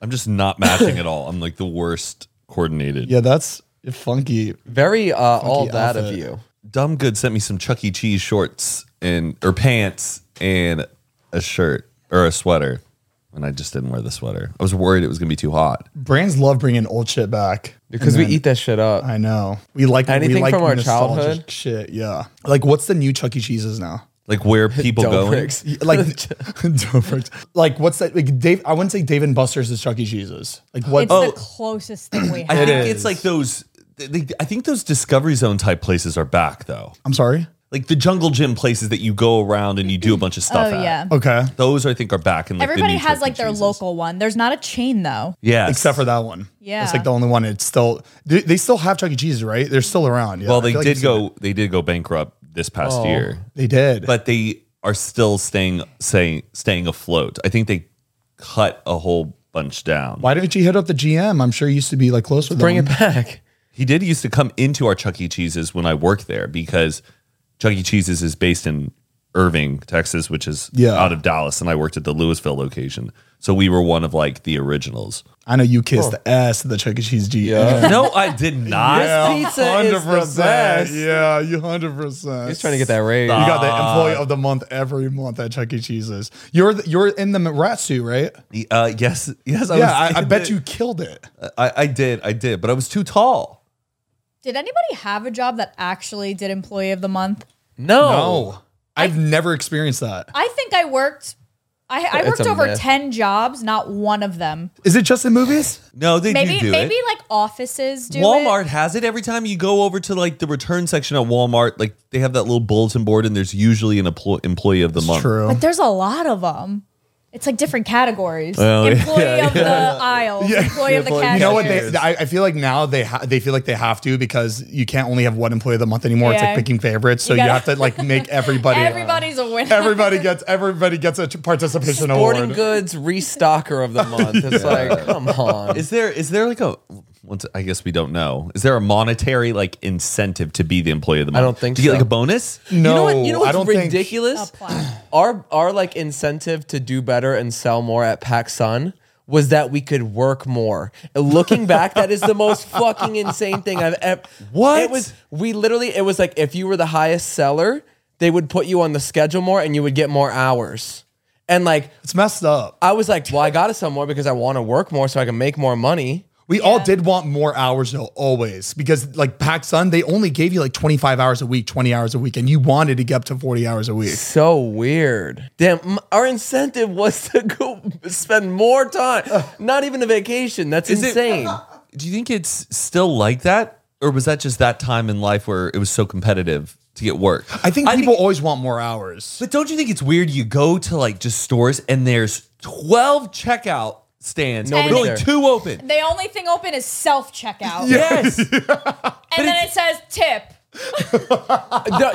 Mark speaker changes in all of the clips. Speaker 1: I'm just not matching at all. I'm like the worst coordinated.
Speaker 2: Yeah, that's funky.
Speaker 3: Very uh, all that
Speaker 2: outfit.
Speaker 3: of you.
Speaker 1: Dumb Good sent me some Chuck E. Cheese shorts and or pants and a shirt or a sweater, and I just didn't wear the sweater. I was worried it was gonna be too hot.
Speaker 2: Brands love bringing old shit back
Speaker 3: Because
Speaker 2: And
Speaker 3: we
Speaker 2: then-
Speaker 3: eat that shit up.
Speaker 2: I know. We like we
Speaker 3: Anything
Speaker 2: like
Speaker 3: from our
Speaker 2: nostalgic
Speaker 3: childhood?
Speaker 2: Shit, yeah. Like, what's the new Chuck E. Cheese's now?
Speaker 1: Like where people
Speaker 3: Dough
Speaker 1: go.
Speaker 3: bricks.
Speaker 2: Like, Dover- like what's that? Like Dave, I wouldn't say Dave and Buster's is Chuck E. Cheese's. Like what?
Speaker 4: It's the closest thing we
Speaker 1: I
Speaker 4: have.
Speaker 1: think it's like those. They, I think those Discovery Zone type places are back though.
Speaker 2: I'm sorry.
Speaker 1: Like the Jungle Gym places that you go around and you do a bunch of
Speaker 4: oh
Speaker 1: stuff. at.
Speaker 4: yeah.
Speaker 2: Okay,
Speaker 1: Those I think are back. In like the
Speaker 4: Everybody
Speaker 1: new Chuck
Speaker 4: has
Speaker 1: E.
Speaker 4: like their
Speaker 1: Cheeses.
Speaker 4: local one. There's not a chain though.
Speaker 1: Yes.
Speaker 2: except for that one.
Speaker 4: Yeah.
Speaker 2: it's like the only one. It's still they, they still have Chuck E. Cheese's, right? They're still around. Yeah,
Speaker 1: Well,
Speaker 2: I
Speaker 1: they
Speaker 2: feel like
Speaker 1: did
Speaker 2: I've seen
Speaker 1: go.
Speaker 2: it.
Speaker 1: They did go bankrupt this past
Speaker 3: Oh.
Speaker 1: year,
Speaker 2: They did.
Speaker 1: but they are still staying saying staying afloat. I think they cut a whole bunch down.
Speaker 2: why didn't you hit up the GM? I'm sure you used to be like close with
Speaker 3: Bring
Speaker 2: them.
Speaker 3: it back.
Speaker 1: He did used to come into our Chuck E. Cheese's when I worked there because Chuck E. Cheese's is based in Irving, Texas, which is
Speaker 2: Yeah.
Speaker 1: out of Dallas, and I worked at the Louisville location. So we were one of like the originals.
Speaker 2: I know you kissed the ass of the Chuck E. Cheese GM.
Speaker 1: no, I did not.
Speaker 3: Pizza is the best.
Speaker 2: Yeah, you hundred percent.
Speaker 3: He's trying to get that raise.
Speaker 2: You got the employee of the month every month at Chuck E. Cheese's. You're the, you're in the rat suit, right?
Speaker 1: Uh, yes, yes. I
Speaker 2: yeah,
Speaker 1: was
Speaker 2: I, I
Speaker 1: in
Speaker 2: bet
Speaker 1: it.
Speaker 2: you killed it.
Speaker 1: I, I did, I did, but I was too tall.
Speaker 4: Did anybody have a job that actually did employee of the month?
Speaker 3: No.
Speaker 2: I've never experienced that.
Speaker 4: I think I worked. I, I
Speaker 3: It's
Speaker 4: worked
Speaker 3: a
Speaker 4: over
Speaker 3: myth.
Speaker 4: ten jobs, not one of them.
Speaker 2: Is it just in movies?
Speaker 1: No, they
Speaker 4: Maybe
Speaker 1: do do
Speaker 4: maybe
Speaker 1: it.
Speaker 4: like offices do
Speaker 1: Walmart
Speaker 4: It.
Speaker 1: has it every time you go over to like the return section at Walmart. Like they have that little bulletin board, and there's usually an emplo- employee of the month.
Speaker 2: True.
Speaker 4: But there's a lot of them. It's like different categories. employee of the aisle. Employee of the cashier.
Speaker 2: You know what? They, I, I feel like now they ha- they feel like they have to because you can't only have one employee of the month anymore. It's
Speaker 4: Yeah.
Speaker 2: like picking favorites, so you,
Speaker 4: You gotta-
Speaker 2: have to like make everybody.
Speaker 4: Everybody's a winner.
Speaker 2: uh, everybody gets everybody gets a participation
Speaker 3: Sporting
Speaker 2: award.
Speaker 3: goods restocker of the month. It's like, come on.
Speaker 1: Is there is there like a once I guess we don't know. Is there a monetary like incentive to be the employee of the
Speaker 3: I
Speaker 1: month?
Speaker 3: don't think
Speaker 1: Do you get
Speaker 3: so.
Speaker 1: like a bonus?
Speaker 3: you know
Speaker 2: No,
Speaker 3: what? You know
Speaker 2: I
Speaker 3: what's
Speaker 2: don't think-
Speaker 3: ridiculous?
Speaker 4: Apply.
Speaker 3: our our like incentive to do better and sell more at PacSun was that we could work more. And looking back, that is the most fucking insane thing I've ever.
Speaker 1: What?
Speaker 3: it was? We literally it was like if you were the highest seller, they would put you on the schedule more and you would get more hours. And like
Speaker 2: It's messed up.
Speaker 3: I was like, well, I gotta sell more because I want to work more so I can make more money.
Speaker 2: We all did want more hours though, always, because like PacSun, they only gave you like 25 hours a week, 20 hours a week, and you wanted to get up to 40 hours a week.
Speaker 3: So weird. Damn, m- our incentive was to go spend more time. Not even a vacation. That's
Speaker 1: Is it-
Speaker 3: insane.
Speaker 1: Do you think it's still like that, or was that just that time in life where it was so competitive to get work?
Speaker 2: I think people always want more hours.
Speaker 1: But don't you think it's weird? You go to like just stores and there's twelve checkout stands,
Speaker 3: Nobody's
Speaker 1: but only
Speaker 3: there.
Speaker 1: two open.
Speaker 4: The only thing open is self checkout,
Speaker 1: Yes.
Speaker 4: and then it says tip.
Speaker 3: D-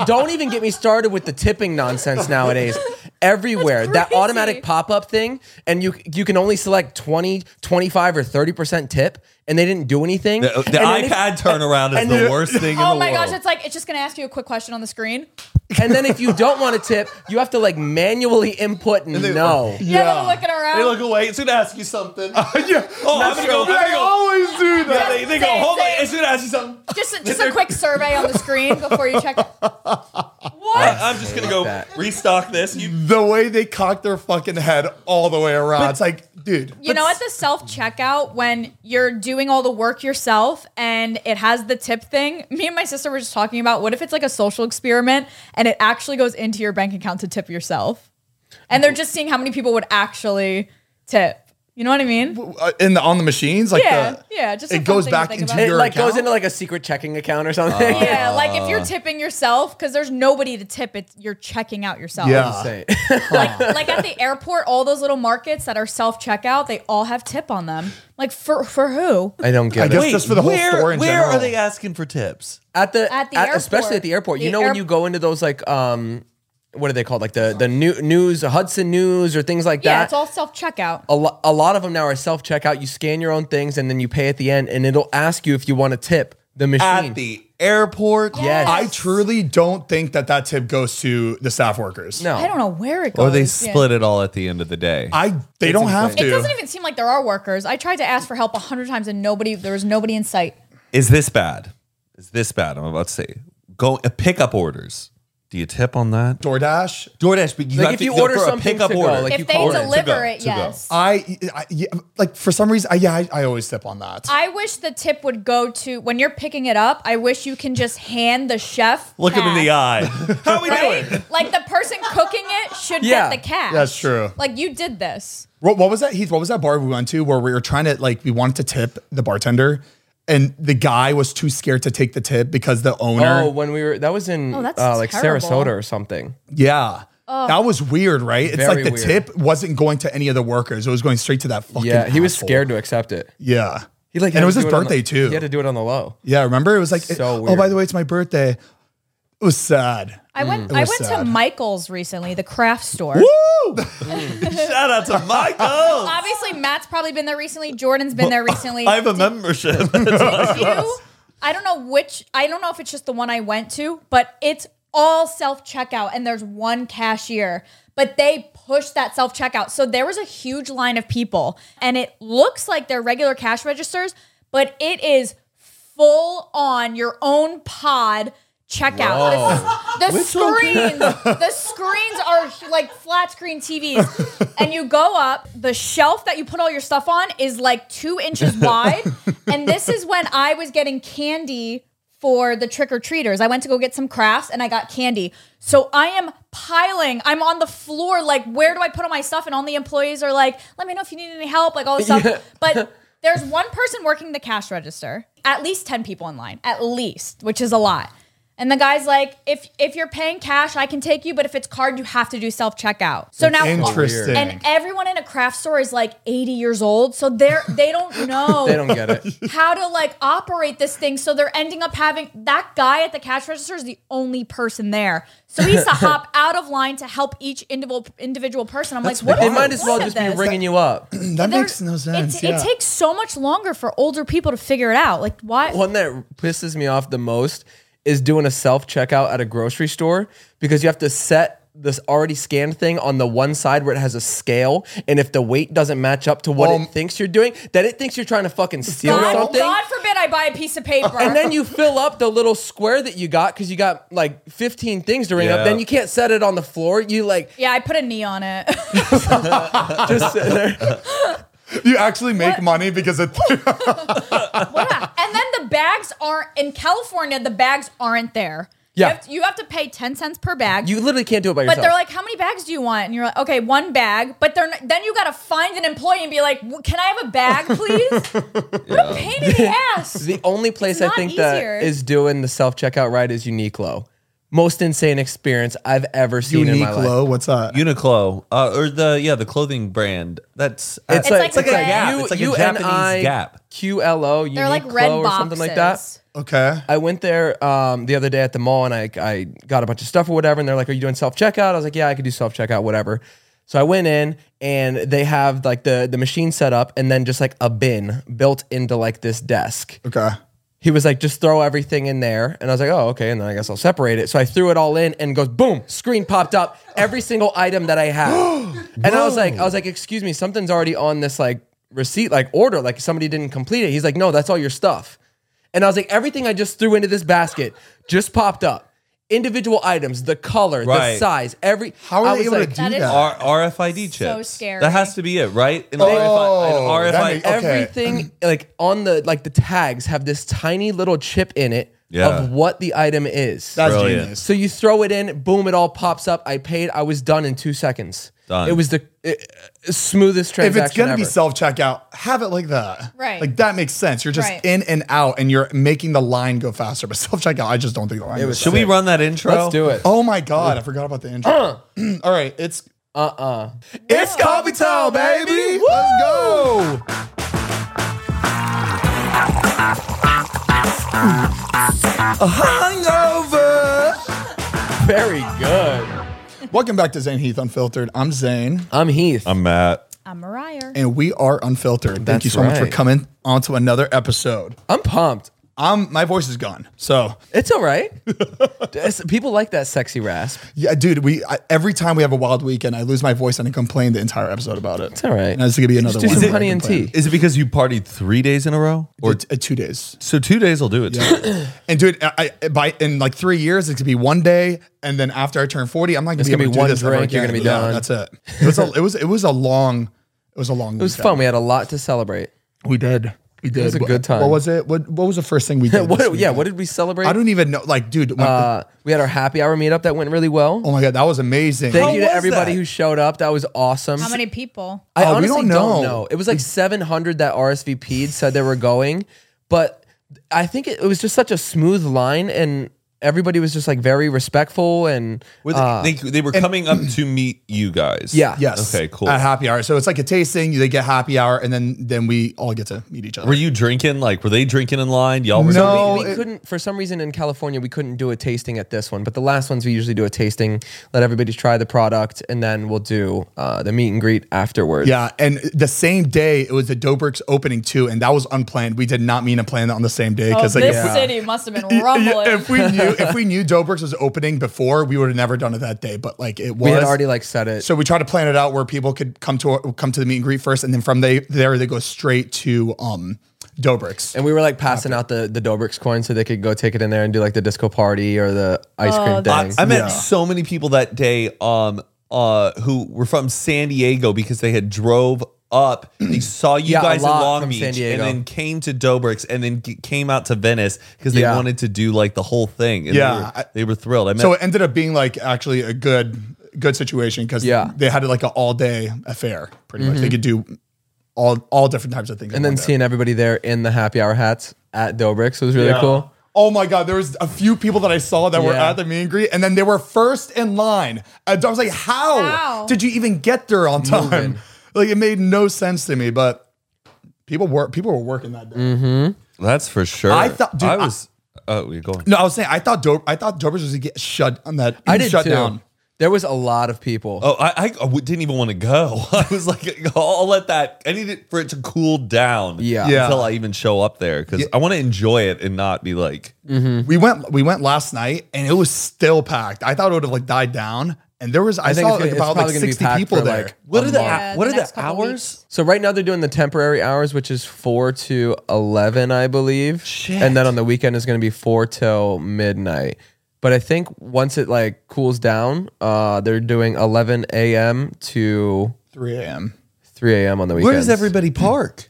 Speaker 3: don't even get me started with the tipping nonsense nowadays. Everywhere that
Speaker 4: crazy.
Speaker 3: automatic pop-up thing and you you can only select 20, 25 or 30% tip and they didn't do anything.
Speaker 1: The, the
Speaker 3: and then
Speaker 1: iPad turnaround is
Speaker 3: and
Speaker 1: the
Speaker 3: then-
Speaker 1: worst thing in
Speaker 4: Oh
Speaker 1: the
Speaker 4: my
Speaker 1: world.
Speaker 4: gosh, it's like it's just gonna ask you a quick question on the screen.
Speaker 3: If, and then if you don't want to tip, you have to like manually input
Speaker 1: uh,
Speaker 3: no.
Speaker 4: Yeah, they're looking around.
Speaker 1: they look away. It's gonna ask you something.
Speaker 2: yeah.
Speaker 1: Oh, I'm gonna go. I'm gonna
Speaker 2: They
Speaker 1: go.
Speaker 2: always do that.
Speaker 1: Oh, They, they go.
Speaker 4: Same,
Speaker 1: Hold on.
Speaker 4: same.
Speaker 1: It's gonna ask you something.
Speaker 4: just just a quick survey on the screen before you check. What?
Speaker 2: Uh,
Speaker 1: I'm just gonna go
Speaker 3: that.
Speaker 1: restock this. You
Speaker 2: The way they cock their fucking head all the way around. it's like, dude.
Speaker 4: You know, at the self checkout when you're doing all the work yourself and it has the tip thing, me and my sister were just talking about what if it's like a social experiment and it actually goes into your bank account to tip yourself? And they're just seeing how many people would actually tip. You know what I mean?
Speaker 2: uh, in the on the machines, like
Speaker 4: Yeah,
Speaker 2: the,
Speaker 4: yeah, just
Speaker 2: uh,
Speaker 4: a
Speaker 2: it
Speaker 4: fun
Speaker 2: goes
Speaker 4: thing to
Speaker 2: back
Speaker 4: think
Speaker 2: into
Speaker 4: about.
Speaker 3: It
Speaker 2: your
Speaker 3: like
Speaker 2: account. Oh.
Speaker 3: goes into like a secret checking account or something.
Speaker 1: Uh,
Speaker 4: Yeah, like if you're tipping yourself, because there's nobody to tip, it's you're checking out yourself.
Speaker 2: Yeah.
Speaker 3: Say.
Speaker 4: Like like at the airport, all those little markets that are self checkout, they all have tip on them. Like for for who?
Speaker 3: I don't get
Speaker 2: I
Speaker 3: it.
Speaker 2: guess just for the whole
Speaker 1: where,
Speaker 2: store in
Speaker 1: where
Speaker 2: general.
Speaker 1: are they asking for tips?
Speaker 3: at the
Speaker 4: At the
Speaker 3: especially
Speaker 4: airport.
Speaker 3: at the airport. you
Speaker 4: The
Speaker 3: know when
Speaker 4: air-
Speaker 3: you go into those like um what are they called like the the new news Hudson News or things like
Speaker 4: Yeah,
Speaker 3: that.
Speaker 4: it's all self checkout.
Speaker 1: Oh.
Speaker 3: a, lo- a lot of them now are self checkout. You scan your own things and then you pay at the end, and it'll ask you if you want to tip the machine.
Speaker 1: At the airport?
Speaker 3: yes.
Speaker 2: I truly don't think that that tip goes to the staff workers.
Speaker 3: no.
Speaker 4: I don't know where it goes.
Speaker 1: Or they
Speaker 4: Yeah.
Speaker 1: split it all at the end of the day.
Speaker 2: I they don't have
Speaker 4: It
Speaker 2: to.
Speaker 4: doesn't even seem like there are workers. I tried to ask for help a hundred times and nobody. There was nobody in sight.
Speaker 1: Is this bad? Is this bad? I'm about to say. Go uh, pickup orders. Do you tip on that?
Speaker 2: DoorDash.
Speaker 1: DoorDash, but you
Speaker 3: Like,
Speaker 1: have
Speaker 3: if
Speaker 1: to
Speaker 3: you
Speaker 1: go
Speaker 3: order
Speaker 1: for a
Speaker 3: something
Speaker 1: pickup
Speaker 3: to go,
Speaker 1: order.
Speaker 3: like
Speaker 4: If
Speaker 3: you
Speaker 4: they
Speaker 3: call it to
Speaker 4: deliver
Speaker 1: go,
Speaker 4: it,
Speaker 1: to go.
Speaker 4: yes.
Speaker 2: I, I yeah, like for some reason. I, yeah, I, I always tip on that.
Speaker 4: I wish the tip would go to when you're picking it up. I wish you can just hand the chef.
Speaker 1: Look him in the
Speaker 4: cash,
Speaker 1: eye. How we
Speaker 4: Right? like the person cooking it should
Speaker 3: Yeah.
Speaker 4: get the cash.
Speaker 2: That's true.
Speaker 4: Like you did this.
Speaker 2: What, what was that, Heath? What was that bar we went to where we were trying to like we wanted to tip the bartender, and the guy was too scared to take the tip because the owner.
Speaker 3: Oh, when we were that was in
Speaker 4: Oh, that's
Speaker 3: uh, like
Speaker 4: terrible.
Speaker 3: Sarasota or something.
Speaker 2: Yeah.
Speaker 4: Oh.
Speaker 2: That was weird, right? It's
Speaker 3: Very
Speaker 2: like the
Speaker 3: weird.
Speaker 2: tip wasn't going to any of the workers. It was going straight to that fucking.
Speaker 3: yeah, he was
Speaker 2: asshole.
Speaker 3: scared to accept it.
Speaker 2: Yeah.
Speaker 3: He like
Speaker 2: and
Speaker 3: had
Speaker 2: it was
Speaker 3: to
Speaker 2: his
Speaker 3: do on
Speaker 2: birthday
Speaker 3: the-
Speaker 2: too.
Speaker 3: He had to do it on the low.
Speaker 2: yeah, remember it was like,
Speaker 3: So
Speaker 2: oh, by
Speaker 3: weird.
Speaker 2: the way, it's my birthday. It was sad.
Speaker 4: I went. I
Speaker 2: Mm. was
Speaker 4: went to
Speaker 2: sad.
Speaker 4: Michael's recently, the craft store.
Speaker 2: Woo!
Speaker 1: Shout out to Michael.
Speaker 4: Obviously, Matt's probably been there recently. Jordan's been there recently.
Speaker 1: I have a membership.
Speaker 4: If you- I don't know which. I don't know if it's just the one I went to, but it's all self checkout, and there's one cashier. But they push that self checkout, so there was a huge line of people, and it looks like they're regular cash registers, but it is full on your own pod checkout. The, the screens, the screens are like flat screen TVs, and you go up. The shelf that you put all your stuff on is like two inches wide, and this is when I was getting candy for the trick or treaters. I went to go get some crafts, and I got candy. So I am piling. I'm on the floor. Like, where do I put all my stuff? And all the employees are like, "Let me know if you need any help." Like all this stuff,
Speaker 3: Yeah.
Speaker 4: but. There's one person working the cash register, at least 10 people in line, at least, which is a lot. And the guy's like, if if you're paying cash, I can take you, but if it's card, you have to do self checkout. So now
Speaker 2: Interesting.
Speaker 4: And everyone in a craft store is like 80 years old, so they're they don't know
Speaker 3: They don't get it.
Speaker 4: how to like operate this thing. So they're ending up having that guy at the cash register is the only person there. So he has to hop out of line to help each individual individual person. I'm like, what?
Speaker 3: they
Speaker 4: is the
Speaker 3: might as well
Speaker 4: point of
Speaker 3: just be
Speaker 4: this?
Speaker 3: ringing you up.
Speaker 2: that
Speaker 4: There-
Speaker 2: makes no sense.
Speaker 4: It,
Speaker 2: yeah.
Speaker 4: it takes so much longer for older people to figure it out. Like why?
Speaker 3: One that pisses me off the most is doing a self checkout at a grocery store because you have to set this already scanned thing on the one side where it has a scale, and if the weight doesn't match up to what
Speaker 2: Um,
Speaker 3: it thinks you're doing, then it thinks you're trying to fucking steal
Speaker 4: God,
Speaker 3: something.
Speaker 4: Oh God forbid I buy a piece of paper.
Speaker 3: And then you fill up the little square that you got because you got like 15 things to ring
Speaker 1: Yeah.
Speaker 3: up. Then you can't set it on the floor. You like
Speaker 4: yeah, I put a knee on it.
Speaker 3: just sit there.
Speaker 2: you actually make money because it,
Speaker 4: yeah. And then the bags aren't in California. The bags aren't there.
Speaker 3: Yeah.
Speaker 4: you have to, you have to pay ten cents per bag.
Speaker 3: You literally can't do it by
Speaker 4: but
Speaker 3: yourself.
Speaker 4: they're like, how many bags do you want? And you're like, okay, one bag. But they're not, then you got to find an employee and be like, "W- can I have a bag, please? What a pain in the ass.
Speaker 3: The only place I
Speaker 4: not
Speaker 3: think
Speaker 4: easier.
Speaker 3: that is doing the self checkout right is Uniqlo. Most insane experience I've ever seen in my
Speaker 2: unique
Speaker 3: life.
Speaker 2: low. What's that?
Speaker 1: Uniqlo, uh, or the yeah, the clothing brand. That's
Speaker 3: It's,
Speaker 1: that's-
Speaker 3: like,
Speaker 4: like- it's like a Gap.
Speaker 3: U-
Speaker 1: It's like a
Speaker 3: UNI
Speaker 1: Japanese Gap.
Speaker 3: QLO,
Speaker 4: They're like red
Speaker 3: Uniqlo or
Speaker 4: boxes.
Speaker 3: something like that.
Speaker 2: okay.
Speaker 3: I went there um, the other day at the mall and I, I got a bunch of stuff or whatever. And they're like, Are you doing self checkout? I was like, Yeah, I could do self checkout, whatever. So I went in and they have like the, the machine set up and then just like a bin built into like this desk.
Speaker 2: Okay.
Speaker 3: He was like, Just throw everything in there. And I was like, Oh, okay. And then I guess I'll separate it. So I threw it all in and goes, Boom, screen popped up every single item that I had. and I was like, I was like, Excuse me, something's already on this like receipt, like order, like somebody didn't complete it. He's like, No, that's all your stuff. And I was like, everything I just threw into this basket just popped up. individual items, the color, the
Speaker 1: Right.
Speaker 3: size, every.
Speaker 2: How are
Speaker 3: I
Speaker 2: they
Speaker 3: was
Speaker 2: able
Speaker 3: like,
Speaker 2: to do
Speaker 4: That
Speaker 2: that?
Speaker 4: is-
Speaker 1: R- RFID
Speaker 4: So
Speaker 1: chips.
Speaker 4: scary.
Speaker 1: That has to be it, right? An
Speaker 2: Oh,
Speaker 1: RFID, an
Speaker 2: that
Speaker 1: RFID
Speaker 2: makes- okay.
Speaker 3: everything like on the like the tags have this tiny little chip in it
Speaker 1: Yeah.
Speaker 3: of what the item is.
Speaker 2: That's
Speaker 1: Brilliant.
Speaker 2: genius.
Speaker 3: so you throw it in, boom, it all pops up. I paid. I was done in two seconds.
Speaker 1: Done.
Speaker 3: It was the it, smoothest
Speaker 2: if
Speaker 3: transaction
Speaker 2: it's gonna be
Speaker 3: ever.
Speaker 2: self checkout, have it like that.
Speaker 4: Right.
Speaker 2: Like that makes sense. You're just
Speaker 4: Right.
Speaker 2: in and out, and you're making the line go faster. But self checkout, I just don't think the line. It
Speaker 3: was
Speaker 1: Should we run that intro?
Speaker 3: Let's do it.
Speaker 2: Oh my god, I forgot about the intro. All right, it's
Speaker 3: Uh-uh.
Speaker 2: it's coffee time, baby.
Speaker 3: Woo!
Speaker 2: Let's go.
Speaker 3: Very good.
Speaker 2: Welcome back to Zane Heath Unfiltered. I'm Zane,
Speaker 3: I'm Heath.
Speaker 1: I'm Matt.
Speaker 4: I'm Mariah.
Speaker 2: and we are unfiltered. Thank
Speaker 3: That's
Speaker 2: you so much for
Speaker 3: right.
Speaker 2: coming onto another episode.
Speaker 3: I'm pumped.
Speaker 2: Um, my voice is gone, so
Speaker 3: It's all right. It's- People like that sexy rasp.
Speaker 2: Yeah, dude. We I, every time we have a wild weekend, I lose my voice and I complain the entire episode about it. It's
Speaker 3: all right.
Speaker 2: And this is gonna be another
Speaker 3: Just do
Speaker 2: one.
Speaker 3: some
Speaker 2: where I
Speaker 3: honey and
Speaker 2: complain.
Speaker 3: tea.
Speaker 1: Is it because you partied three days in a row?
Speaker 2: Or
Speaker 1: Or
Speaker 2: t- uh, two days.
Speaker 1: so two days will do it. too.
Speaker 2: And dude, I, I by in like three years, it could be one day, and then after I turn forty, I'm not gonna
Speaker 3: It's
Speaker 2: be
Speaker 3: gonna
Speaker 2: able
Speaker 3: be
Speaker 2: to
Speaker 3: one
Speaker 2: do this ever
Speaker 3: drink, you're
Speaker 2: again.
Speaker 3: gonna be
Speaker 2: Yeah,
Speaker 3: done.
Speaker 2: That's it. It was a, it was it was a long it was a long.
Speaker 3: It was fun. We had a lot to celebrate.
Speaker 2: We did. We did.
Speaker 3: was a
Speaker 2: What-
Speaker 3: good time.
Speaker 2: What was it? What What was the first thing we did? this
Speaker 3: what, yeah,
Speaker 2: weekend?
Speaker 3: what did we celebrate?
Speaker 2: I don't even know. Like, dude. when-
Speaker 3: uh, we had our happy hour meetup that went really well.
Speaker 2: oh my god, that was amazing.
Speaker 3: Thank
Speaker 2: How
Speaker 3: you to
Speaker 2: was
Speaker 3: everybody
Speaker 2: that?
Speaker 3: who showed up. That was awesome.
Speaker 4: How many people?
Speaker 3: I
Speaker 2: Oh, we
Speaker 3: honestly
Speaker 2: don't know.
Speaker 3: don't, know. It was like 700 that RSVP'd said they were going, but I think it, it was just such a smooth line and everybody was just like very respectful and uh,
Speaker 1: Were they, they, they were coming up to meet you guys.
Speaker 3: Yeah.
Speaker 2: Yes.
Speaker 1: Okay, cool.
Speaker 2: At happy hour, so it's like a tasting. They get happy hour, and then then we all get to meet each other.
Speaker 1: Were you drinking? Like, were they drinking in line? Y'all were
Speaker 2: No.
Speaker 3: we, we
Speaker 2: Oh, it-
Speaker 3: couldn't for some reason in California we couldn't do a tasting at this one, but the last ones we usually do a tasting, let everybody try the product and then we'll do uh, the meet and greet afterwards.
Speaker 2: Yeah, and the same day it was the Dobrik's opening too, and that was unplanned. We did not mean to plan that on the same day
Speaker 4: Oh,
Speaker 2: because
Speaker 4: this
Speaker 2: like if,
Speaker 4: city must have been
Speaker 2: yeah,
Speaker 4: rumbling.
Speaker 2: if we knew if we knew Dobrik's was opening before, we would have never done it that day. But like it was
Speaker 3: We had already like said it.
Speaker 2: so we tried to plan it out where people could come to come to the meet and greet first, and then from they, there they go straight to um Dobrik's.
Speaker 3: and we were like passing out the the Dobrik's coin so they could go take it in there and do like the disco party or the ice cream
Speaker 1: I,
Speaker 3: thing.
Speaker 1: I met so many people that day um uh who were from San Diego because they had drove up. They saw you
Speaker 3: Yeah, a
Speaker 1: guys in
Speaker 3: lot
Speaker 1: Long
Speaker 3: from
Speaker 1: Beach
Speaker 3: San
Speaker 1: and
Speaker 3: Diego.
Speaker 1: then came to Dobrik's and then g- came out to Venice because they
Speaker 3: Yeah.
Speaker 1: wanted to do like the whole thing. And
Speaker 2: Yeah,
Speaker 1: they
Speaker 2: I-
Speaker 1: were, they were thrilled. I met
Speaker 2: So it ended up being like actually a good good situation because
Speaker 3: Yeah. Mm-hmm.
Speaker 2: they had like an all day affair pretty much. They could do all all different types of things. in
Speaker 3: and then
Speaker 2: one day.
Speaker 3: seeing everybody there in the happy hour hats at Dobrik's was really
Speaker 1: Yeah.
Speaker 3: cool.
Speaker 2: Oh my god, there was a few people that I saw that were
Speaker 3: Yeah.
Speaker 2: at the meet and greet, and then they were first in line. And I was like, how,
Speaker 4: How?
Speaker 2: did you even get there on time?
Speaker 3: Moving.
Speaker 2: Like it made no sense to me, but people were people were working that day.
Speaker 3: Mm-hmm.
Speaker 1: that's for sure.
Speaker 2: I thought- dude,
Speaker 1: I
Speaker 2: I-
Speaker 1: was. oh, you're going.
Speaker 2: No, I was saying I thought Dope I thought Dober's was gonna get shut on that.
Speaker 3: I did
Speaker 2: shut
Speaker 3: too.
Speaker 2: down.
Speaker 3: There was a lot of people.
Speaker 1: Oh, I, I w- didn't even want to go. I was like, I'll let that. I need it for it to cool down.
Speaker 3: Yeah.
Speaker 2: Yeah.
Speaker 1: Until I even show up there because I want to enjoy it and not be like,
Speaker 4: Mm.
Speaker 3: Mm-hmm.
Speaker 2: We went we went last night and it was still packed. I thought it would have like died down, and there was I,
Speaker 3: think
Speaker 2: saw
Speaker 3: it's gonna-
Speaker 2: like,
Speaker 3: it's
Speaker 2: about like
Speaker 3: probably gonna be
Speaker 2: sixty
Speaker 3: packed
Speaker 2: people
Speaker 3: for,
Speaker 2: there.
Speaker 3: like,
Speaker 1: what are the
Speaker 4: Yeah,
Speaker 1: what
Speaker 4: the
Speaker 1: are
Speaker 4: next
Speaker 1: the
Speaker 4: couple
Speaker 1: hours?
Speaker 4: weeks.
Speaker 3: So right now they're doing the temporary hours, which is four to eleven, I believe.
Speaker 1: Shit.
Speaker 3: And then on the weekend is going to be four till midnight. But I think once it like cools down, uh, they're doing eleven a.m. to
Speaker 2: Three a.m.
Speaker 3: three a.m. on the weekends.
Speaker 1: Where does everybody park?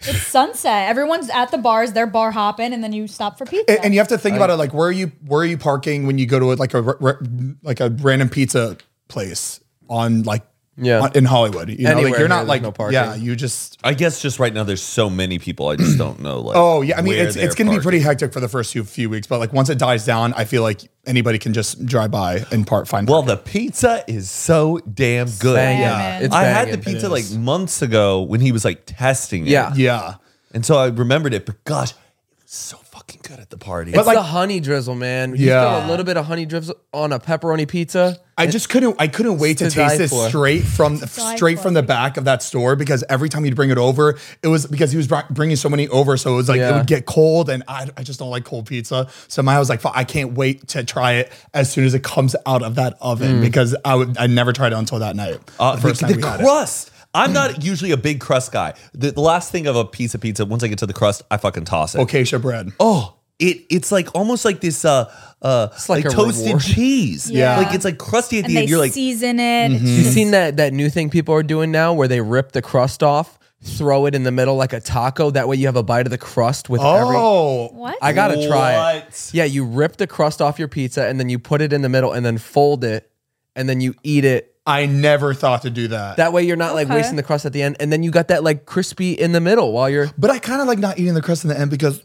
Speaker 4: It's sunset. Everyone's at the bars. They're bar hopping, and then you stop for pizza.
Speaker 2: And, and you have to think about it like where are you where are you parking when you go to like a re- re- like a random pizza place on like
Speaker 3: Yeah.
Speaker 2: on- in Hollywood. You know, like
Speaker 3: Anywhere
Speaker 2: you're
Speaker 3: here,
Speaker 2: not
Speaker 3: there's
Speaker 2: like
Speaker 3: no parking.
Speaker 2: yeah, you just
Speaker 1: I guess just right now there's so many people. I just don't know. Like,
Speaker 2: oh yeah. I mean,
Speaker 1: where
Speaker 2: it's
Speaker 1: they're
Speaker 2: it's gonna be pretty
Speaker 1: parking.
Speaker 2: hectic for the first few few weeks, but like once it dies down, I feel like anybody can just drive by and part find.
Speaker 1: Well, the pizza is so damn good.
Speaker 3: Banging.
Speaker 4: Yeah, man.
Speaker 3: It's
Speaker 1: I
Speaker 3: banging.
Speaker 1: had the pizza like months ago when he was like testing it.
Speaker 3: Yeah.
Speaker 2: yeah,
Speaker 1: And so I remembered it, but gosh, it was so fucking good at the party.
Speaker 3: It's
Speaker 2: like-
Speaker 3: the honey drizzle, man. You
Speaker 2: Yeah.
Speaker 3: throw a little bit of honey drizzle on a pepperoni pizza.
Speaker 2: I just couldn't. I couldn't wait to
Speaker 3: to die
Speaker 2: taste this
Speaker 3: for.
Speaker 2: straight from
Speaker 4: die
Speaker 2: straight from the back of that store because every time he'd bring it over, it was because he was br- bringing so many over, so it was like it
Speaker 3: Yeah.
Speaker 2: would get cold, and I, I just don't like cold pizza. So Maya was like, "Fuck, I can't wait to try it as soon as it comes out of that oven because I would I never tried it until that night.
Speaker 1: Uh,
Speaker 2: the Mm. first
Speaker 1: the,
Speaker 2: time
Speaker 1: the
Speaker 2: we had it.
Speaker 1: crust. I'm not usually a big crust guy. The, the last thing of a piece of pizza, once I get to the crust, I fucking toss it.
Speaker 2: Focaccia bread. Oh,
Speaker 1: it it's like almost like this uh uh like,
Speaker 3: like a
Speaker 1: toasted
Speaker 3: reward.
Speaker 1: cheese.
Speaker 4: Yeah.
Speaker 1: Like it's like crusty at
Speaker 4: and
Speaker 1: the
Speaker 4: they
Speaker 1: end. You're like
Speaker 4: season it. It's
Speaker 3: You
Speaker 4: just-
Speaker 3: seen that that new thing people are doing now where they rip the crust off, throw it in the middle like a taco. That way you have a bite of the crust with every.
Speaker 2: Oh,
Speaker 4: What?
Speaker 3: I gotta try it.
Speaker 1: What?
Speaker 3: Yeah, you rip the crust off your pizza and then you put it in the middle and then fold it and then you eat it.
Speaker 2: I never thought to do that.
Speaker 3: That way you're not like
Speaker 4: Okay.
Speaker 3: wasting the crust at the end. And then you got that like crispy in the middle while you're.
Speaker 2: but I kind of like not eating the crust in the end because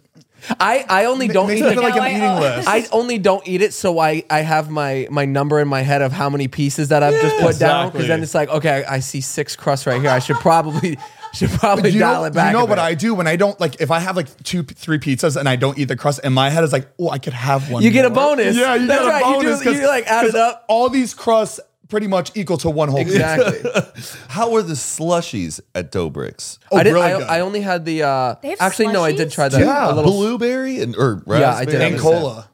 Speaker 3: I I only
Speaker 2: it
Speaker 3: don't
Speaker 2: makes
Speaker 3: eat
Speaker 2: me
Speaker 3: the
Speaker 2: feel like
Speaker 4: No,
Speaker 2: I'm
Speaker 4: I-
Speaker 2: eating
Speaker 4: oh.
Speaker 2: less.
Speaker 3: I only don't eat it, so I, I have my my number in my head of how many pieces that I've just put down. Because then
Speaker 2: exactly.
Speaker 3: it's like, okay, I, I see six crusts right here. I should probably should probably
Speaker 2: you
Speaker 3: dial
Speaker 2: know,
Speaker 3: it back.
Speaker 2: you know
Speaker 3: a
Speaker 2: what
Speaker 3: bit.
Speaker 2: I do when I don't like if I have like two, three pizzas and I don't eat the crust, and my head is like, oh, I could have one.
Speaker 3: You get a
Speaker 2: more.
Speaker 3: bonus.
Speaker 2: Yeah, you
Speaker 3: That's
Speaker 2: get a
Speaker 3: right, you do-
Speaker 2: bonus. 'cause-
Speaker 3: you, like, add it
Speaker 2: 'cause
Speaker 3: up.
Speaker 2: All these crusts pretty much equal to one whole. pizza.
Speaker 3: exactly.
Speaker 1: How are the slushies at Dobrik's?
Speaker 2: Oh,
Speaker 3: I did.
Speaker 2: really
Speaker 3: I,
Speaker 2: good.
Speaker 3: I only had the. uh
Speaker 4: They have
Speaker 3: Actually, no, I did
Speaker 4: slushies?
Speaker 3: try the
Speaker 2: Yeah.
Speaker 3: a little.
Speaker 1: Blueberry and or
Speaker 3: Yeah, I did
Speaker 1: raspberry.
Speaker 3: have
Speaker 2: and cola,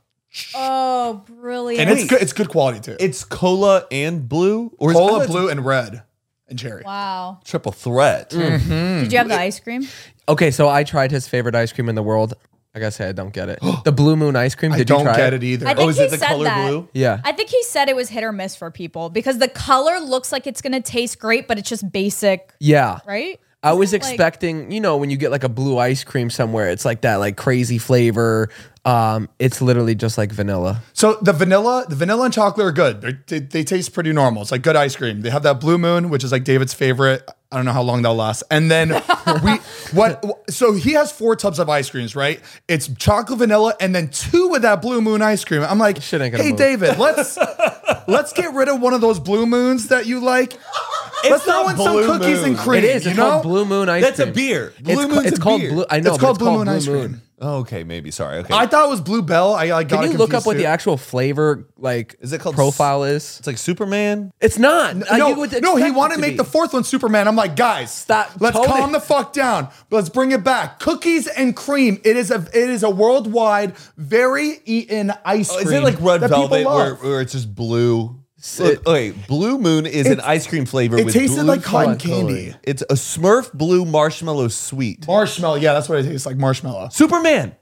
Speaker 4: oh, brilliant.
Speaker 2: and it's good. It's good quality too.
Speaker 1: It's cola and blue or is it-
Speaker 2: cola,
Speaker 1: it's
Speaker 2: blue, and red, and cherry.
Speaker 4: wow.
Speaker 1: triple threat.
Speaker 3: Mm.
Speaker 4: Did you have the ice cream?
Speaker 3: Okay, so I tried his favorite ice cream in the world. Like I say, I don't get it. the Blue Moon ice cream. Did
Speaker 2: I don't
Speaker 3: you try
Speaker 2: get it either.
Speaker 4: I think
Speaker 1: Oh, is
Speaker 4: he
Speaker 1: it the
Speaker 4: said
Speaker 1: color
Speaker 4: that.
Speaker 1: blue?
Speaker 3: Yeah.
Speaker 4: I think he said it was hit or miss for people because the color looks like it's gonna taste great, but it's just basic,
Speaker 3: Yeah.
Speaker 4: right?
Speaker 3: I was
Speaker 4: Isn't it, like-
Speaker 3: expecting, you know, when you get like a blue ice cream somewhere, it's like that like crazy flavor. Um, it's literally just like vanilla.
Speaker 2: So the vanilla, the vanilla and chocolate are good. They're, they they taste pretty normal. It's like good ice cream. They have that Blue Moon, which is like David's favorite. I don't know how long that'll last. And then we what? So he has four tubs of ice creams, right? It's chocolate, vanilla, and then two with that Blue Moon ice cream. I'm like,
Speaker 3: Shit ain't gonna
Speaker 2: hey
Speaker 3: move."
Speaker 2: David, let's let's get rid of one of those Blue Moons that you like. let's throw
Speaker 1: not
Speaker 2: in some
Speaker 1: Blue
Speaker 2: cookies
Speaker 1: Moon.
Speaker 2: and cream.
Speaker 3: it is.
Speaker 2: you
Speaker 3: It's
Speaker 2: know?
Speaker 3: called Blue Moon ice
Speaker 1: That's a
Speaker 3: cream.
Speaker 1: beer. Blue
Speaker 3: it's ca-
Speaker 1: Moon's
Speaker 3: it's
Speaker 1: a
Speaker 3: called
Speaker 1: beer.
Speaker 3: blue. I
Speaker 2: It's
Speaker 3: know. but
Speaker 2: called
Speaker 3: it's
Speaker 2: Blue
Speaker 3: called
Speaker 2: Moon
Speaker 3: Blue
Speaker 2: ice
Speaker 3: Moon.
Speaker 2: cream.
Speaker 1: Oh, okay, maybe. Sorry. Okay.
Speaker 2: I thought it was Blue Bell. I, I got
Speaker 3: Can
Speaker 2: it
Speaker 3: you look up
Speaker 2: confused
Speaker 3: what
Speaker 2: too.
Speaker 3: the actual flavor like
Speaker 1: Is it called
Speaker 3: profile is?
Speaker 1: it's like Superman.
Speaker 3: It's not. Uh, you
Speaker 2: no,
Speaker 3: would
Speaker 2: no, he
Speaker 3: expect it
Speaker 2: wanted to
Speaker 3: to
Speaker 2: make
Speaker 3: be.
Speaker 2: the fourth one Superman. I'm like, guys,
Speaker 3: Stop.
Speaker 2: Let's
Speaker 3: Tone
Speaker 2: calm
Speaker 3: it.
Speaker 2: the fuck down. Let's bring it back. Cookies and cream. It is a it is a worldwide very eaten ice
Speaker 3: Oh,
Speaker 2: cream.
Speaker 1: Is it like Red
Speaker 2: that people
Speaker 1: Velvet where,
Speaker 2: love.
Speaker 1: where it's just blue? Look, okay, Blue Moon is an ice cream flavor.
Speaker 2: it
Speaker 1: with
Speaker 2: tasted
Speaker 1: blue
Speaker 2: like cotton
Speaker 1: chocolate.
Speaker 2: candy.
Speaker 1: It's a Smurf blue marshmallow sweet.
Speaker 2: Marshmallow. Yeah, that's what it tastes like. Marshmallow.
Speaker 1: Superman.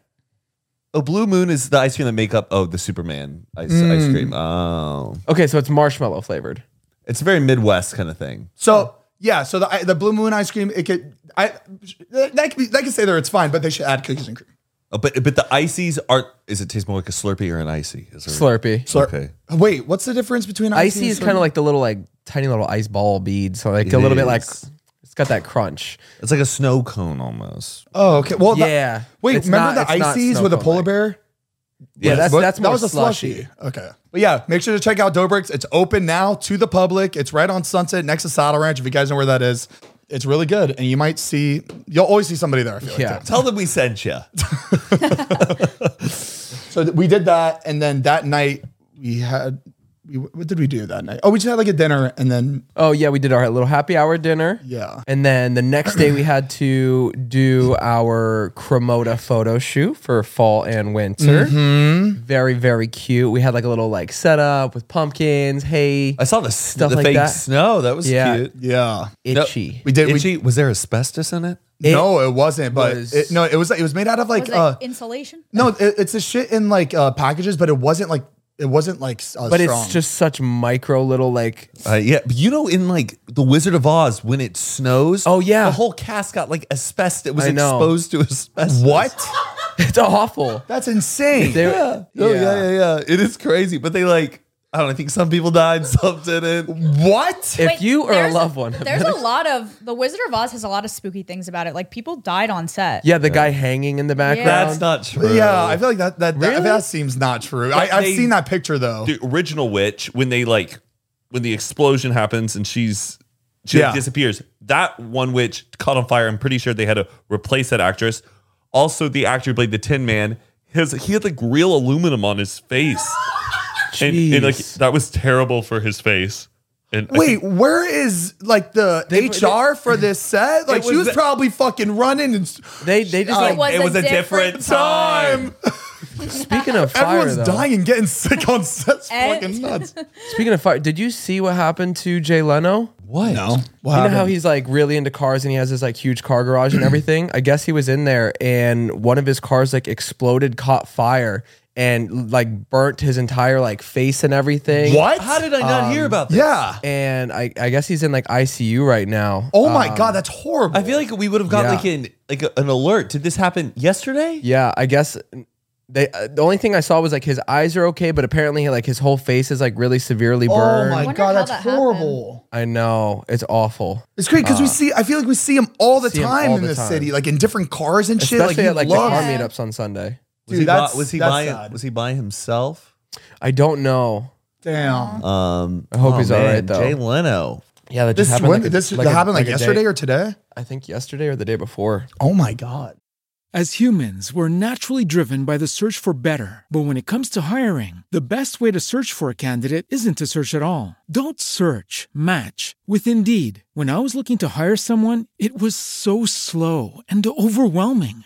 Speaker 1: A Blue Moon is the ice cream that make up of the Superman ice,
Speaker 2: Mm.
Speaker 1: ice cream. Oh,
Speaker 3: Okay, so it's marshmallow flavored.
Speaker 1: it's a very Midwest kind of thing.
Speaker 2: So yeah, so the the Blue Moon ice cream. It could I that could be that could say there it's fine, but they should add cookies and cream.
Speaker 1: Uh, but but the ices aren't. Is it taste more like a Slurpee or an icy? Is there,
Speaker 3: Slurpee.
Speaker 2: So-
Speaker 1: Okay.
Speaker 2: Wait, what's the difference between icy,
Speaker 3: Icy is kind of like the little like tiny little ice ball bead. So like
Speaker 1: It
Speaker 3: a little bit like
Speaker 1: is.
Speaker 3: it's got that crunch.
Speaker 1: It's like a snow cone almost.
Speaker 2: Oh, okay. Well, the-
Speaker 3: Yeah.
Speaker 2: wait,
Speaker 3: It's
Speaker 2: remember
Speaker 3: not-
Speaker 2: the
Speaker 3: it's not
Speaker 2: ices with a
Speaker 3: snow cone-like.
Speaker 2: polar bear?
Speaker 3: Yeah, that's
Speaker 2: But
Speaker 3: that's
Speaker 2: that
Speaker 3: more
Speaker 2: was a
Speaker 3: slushy.
Speaker 2: slushy. Okay. But yeah, make sure to check out Dobrik's. It's open now to the public. It's right on Sunset next to Saddle Ranch. If you guys know where that is, it's really good. And you might see, you'll always see somebody there. I feel
Speaker 3: Yeah.
Speaker 2: Like too.
Speaker 1: Tell them we sent you.
Speaker 2: so th- we did that. And then that night we had, we, what did we do that night? Oh, we just had like a dinner. And then,
Speaker 3: Oh yeah, we did our little happy hour dinner.
Speaker 2: Yeah.
Speaker 3: And then the next day we had to do our Cremota photo shoot for fall and winter. Very very cute. We had like a little like setup with pumpkins, hay,
Speaker 1: I saw the, s-
Speaker 3: Stuff
Speaker 1: the
Speaker 3: like
Speaker 1: fake
Speaker 3: that.
Speaker 1: snow. That was
Speaker 3: Yeah.
Speaker 1: cute.
Speaker 2: yeah.
Speaker 3: itchy.
Speaker 2: We did.
Speaker 1: Itchy. was there asbestos in it?
Speaker 2: We, no, it wasn't. But
Speaker 3: was-
Speaker 2: it, no, it was, it was made out of like,
Speaker 4: Was it
Speaker 2: uh,
Speaker 4: insulation?
Speaker 2: no, it, it's a shit in like uh, packages, but it wasn't like, it wasn't like, uh,
Speaker 3: but
Speaker 2: strong.
Speaker 3: it's just such micro little like
Speaker 1: Uh, yeah, but you know, in like The Wizard of Oz, when it snows,
Speaker 3: Oh, yeah.
Speaker 1: the whole cast got like asbestos. Was
Speaker 3: I know.
Speaker 1: exposed to asbestos.
Speaker 2: what?
Speaker 3: it's awful.
Speaker 2: That's insane.
Speaker 3: They-
Speaker 1: Oh, yeah. yeah, yeah, It is crazy, but they like. I don't know, I think some people died, some didn't.
Speaker 2: what?
Speaker 3: If
Speaker 4: Wait,
Speaker 3: you or a
Speaker 4: there's-
Speaker 3: loved one,
Speaker 4: There's a lot of The Wizard of Oz has a lot of spooky things about it. Like people died on set.
Speaker 3: yeah, the guy hanging in the background.
Speaker 1: That's not true.
Speaker 2: Yeah, I feel like that that, that-
Speaker 3: Really?
Speaker 2: that seems not true. I, I've
Speaker 1: they-
Speaker 2: seen that picture though.
Speaker 1: the original witch when they like when the explosion happens and she's she
Speaker 2: Yeah.
Speaker 1: like, disappears that one witch caught on fire i'm pretty sure they had to replace that actress also the actor who played the tin man his he had like real aluminum on his face and, and, like
Speaker 3: Jeez.
Speaker 1: that was terrible for his face and I
Speaker 2: Wait,
Speaker 1: think-
Speaker 2: where is like the HR for this set? Like she
Speaker 1: was
Speaker 2: was
Speaker 1: the-
Speaker 2: probably fucking running and s-
Speaker 3: They they just
Speaker 4: It
Speaker 3: like
Speaker 4: was,
Speaker 1: it was a different time.
Speaker 3: speaking of fire
Speaker 2: everyone's
Speaker 3: though.
Speaker 2: dying, getting sick on sets.
Speaker 4: And-
Speaker 2: fucking nuts.
Speaker 3: Speaking of fire, did you see what happened to Jay Leno?
Speaker 1: What?
Speaker 2: No.
Speaker 3: you know how he's like really into cars and he has this like huge car garage and everything. I guess he was in there and one of his cars like exploded, caught fire, and like burnt his entire like face and everything.
Speaker 2: What?
Speaker 1: How did I not hear about this?
Speaker 2: yeah.
Speaker 3: And I, I guess he's in like ICU right now.
Speaker 2: Oh my god, that's horrible.
Speaker 1: I feel like we would have got
Speaker 3: Yeah.
Speaker 1: like an like a- an alert. Did this happen yesterday?
Speaker 3: Yeah, I guess they. Uh, the only thing I saw was like his eyes are okay, but apparently like his whole face is like really severely
Speaker 2: oh
Speaker 3: burned.
Speaker 2: my
Speaker 4: wonder
Speaker 2: god,
Speaker 4: how
Speaker 2: that's
Speaker 4: that
Speaker 2: horrible.
Speaker 3: I know it's awful.
Speaker 2: It's great because we see. I feel like we see him all the
Speaker 3: Uh, See him
Speaker 2: time
Speaker 3: all
Speaker 2: in
Speaker 3: the
Speaker 2: this
Speaker 3: time.
Speaker 2: city, like in different cars and shit.
Speaker 3: Especially
Speaker 2: he
Speaker 3: at like
Speaker 2: loves-
Speaker 3: the car
Speaker 4: Yeah.
Speaker 3: meetups on Sunday.
Speaker 1: Was
Speaker 2: Dude,
Speaker 1: he, by,
Speaker 2: that's-
Speaker 1: was he
Speaker 2: that's
Speaker 1: by
Speaker 2: sad.
Speaker 1: was he by himself?
Speaker 3: I don't know.
Speaker 2: Damn.
Speaker 1: Um, I
Speaker 3: hope he's all right, though.
Speaker 1: Jay Leno.
Speaker 3: Yeah, that
Speaker 2: This
Speaker 3: just happened.
Speaker 2: when,
Speaker 3: like a-
Speaker 2: this
Speaker 3: a-
Speaker 2: that happened like,
Speaker 3: a day-
Speaker 2: yesterday or today.
Speaker 3: I think yesterday or the day before.
Speaker 2: Oh my god.
Speaker 5: As humans, we're naturally driven by the search for better. But when it comes to hiring, the best way to search for a candidate isn't to search at all. Don't search, match with Indeed. When I was looking to hire someone, it was so slow and overwhelming.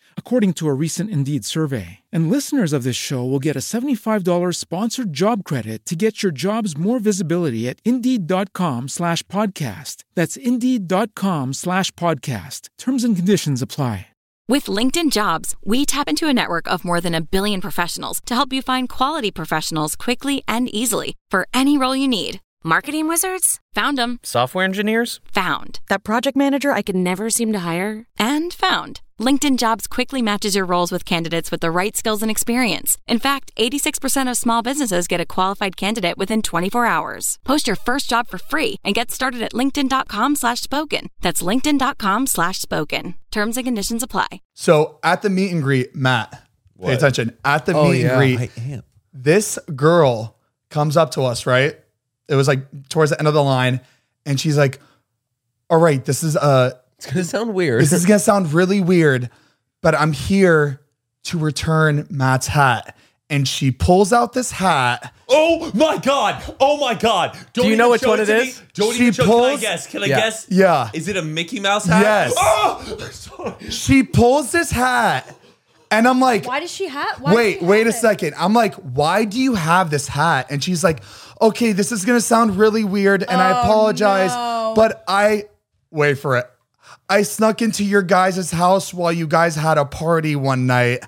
Speaker 5: according to a recent Indeed survey. And listeners of this show will get a $75 sponsored job credit to get your jobs more visibility at Indeed.com slash podcast. That's Indeed.com slash podcast. Terms and conditions apply.
Speaker 6: With LinkedIn Jobs, we tap into a network of more than a billion professionals to help you find quality professionals quickly and easily for any role you need. Marketing wizards? Found them.
Speaker 7: Software engineers?
Speaker 6: Found.
Speaker 8: That project manager I could never seem to hire?
Speaker 6: And found. LinkedIn Jobs quickly matches your roles with candidates with the right skills and experience. In fact, 86% of small businesses get a qualified candidate within 24 hours. Post your first job for free and get started at linkedin.com slash spoken. That's linkedin.com slash spoken. Terms and conditions apply.
Speaker 2: So at the meet and greet, Matt,
Speaker 1: What?
Speaker 2: pay attention. At the
Speaker 3: Oh,
Speaker 2: meet
Speaker 3: yeah.
Speaker 2: and
Speaker 1: I
Speaker 2: greet,
Speaker 1: am.
Speaker 2: this girl comes up to us. Right, it was like towards the end of the line, and she's like, "All right, this is uh,
Speaker 3: It's gonna sound weird.
Speaker 2: this is gonna sound really weird, but I'm here to return Matt's hat." And she pulls out this hat.
Speaker 1: Oh my god! Oh my god! Don't
Speaker 3: Do you
Speaker 1: even
Speaker 3: know which
Speaker 1: show
Speaker 3: one
Speaker 1: it to
Speaker 3: it is?
Speaker 1: Me. Don't
Speaker 2: She
Speaker 1: even show Can I
Speaker 2: pulls-
Speaker 1: guess? Can I
Speaker 3: Yeah.
Speaker 1: guess?
Speaker 2: Yeah.
Speaker 1: Is it a Mickey Mouse hat?
Speaker 2: Yes.
Speaker 1: Oh! Sorry.
Speaker 2: She pulls this hat, and I'm like,
Speaker 4: Why does she have?
Speaker 2: wait, wait a second. I'm like, why do you have this hat? And she's like, okay, this is gonna sound really weird, and
Speaker 4: Oh,
Speaker 2: I apologize, but I wait for it. I snuck into your guys' house while you guys had a party one night,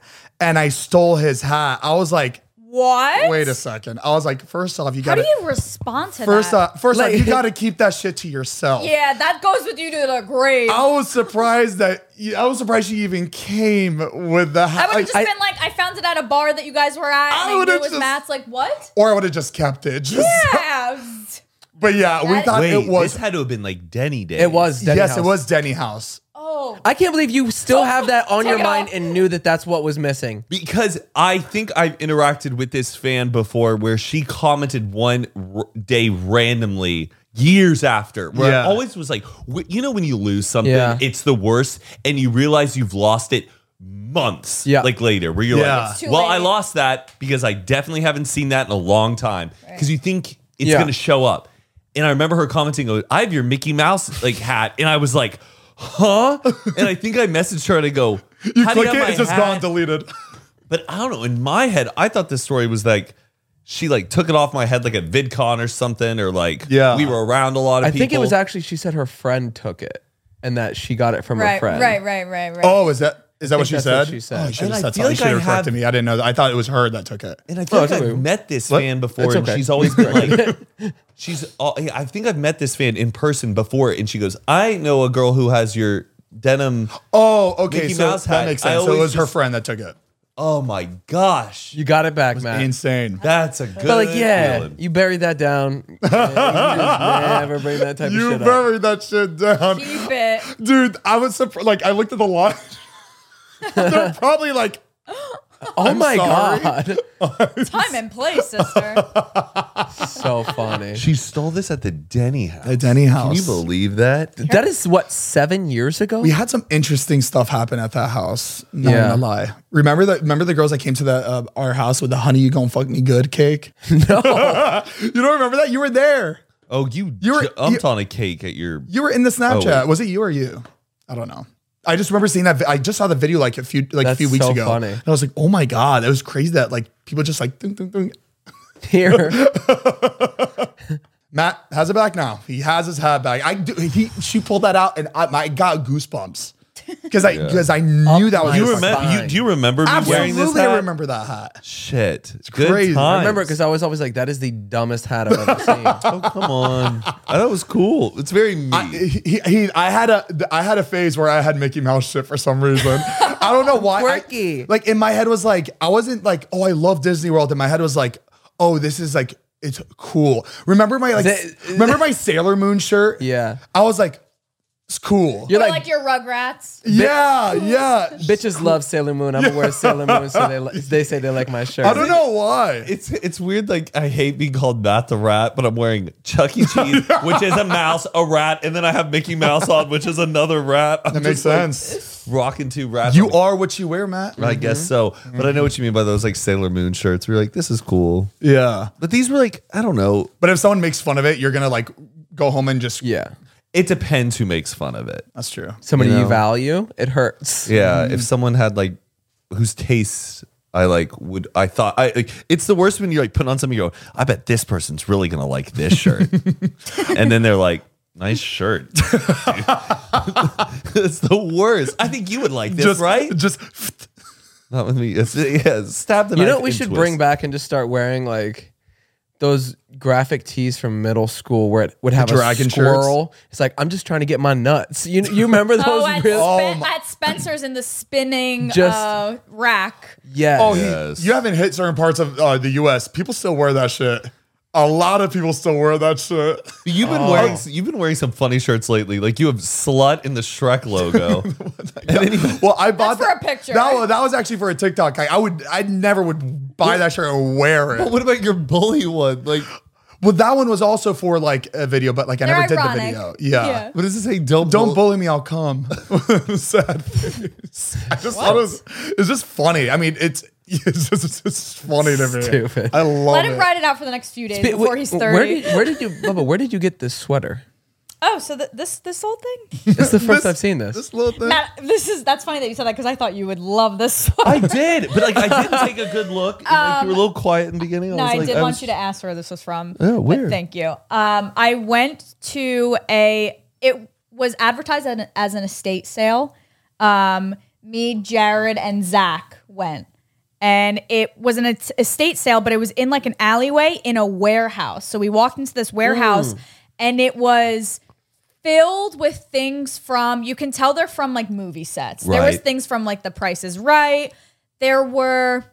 Speaker 2: and I stole his hat. I was like,
Speaker 4: What?
Speaker 2: wait a second. I was like, first off, you got
Speaker 4: How do
Speaker 2: to
Speaker 4: you respond to
Speaker 2: first uh,
Speaker 4: that?
Speaker 2: off, first
Speaker 3: Like-
Speaker 2: off, you got to keep that shit to yourself.
Speaker 4: yeah, that goes with you to the grave.
Speaker 2: I was surprised that I was surprised she even came with the
Speaker 4: I
Speaker 2: hat.
Speaker 4: would have just
Speaker 2: Like,
Speaker 4: been like, I found it at a bar that you guys were at.
Speaker 2: I
Speaker 4: And I, knew
Speaker 2: would've
Speaker 4: it was
Speaker 2: just-
Speaker 4: Matt's. Like, what?
Speaker 2: or I would have just kept it. Just-
Speaker 4: Yeah.
Speaker 2: But yeah, we
Speaker 4: That-
Speaker 2: thought
Speaker 1: Wait,
Speaker 2: it was.
Speaker 1: this had to have been like Denny Day.
Speaker 3: it was. Denny
Speaker 2: yes, it
Speaker 3: House.
Speaker 2: was Denny House.
Speaker 4: Oh,
Speaker 3: I can't believe you still have that on
Speaker 4: Take
Speaker 3: your
Speaker 4: it
Speaker 3: mind
Speaker 4: off.
Speaker 3: and knew that that's what was missing.
Speaker 1: Because I think I've interacted with this fan before where she commented one r- day randomly years after where
Speaker 2: Yeah.
Speaker 1: I always was like, w- you know, when you lose something,
Speaker 3: Yeah.
Speaker 1: it's the worst and you realize you've lost it months
Speaker 3: Yeah.
Speaker 1: like later where you're
Speaker 2: Yeah.
Speaker 1: like,
Speaker 4: It's too
Speaker 1: well, I
Speaker 4: late.
Speaker 1: lost that because I definitely haven't seen that in a long time because you think it's
Speaker 3: Yeah.
Speaker 1: going to show up. And I remember her commenting, oh, I have your Mickey Mouse like hat. And I was like, huh? And I think I messaged her and I go,
Speaker 2: You
Speaker 1: "How do
Speaker 2: click
Speaker 1: have
Speaker 2: it,
Speaker 1: my
Speaker 2: it's just
Speaker 1: hat?"
Speaker 2: gone deleted.
Speaker 1: But I don't know. In my head, I thought this story was like she like took it off my head like at VidCon or something, or like
Speaker 2: Yeah.
Speaker 1: we were around a lot of
Speaker 3: I
Speaker 1: people.
Speaker 3: think it was actually she said her friend took it and that she got it from her
Speaker 4: right,
Speaker 3: friend.
Speaker 4: right, right, right, right.
Speaker 2: Oh, is that is that what she
Speaker 3: that's
Speaker 2: said?
Speaker 3: what she said.
Speaker 2: Oh, should
Speaker 1: And I
Speaker 2: have said
Speaker 1: feel
Speaker 2: something.
Speaker 1: like
Speaker 2: should have
Speaker 1: I have-
Speaker 2: corrected me. I didn't know. That. I thought it was her that took it.
Speaker 1: and I feel
Speaker 3: Oh,
Speaker 1: like
Speaker 3: it's
Speaker 1: I've
Speaker 3: okay.
Speaker 1: met this
Speaker 2: What?
Speaker 1: fan before,
Speaker 3: It's
Speaker 1: and
Speaker 3: okay.
Speaker 1: she's always been like, she's. al- I think I've met this fan in person before, and she goes, "I know a girl who has your denim."
Speaker 2: Oh, okay.
Speaker 1: Mickey
Speaker 2: so
Speaker 1: Mouse hat.
Speaker 2: that makes
Speaker 1: I
Speaker 2: sense. So it
Speaker 1: always
Speaker 2: was her
Speaker 1: just-
Speaker 2: friend that took it.
Speaker 1: Oh my gosh,
Speaker 3: You got it back, Matt.
Speaker 2: Insane.
Speaker 1: that's a good.
Speaker 3: but like, yeah,
Speaker 1: feeling.
Speaker 3: you buried that down. And you just never bring that type of
Speaker 2: You
Speaker 3: shit up.
Speaker 2: buried that shit down,
Speaker 4: Keep it.
Speaker 2: dude. I was surprised. Like I looked at the line. They're probably like,
Speaker 3: Oh my
Speaker 2: sorry.
Speaker 3: god.
Speaker 4: Time and place, sister.
Speaker 3: so funny.
Speaker 1: She stole this at the Denny house.
Speaker 2: The Denny
Speaker 1: Can you
Speaker 2: house.
Speaker 1: believe that?
Speaker 3: That is what seven years ago.
Speaker 2: We had some interesting stuff happen at that house. Not
Speaker 3: Yeah.
Speaker 2: gonna lie. Remember that? Remember the girls that came to the uh, our house with the honey you gonna fuck me good cake? No, you don't remember that? You were there.
Speaker 1: Oh, you
Speaker 2: You were-
Speaker 1: jumped
Speaker 2: you-
Speaker 1: on a cake at your.
Speaker 2: You were in the
Speaker 3: Oh,
Speaker 2: Snapchat. was it you or you? I don't know. I just remember seeing that. vi- I just saw the video like a few like a
Speaker 3: That's
Speaker 2: few weeks
Speaker 3: so
Speaker 2: ago,
Speaker 3: funny.
Speaker 2: and I was like, "Oh my god, that was crazy!" That like people just like ding, ding, ding.
Speaker 3: here.
Speaker 2: Matt has it back now. He has his hat back. I do, he she pulled that out, and I, my, I got goosebumps because I because I knew that was
Speaker 3: my
Speaker 1: You
Speaker 2: just-
Speaker 3: remem-
Speaker 1: remember? You,
Speaker 3: fine.
Speaker 1: do you remember me wearing this
Speaker 2: Absolutely,
Speaker 1: hat?
Speaker 2: I remember that hat.
Speaker 1: Shit, it's good
Speaker 2: crazy.
Speaker 1: times.
Speaker 3: Remember, because I was always like, that is the dumbest hat I've ever seen.
Speaker 1: Oh come on! I thought it was cool. It's very me.
Speaker 2: I, he, he, I had a, I had a phase where I had Mickey Mouse shit for some reason. I don't know why. I-
Speaker 3: Quirky.
Speaker 2: like in my head was like, I wasn't like, oh, I love Disney World. In my head was like, oh, this is like, it's cool. Remember my like,
Speaker 3: Th-
Speaker 2: remember my Sailor Moon shirt?
Speaker 3: Yeah.
Speaker 2: I was like, it's cool.
Speaker 3: You're like,
Speaker 4: Or like your Rugrats.
Speaker 2: Yeah, yeah.
Speaker 3: bitches love Sailor Moon. I'm aware of Sailor Moon, so they li- they say they like my shirt.
Speaker 2: I don't know why.
Speaker 1: It's it's weird. Like I hate being called Matt the Rat, but I'm wearing Chuck E. Cheese, which is a mouse, a rat, and then I have Mickey Mouse on, which is another rat. I'm
Speaker 2: That makes
Speaker 1: just, like,
Speaker 2: sense.
Speaker 1: rocking two rats.
Speaker 2: You are what you wear, Matt.
Speaker 1: I guess so. But I know what you mean by those like Sailor Moon shirts. We're like, this is cool.
Speaker 2: Yeah.
Speaker 1: But these were like, I don't know.
Speaker 2: But if someone makes fun of it, you're gonna like go home and just
Speaker 3: Yeah.
Speaker 1: It depends who makes fun of it.
Speaker 2: That's true.
Speaker 3: Somebody you,
Speaker 1: know.
Speaker 3: value, it hurts.
Speaker 1: Yeah. If someone had like whose tastes I like would I thought I like, it's the worst when you're like putting on something you go, I bet this person's really gonna like this shirt. and then they're like, Nice shirt. it's the worst. I think you would like this,
Speaker 2: just
Speaker 1: right?
Speaker 2: Just
Speaker 1: Not with me. It's, yeah, stab the
Speaker 3: You know
Speaker 1: knife
Speaker 3: what we
Speaker 1: and
Speaker 3: should
Speaker 1: twist.
Speaker 3: bring back and just start wearing like those graphic tees from middle school where it would have
Speaker 2: dragon
Speaker 3: a squirrel. It's like I'm just trying to get my nuts. You you remember those?
Speaker 4: Oh, at,
Speaker 3: really-
Speaker 4: Spen- at Spencer's in the spinning
Speaker 3: Just-
Speaker 4: uh, rack.
Speaker 3: yes.
Speaker 2: Oh,
Speaker 1: Yes.
Speaker 2: he, you haven't hit certain parts of uh, the U.S. People still wear that shit. A lot of people still wear that shit.
Speaker 1: You've been wearing Oh. you've been wearing some funny shirts lately. Like you have slut in the Shrek logo.
Speaker 2: Well, I bought
Speaker 4: for
Speaker 2: that-
Speaker 4: a picture.
Speaker 2: That was, that was actually for a TikTok. I, I would, I never would buy that shirt or wear it.
Speaker 1: what about your bully one? Like,
Speaker 2: Well, that one was also for like a video, but like I
Speaker 4: They're
Speaker 2: never did the
Speaker 4: ironic.
Speaker 2: video. Yeah.
Speaker 4: Yeah.
Speaker 1: what does it say? Don't
Speaker 2: Don't
Speaker 1: bull-
Speaker 2: bully me, I'll come. Sad face. I just thought it was, it's just funny. I mean, it's it's just, it's just funny to me.
Speaker 3: Stupid.
Speaker 2: I love
Speaker 4: Let
Speaker 2: it.
Speaker 4: him ride it out for the next few days
Speaker 3: But
Speaker 4: before
Speaker 3: wh-
Speaker 4: he's
Speaker 3: Where
Speaker 4: thirty.
Speaker 3: did, where did you, Bubba? Where did you get this sweater?
Speaker 4: oh, so th- this this whole thing.
Speaker 3: It's the first I've seen this.
Speaker 2: This little thing.
Speaker 4: Matt, this is that's funny that you said that because I thought you would love this. One.
Speaker 1: I did, but like I didn't take a good look. and, like,
Speaker 4: Um,
Speaker 1: you were a little quiet in the beginning.
Speaker 4: No,
Speaker 1: was
Speaker 4: I
Speaker 1: like,
Speaker 4: did want
Speaker 1: was-
Speaker 4: you to ask where this was from.
Speaker 1: Oh,
Speaker 4: but
Speaker 1: weird.
Speaker 4: Thank you. Um, I went to a. It was advertised as an, as an estate sale. Um, me, Jared, and Zach went, and it was an es- estate sale, but it was in like an alleyway in a warehouse. So we walked into this warehouse, and it was filled with things from you can tell they're from like movie sets. There was
Speaker 1: Right.
Speaker 4: things from like The Price is Right. There were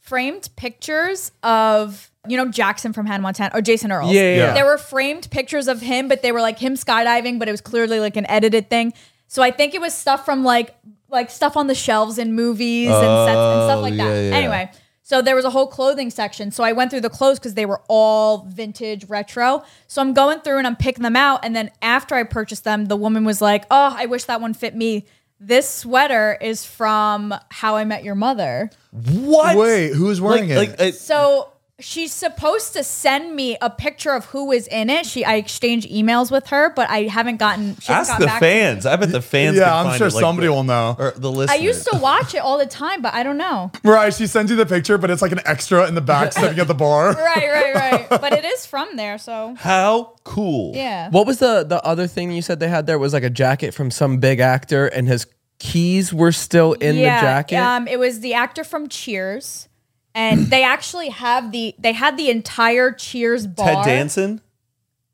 Speaker 4: framed pictures of you know Jackson from Hannah Montana or Jason Earl.
Speaker 3: Yeah, yeah, yeah.
Speaker 4: There were framed pictures of him, but they were like him skydiving, but it was clearly like an edited thing. So I think it was stuff from like like stuff on the shelves in movies and sets and stuff
Speaker 1: Oh,
Speaker 4: like
Speaker 1: yeah,
Speaker 4: that.
Speaker 1: yeah.
Speaker 4: Anyway, so there was a whole clothing section. So I went through the clothes because they were all vintage retro. So I'm going through and I'm picking them out. And then after I purchased them, the woman was like, Oh, I wish that one fit me. This sweater is from How I Met Your Mother.
Speaker 1: what?
Speaker 2: Wait, who's wearing
Speaker 1: like, Like,
Speaker 2: it?
Speaker 1: it-
Speaker 4: So she's supposed to send me a picture of who is in it. She I exchange emails with her, but I haven't gotten. She hasn't
Speaker 1: ask
Speaker 4: gotten
Speaker 1: the
Speaker 4: back to me.
Speaker 1: fans. I bet the fans. can
Speaker 2: yeah, I'm
Speaker 1: find
Speaker 2: sure
Speaker 1: it, like,
Speaker 2: somebody
Speaker 1: the-
Speaker 2: will know.
Speaker 1: Or the
Speaker 4: I
Speaker 1: listeners.
Speaker 4: used to watch it all the time, but I don't know.
Speaker 2: Right, she sends you the picture, but it's like an extra in the back sitting at the bar.
Speaker 4: Right, right, right. But it is from there, so
Speaker 1: How cool!
Speaker 4: yeah.
Speaker 3: What was the the other thing you said they had there? Was like a jacket from some big actor, and his keys were still in the jacket.
Speaker 4: Um, it was the actor from Cheers, and they actually have the they had the entire Cheers bar.
Speaker 1: Ted Danson.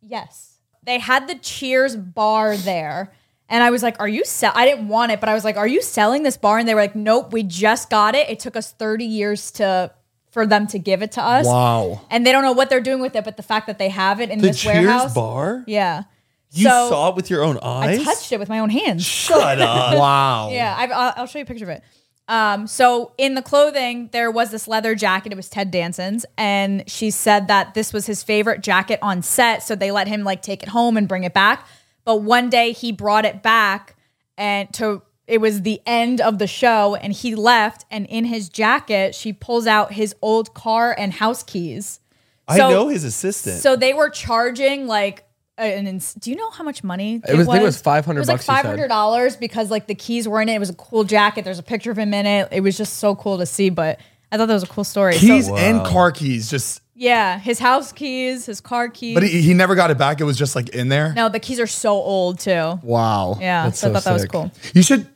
Speaker 4: Yes. They had the Cheers bar there. And I was like, are you sell I didn't want it, but I was like, are you selling this bar? And they were like, nope, we just got it. It took us 30 years to for them to give it to us.
Speaker 2: Wow.
Speaker 4: And they don't know what they're doing with it, but the fact that they have it in
Speaker 1: The
Speaker 4: this
Speaker 1: Cheers
Speaker 4: warehouse.
Speaker 1: bar.
Speaker 4: Yeah.
Speaker 1: You
Speaker 4: So-
Speaker 1: saw it with your own
Speaker 4: I
Speaker 1: eyes.
Speaker 4: touched it with my own hands.
Speaker 1: Shut up!
Speaker 2: Wow.
Speaker 4: Yeah, I've, I'll, I'll show you a picture of it. Um, so in the clothing, there was this leather jacket. It was Ted Danson's, and she said that this was his favorite jacket on set. So they let him like take it home and bring it back. But one day he brought it back, and to it was the end of the show, and he left. And in his jacket, she pulls out his old car and house keys.
Speaker 1: I
Speaker 4: So-
Speaker 1: know his assistant.
Speaker 4: So they were charging like an. Ins- do you know how much money
Speaker 3: It was- I think it was 500
Speaker 4: It was like
Speaker 3: bucks, you said.
Speaker 4: five hundred dollars because like the keys were in it. It was a cool jacket. There's a picture of him in it. It was just so cool to see. But I thought that was a cool story.
Speaker 2: Keys
Speaker 4: So,
Speaker 2: and car keys, just
Speaker 4: yeah, his house keys, his car keys.
Speaker 2: but he, he never got it back. It was just like in there.
Speaker 4: no, the keys are so old too.
Speaker 2: Wow.
Speaker 4: Yeah,
Speaker 3: That's
Speaker 4: so I
Speaker 3: so
Speaker 4: thought that was
Speaker 3: sick.
Speaker 4: cool.
Speaker 2: You should.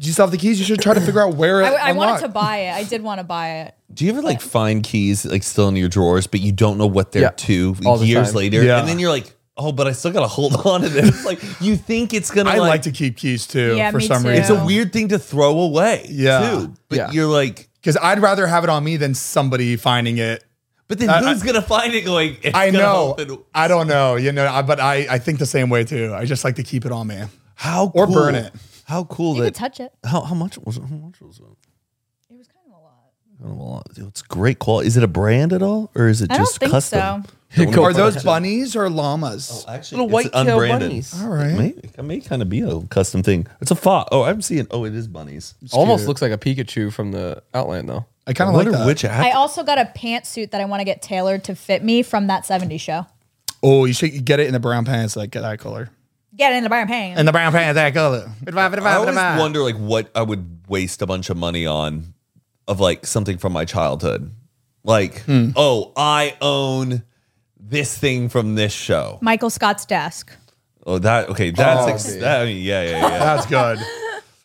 Speaker 2: Do you still have the keys? You should try to figure out where it.
Speaker 4: I, I wanted
Speaker 2: unlocked.
Speaker 4: to buy it. I did want to buy it.
Speaker 1: Do you ever like find keys like still in your drawers, but you don't know what they're
Speaker 3: Yeah.
Speaker 1: to
Speaker 3: All the
Speaker 1: years
Speaker 3: time.
Speaker 1: later,
Speaker 2: Yeah.
Speaker 1: and then you're like, oh, but I still gotta hold on to this. like you think it's gonna.
Speaker 2: I
Speaker 1: like,
Speaker 2: like to keep keys too
Speaker 4: Yeah,
Speaker 2: for
Speaker 4: me
Speaker 2: some
Speaker 4: too.
Speaker 1: It's
Speaker 2: reason
Speaker 1: a weird thing to throw away.
Speaker 2: Yeah.
Speaker 1: too. but
Speaker 3: Yeah.
Speaker 1: you're like,
Speaker 2: because I'd rather have it on me than somebody finding it.
Speaker 1: but then
Speaker 2: I-
Speaker 1: who's gonna find it? Going, it's
Speaker 2: I
Speaker 1: gonna
Speaker 2: know.
Speaker 1: open-
Speaker 2: I don't know. You know. I, but I I think the same way too. I just like to keep it on me.
Speaker 1: How
Speaker 2: Or
Speaker 1: cool-
Speaker 2: burn it.
Speaker 1: How cool
Speaker 4: You
Speaker 1: that.
Speaker 4: could touch it.
Speaker 1: how how much was it? How much was it?
Speaker 4: It was kind of a lot.
Speaker 1: Oh, well, it's great quality. Is it a brand at all, or is it
Speaker 4: I don't
Speaker 1: just
Speaker 4: think
Speaker 1: custom?
Speaker 4: so.
Speaker 3: Go
Speaker 2: Are
Speaker 3: for
Speaker 2: those
Speaker 3: it.
Speaker 2: bunnies or llamas?
Speaker 1: Actually,
Speaker 3: Little
Speaker 1: it's
Speaker 3: white tail
Speaker 1: unbranded.
Speaker 3: bunnies.
Speaker 2: All
Speaker 1: It
Speaker 2: right.
Speaker 1: may, it may kind of be a custom thing. It's a fox. Oh, I'm seeing. Oh, it is bunnies.
Speaker 3: Almost looks like a Pikachu from the Outland though.
Speaker 2: I kind of like
Speaker 1: wonder
Speaker 2: that.
Speaker 1: which app.
Speaker 4: I also got a pantsuit that I want to get tailored to fit me from that 70s show.
Speaker 2: oh, you should get it in the brown pants like that color.
Speaker 4: Get it in the Byron Payne.
Speaker 2: In the brown pants that color.
Speaker 1: I always wonder like what I would waste a bunch of money on of like something from my childhood. Like,
Speaker 3: Hmm.
Speaker 1: oh, I own this thing from this show.
Speaker 4: Michael Scott's desk.
Speaker 1: Oh, that okay. That's
Speaker 3: Oh,
Speaker 1: ex-
Speaker 3: dude.
Speaker 1: that- I mean, yeah, yeah, yeah.
Speaker 2: That's good.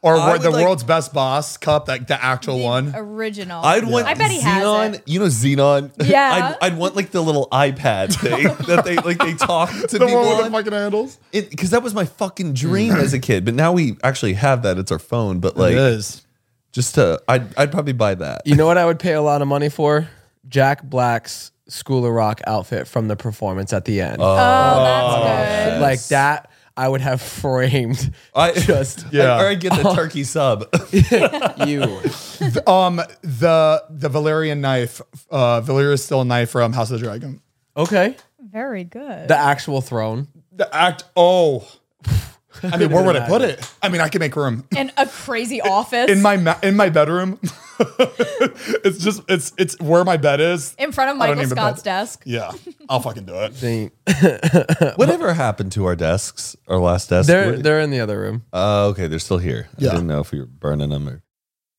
Speaker 2: Or
Speaker 1: I
Speaker 2: wor-
Speaker 1: would
Speaker 2: the
Speaker 1: like-
Speaker 2: world's best boss cup, like the actual one.
Speaker 4: Original.
Speaker 1: I'd want
Speaker 4: I bet he has
Speaker 1: Xenon.
Speaker 4: it.
Speaker 1: You know Xenon.
Speaker 4: Yeah.
Speaker 1: I'd, I'd want like the little iPad thing that they like they talk to
Speaker 2: the
Speaker 1: people
Speaker 2: one with the
Speaker 1: on.
Speaker 2: fucking handles.
Speaker 1: because that was my fucking dream as a kid. But now we actually have that. It's our phone. But like,
Speaker 2: it is.
Speaker 1: just to, I'd, I'd probably buy that.
Speaker 3: You know what I would pay a lot of money for? Jack Black's School of Rock outfit from the performance at the end.
Speaker 4: Oh, that's good.
Speaker 3: Like that, I would have framed
Speaker 1: I
Speaker 3: just
Speaker 2: Yeah.
Speaker 1: I, or I get the turkey sub.
Speaker 3: you.
Speaker 2: Um, the the Valerian knife, uh, Valeria's still a knife from House of the Dragon.
Speaker 3: Okay.
Speaker 4: Very good.
Speaker 3: The actual throne.
Speaker 2: The act. Oh, I mean, where would I put it? I mean, I could make room
Speaker 4: In a crazy office.
Speaker 2: in my ma- in my bedroom. it's just it's it's where my bed is.
Speaker 4: in front of
Speaker 2: I don't
Speaker 4: Michael
Speaker 2: even
Speaker 4: Scott's
Speaker 2: bet.
Speaker 4: desk.
Speaker 2: Yeah, I'll fucking do it.
Speaker 3: They-
Speaker 1: Whatever happened to our desks, our last desk?
Speaker 3: They're
Speaker 1: Where-
Speaker 3: they're in the other room.
Speaker 1: Oh, okay, they're still here.
Speaker 2: Yeah.
Speaker 1: I didn't know if we were burning them or.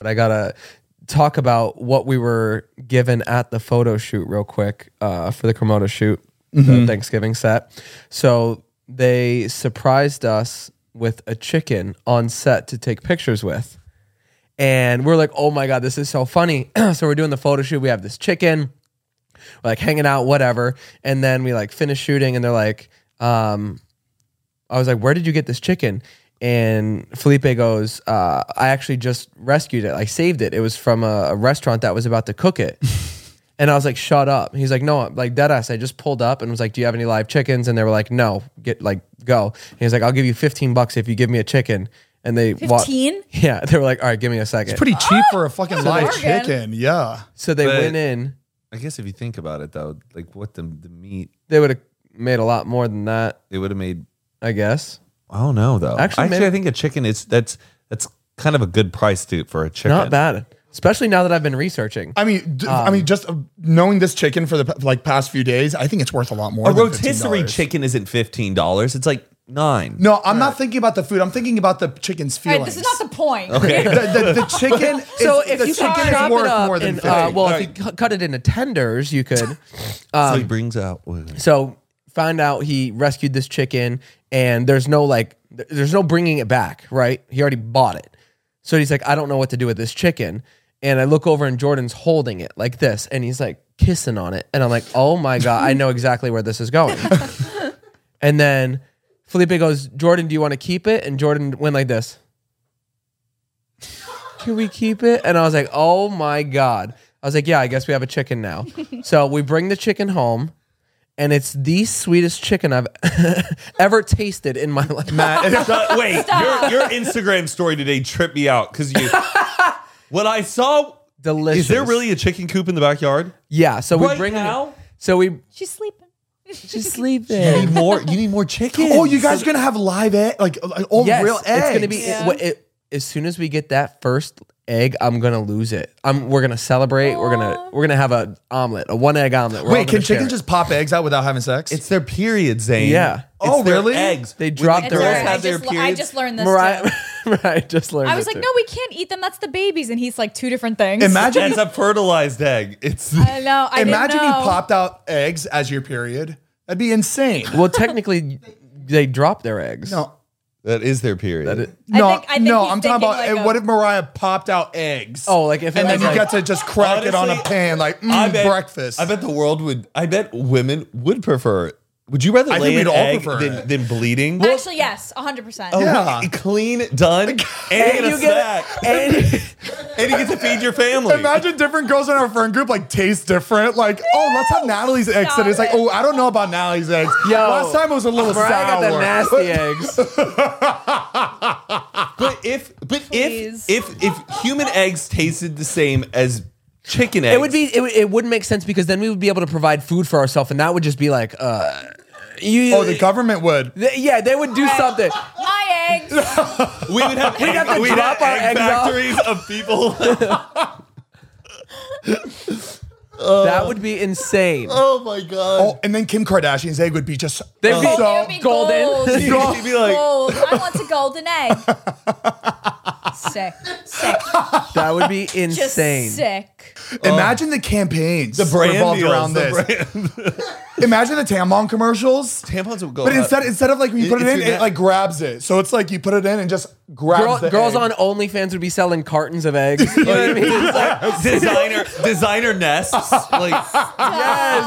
Speaker 3: But I gotta talk about what we were given at the photo shoot real quick uh, for the Komodo shoot, the Thanksgiving set. So they surprised us with a chicken on set to take pictures with. And we're like, oh my God, this is so funny. so we're doing the photo shoot. We have this chicken. We're like hanging out, whatever. And then we like finish shooting and they're like, um, I was like, where did you get this chicken? And Felipe goes, uh, I actually just rescued it. I saved it. It was from a, a restaurant that was about to cook it. and I was like, shut up. He's like, no, like dead ass. I just pulled up and was like, do you have any live chickens? And they were like, no, get like, go. And he's like, I'll give you 15 bucks if you give me a chicken. And they wa-
Speaker 4: 15?
Speaker 3: Yeah. They were like, all right, give me a second.
Speaker 2: It's pretty cheap for a fucking live
Speaker 4: bargain.
Speaker 2: chicken. Yeah.
Speaker 3: so they
Speaker 1: But-
Speaker 3: went in.
Speaker 1: I guess if you think about it though, like what the the meat,
Speaker 3: They would have made a lot more than that,
Speaker 1: it would have made.
Speaker 3: I guess.
Speaker 1: I don't know though.
Speaker 3: Actually,
Speaker 1: Actually,
Speaker 3: maybe-
Speaker 1: I think a chicken is that's that's kind of a good price to for a chicken.
Speaker 3: Not bad. especially now that I've been researching.
Speaker 2: I mean, d I
Speaker 3: Um.
Speaker 2: I mean, just uh, knowing this chicken for the p- like past few days, I think it's worth a lot more.
Speaker 1: A
Speaker 2: than
Speaker 1: rotisserie
Speaker 2: $15.
Speaker 1: chicken isn't fifteen dollars. It's like nine.
Speaker 2: No, I'm not thinking about the food. I'm thinking about the chicken's
Speaker 4: All
Speaker 2: feelings.
Speaker 4: right, this is not the point.
Speaker 2: the, the, the chicken.
Speaker 3: so
Speaker 2: is,
Speaker 3: if
Speaker 2: the
Speaker 3: you
Speaker 2: chicken
Speaker 3: could
Speaker 2: is
Speaker 3: chop it
Speaker 2: worth
Speaker 3: up,
Speaker 2: more than
Speaker 3: and, uh,
Speaker 2: 15.
Speaker 3: well, if you cu- cut it into tenders, you could.
Speaker 1: so he brings out.
Speaker 3: So found out he rescued this chicken, and there's no like, th- there's no bringing it back, right? He already bought it, so he's like, I don't know what to do with this chicken, and I look over and Jordan's holding it like this, and he's like kissing on it, and I'm like, oh my god, I know exactly where this is going, and then Felipe goes, Jordan, do you want to keep it? And Jordan went like this. Can we keep it? And I was like, oh my god. I was like, yeah, I guess we have a chicken now. so we bring the chicken home and it's the sweetest chicken I've ever tasted in my life.
Speaker 1: wait, your, your Instagram story today tripped me out because you. what I saw.
Speaker 3: Delicious.
Speaker 1: Is there really a chicken coop in the backyard?
Speaker 3: Yeah. So we
Speaker 1: Right
Speaker 3: bring
Speaker 1: now?
Speaker 3: So we
Speaker 4: She's sleeping.
Speaker 3: she's sleeping.
Speaker 1: more. You need more chicken.
Speaker 2: oh, you guys are gonna have live egg, like, uh, like all
Speaker 3: yes,
Speaker 2: real eggs.
Speaker 3: it's gonna be.
Speaker 4: Yeah.
Speaker 3: It, what- it- as soon as we get that first egg, I'm gonna lose it. I'm. We're gonna celebrate. We're gonna. We're gonna have a omelet, a one egg omelet. We're all
Speaker 2: Wait,
Speaker 3: gonna
Speaker 2: can
Speaker 3: share
Speaker 2: chickens
Speaker 3: it.
Speaker 2: just pop eggs out without having sex?
Speaker 1: It's their period, Zane.
Speaker 3: Yeah.
Speaker 1: It's
Speaker 2: Oh,
Speaker 1: their
Speaker 2: really?
Speaker 1: Eggs.
Speaker 3: They
Speaker 1: When
Speaker 3: drop
Speaker 1: the
Speaker 3: their
Speaker 1: girls
Speaker 3: eggs.
Speaker 1: have
Speaker 4: I,
Speaker 1: their
Speaker 4: just, le- I
Speaker 1: periods.
Speaker 4: just learned this.
Speaker 3: Mariah,
Speaker 4: too.
Speaker 3: Mariah just learned.
Speaker 4: I was
Speaker 3: it
Speaker 4: like,
Speaker 3: too.
Speaker 4: no, we can't eat them. That's the babies. And he's like two different things.
Speaker 2: Imagine
Speaker 1: It's a fertilized egg. It's
Speaker 4: I know. I
Speaker 2: Imagine
Speaker 4: didn't
Speaker 2: you
Speaker 4: know.
Speaker 2: popped out eggs as your period. That'd be insane.
Speaker 3: Well, technically, they drop their eggs.
Speaker 2: No,
Speaker 1: that is their period.
Speaker 4: I
Speaker 2: no,
Speaker 4: think- I think
Speaker 2: no.
Speaker 4: he's
Speaker 2: I'm talking
Speaker 4: thinking
Speaker 2: about
Speaker 4: like
Speaker 2: eh,
Speaker 4: a-
Speaker 2: what if Mariah popped out eggs?
Speaker 3: Oh, like if it
Speaker 2: and then
Speaker 3: was
Speaker 2: you
Speaker 3: like-
Speaker 2: get to just crack it on a
Speaker 1: Honestly,
Speaker 2: pan like mm,
Speaker 1: I bet-
Speaker 2: breakfast.
Speaker 1: I bet the world would. I bet women would prefer. Would you rather
Speaker 2: I think
Speaker 1: lay an
Speaker 2: we'd all
Speaker 1: egg
Speaker 2: prefer
Speaker 1: than,
Speaker 2: it.
Speaker 1: than bleeding?
Speaker 4: Actually, yes, 100%.
Speaker 1: Oh,
Speaker 2: Yeah.
Speaker 1: clean, done, and, you get a snack,
Speaker 3: and
Speaker 1: and you get to feed your family.
Speaker 2: Imagine different girls in our friend group like taste different. Like, oh, let's have Natalie's eggs
Speaker 4: Stop
Speaker 2: today. It's like,
Speaker 4: it.
Speaker 2: oh, I don't know about Natalie's eggs.
Speaker 3: Yo.
Speaker 2: last time it was a little
Speaker 3: Mariah got the
Speaker 2: sour.
Speaker 3: nasty eggs.
Speaker 1: But if, but
Speaker 4: Please.
Speaker 1: if, if, if human eggs tasted the same as chicken eggs,
Speaker 3: It would be it, would- it wouldn't make sense because then we would be able to provide food for ourselves, and that would just be like, uh, you.
Speaker 2: Oh, the government would.
Speaker 3: They- yeah, they would do something.
Speaker 4: My eggs.
Speaker 1: We would have. We'd
Speaker 3: have to drop our eggs off.
Speaker 1: factories of people.
Speaker 3: that would be insane.
Speaker 1: oh my god!
Speaker 2: Oh, and then Kim Kardashian's egg would be just
Speaker 3: They'd be
Speaker 4: Oh,
Speaker 2: so
Speaker 4: it'd be
Speaker 3: golden.
Speaker 4: Gold.
Speaker 1: You'd be like-
Speaker 4: gold. I want a golden egg. sick. Sick.
Speaker 3: that would be
Speaker 4: Just
Speaker 3: insane.
Speaker 4: sick.
Speaker 2: Imagine the campaigns the
Speaker 1: brand
Speaker 2: revolved
Speaker 1: deals,
Speaker 2: around
Speaker 1: the
Speaker 2: this. Imagine the tampon commercials.
Speaker 1: Tampons would go.
Speaker 2: But
Speaker 1: out.
Speaker 2: instead, instead of like you
Speaker 1: It-
Speaker 2: put it
Speaker 1: it's
Speaker 2: in,
Speaker 1: your
Speaker 2: it
Speaker 1: na-
Speaker 2: like grabs it. So it's like you put it in and just grabs
Speaker 3: Girl,
Speaker 2: the
Speaker 3: girls
Speaker 2: egg.
Speaker 3: on OnlyFans would be selling cartons of eggs. You know what I mean? It's like,
Speaker 1: designer designer nests. Like
Speaker 4: Yes.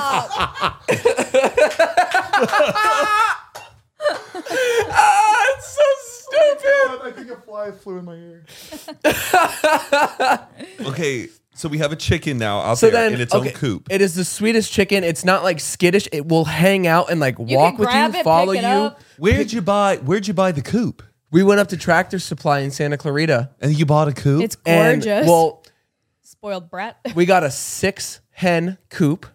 Speaker 3: ah, it's so stupid.
Speaker 2: I think a fly flew in my ear.
Speaker 1: okay, so we have a chicken now out
Speaker 3: So
Speaker 1: there
Speaker 3: then,
Speaker 1: in its
Speaker 3: okay,
Speaker 1: own coop.
Speaker 3: It is the sweetest chicken. It's not like skittish. It will hang out and like
Speaker 4: You
Speaker 3: walk
Speaker 4: can
Speaker 3: with
Speaker 4: grab
Speaker 3: you,
Speaker 4: it,
Speaker 3: follow
Speaker 4: pick
Speaker 3: you.
Speaker 4: it up.
Speaker 1: where'd you buy? Where'd you buy the coop?
Speaker 3: We went up to Tractor Supply in Santa Clarita.
Speaker 1: And you bought a coop.
Speaker 4: It's
Speaker 3: And,
Speaker 4: gorgeous.
Speaker 3: well,
Speaker 4: Spoiled brat.
Speaker 3: we got a six hen coop